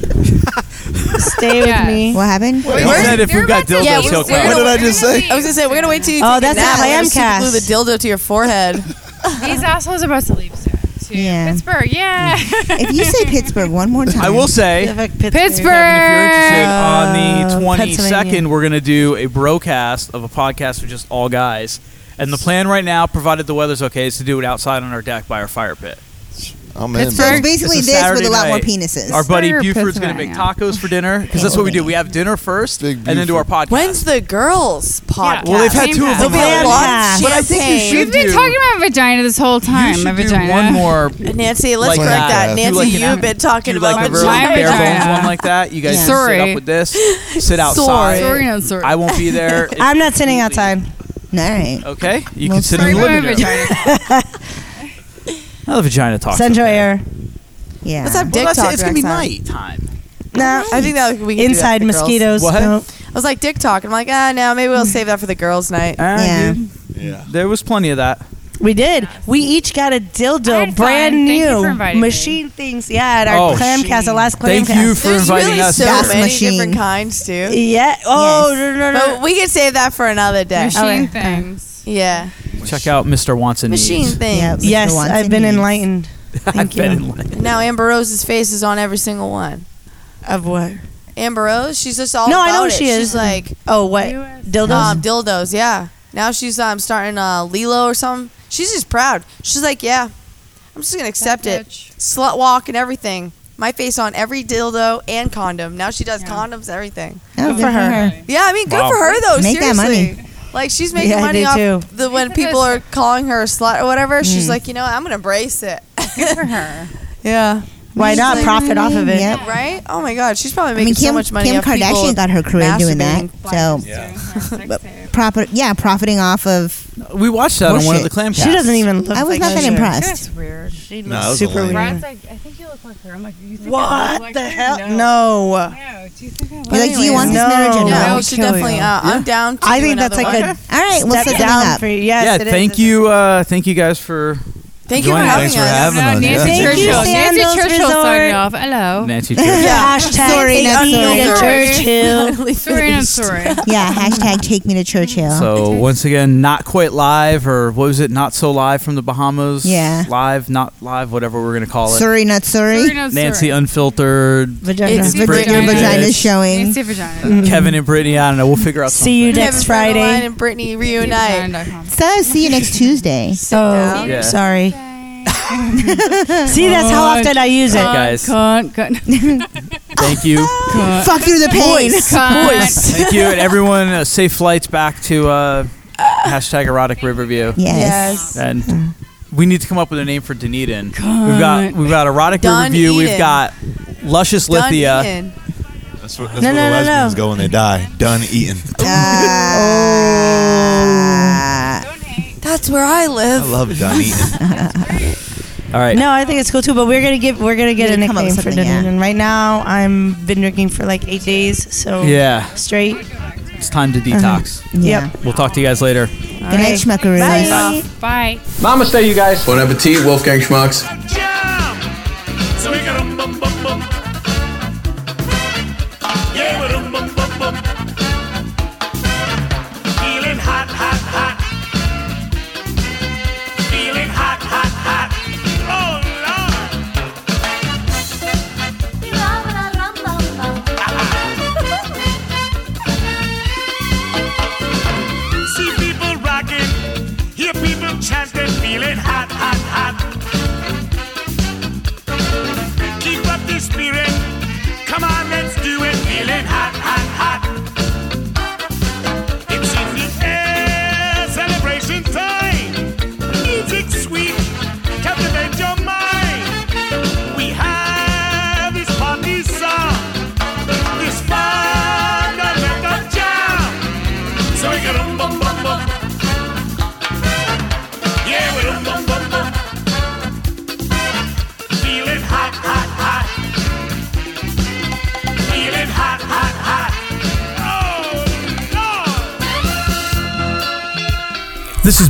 stay Yeah. with me. What happened? Wait, we're- said if we've got dildos, yeah, we're- he'll we're come. gonna- What did I just say? go. I was gonna say we're gonna wait till you. Oh, take that's a nap. the We're gonna Clamcast. Glue the dildo to your forehead. These assholes are about to leave soon. To Yeah. Pittsburgh, yeah. If you say Pittsburgh one more time, I will say, Kevin, Like Pittsburgh. if you're interested, Pittsburgh. on the Uh, 22nd, Pennsylvania. we're going to do a broadcast of a podcast with just all guys. And the plan right now, provided the weather's okay, is to do it outside on our deck by our fire pit. I'm That's in. so it's basically It's a this Saturday with a lot more night. penises. Our buddy Pittsburgh or Buford's going to make tacos for dinner because that's what we do. We have dinner first and then do our podcast. When's the girls' podcast? Well, they've had two of them. There'll be a already. lot of But I think you champagne. should We've been do- talking about vagina this whole time. should my do vagina. one more. Nancy, let's like correct that. Do Nancy, like an you've app- been talking do about like a the very bare vagina. bones one like that. You guys Yeah. sit Sorry. up with this. Sit outside. Sorry, not sorry. I won't be there. It's- I'm not sitting outside. All right. Okay, you can sit in the sorry, living my room. vagina. Another vagina talk. Central air. Yeah. Let's have dick that's it. talk. It's gonna be next time. No, I think that we can Inside do that for girls. mosquitoes, What? nope. I was like dick talk. I'm like, ah, no, maybe we'll save that for the girls' night. Yeah. Yeah. There was plenty of that. We did. We each got a dildo, brand Thank you for new inviting me. machine things. Yeah, at our Oh, clamcast, the last clamcast. Thank you for inviting us. So Gas many machine. different kinds too. Yeah. Oh no, no, no. But we can save that for another day. Machine Okay. things. Yeah. Check out Mr. Watson. Machine things. yes, I've been enlightened. I've been in line. Now Amber Rose's face is on every single one. Of what? Amber Rose, she's just all No, I about know it. she She's is. like, oh what? Dildos? Um, dildos, yeah. Now she's um starting uh, Lilo or something. She's just proud. She's like, yeah, I'm just gonna accept it. Slut walk and everything. My face on every dildo and condom. Now she does condoms, everything. Oh, good for her. Yeah, I mean, good Wow. for her though. Make that seriously. money. Like she's making Yeah, I money do, off too. the when people are calling her a slut or whatever. She's Mm. like, you know, what? I'm gonna brace it. Good for her. Yeah. Why She's not like- profit off of it? Yep. Right? Oh my God, she's probably I making mean, Kim, so much money. Kim off people Kardashian got her career doing that. masturbating. So, But profit, yeah, profiting off of. We watched that on one of the Bullshit. clamcasts. She doesn't even look I I was was like not that she- impressed. That's weird. She No, looks that was super lame. weird. Brad's like, I think you look like her. I'm like, you think I What look like the her? hell? No. Do you think I look You're like, do you want this No. marriage or Yeah, not? we should Kill definitely, you. uh, I'm Yeah. down to I do think that's another like a one. All right, we'll step set down that up. for you. yeah, thank you. Uh, thank you guys for. Thank you for joining having us. us. Nancy Churchill. Nancy Sandals Churchill Resort. signing off. Hello. Nancy Churchill. Yeah. Hashtag Sorry, take not me sorry. to Churchill. Sorry, not sorry. yeah, hashtag take me to Churchill. So once again, not quite live, or what was it? Not so live from the Bahamas. Yeah. live, not live, whatever we're gonna call it. Sorry, not sorry. Nancy unfiltered. Vagina. It's Vagina. Britney Your vagina's Bitch, showing. Nancy Vagina. Kevin and Brittany. I don't know. We'll figure out. something. See you Kevin next Federline Friday. and Brittany reunite. So, see you next Tuesday. So down. Yeah. Oh, sorry. See, that's how Cunt, often I use it. cunt, Guys. Cunt, cunt. Thank you. Fuck through the pain. Voice, cunt. Voice. Thank you, and everyone. Uh, safe flights back to uh, hashtag erotic Riverview. Yes. And we need to come up with a name for Dunedin. We've got we've got erotic Dunedin. Riverview. We've got luscious uh, Lithia. Dunedin. That's where, that's where No, the no, no, no. lesbians go when they die. Done eating. That's where I live. I love done eating. All right. No, I think it's cool too. But we're gonna give we're gonna get We're a gonna come up nickname with for something, yeah. Dunedin. And right now, I'm been drinking for like eight days, so Yeah. straight. It's time to detox. Uh-huh. Yeah. We'll talk to you guys later. Good night, schmuckaroos. Bye. Bye. Namaste, you guys. Bon appetit, Wolfgang Schmucks. Feeling hot, hot, hot. Feeling hot, hot, hot. Oh Lord. See people rocking, hear people chanting, feeling hot, hot, hot. Keep up the spirit. Come on, let's do it. Feeling hot, hot, hot. It's in the air, celebration time. Music sweet, captivate your mind. We have this party song, this fundamental jam. So we can rum bum bum bum. Yeah, we rum bum bum bum. Feeling hot, hot, hot. Feeling hot, hot, hot. Oh, Lord. This has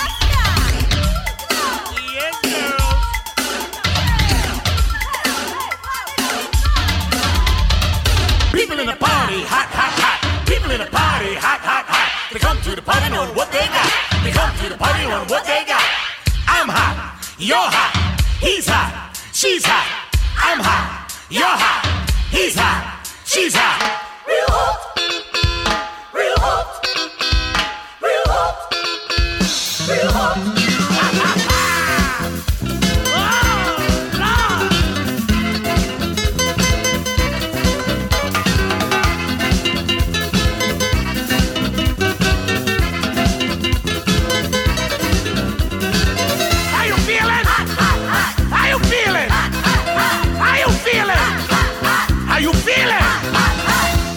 party hot, hot, hot. They come to the party knowing what they got. They come to the party knowing what they got. I'm hot, you're hot, he's hot, she's hot. I'm hot, you're hot, he's hot, she's hot. Real hot, real hot, real hot, real hot. How you feeling? How you feeling? How you feeling? How you feeling?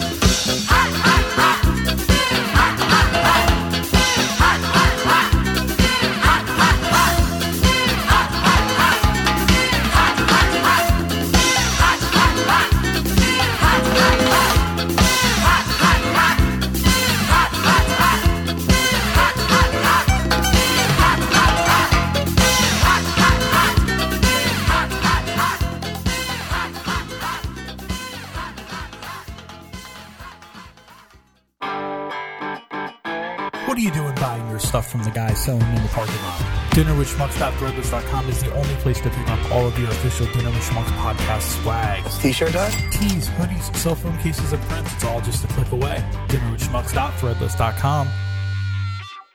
What are you doing buying your stuff from the guy selling in the parking lot? DinnerWithSchmucks.threadless.com is the only place to pick up all of your official Dinner with Schmucks podcast swags. T-shirt Tees, hoodies, cell phone cases, and prints. It's all just a click away. DinnerWithSchmucks.threadless.com.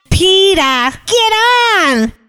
Peter, get on!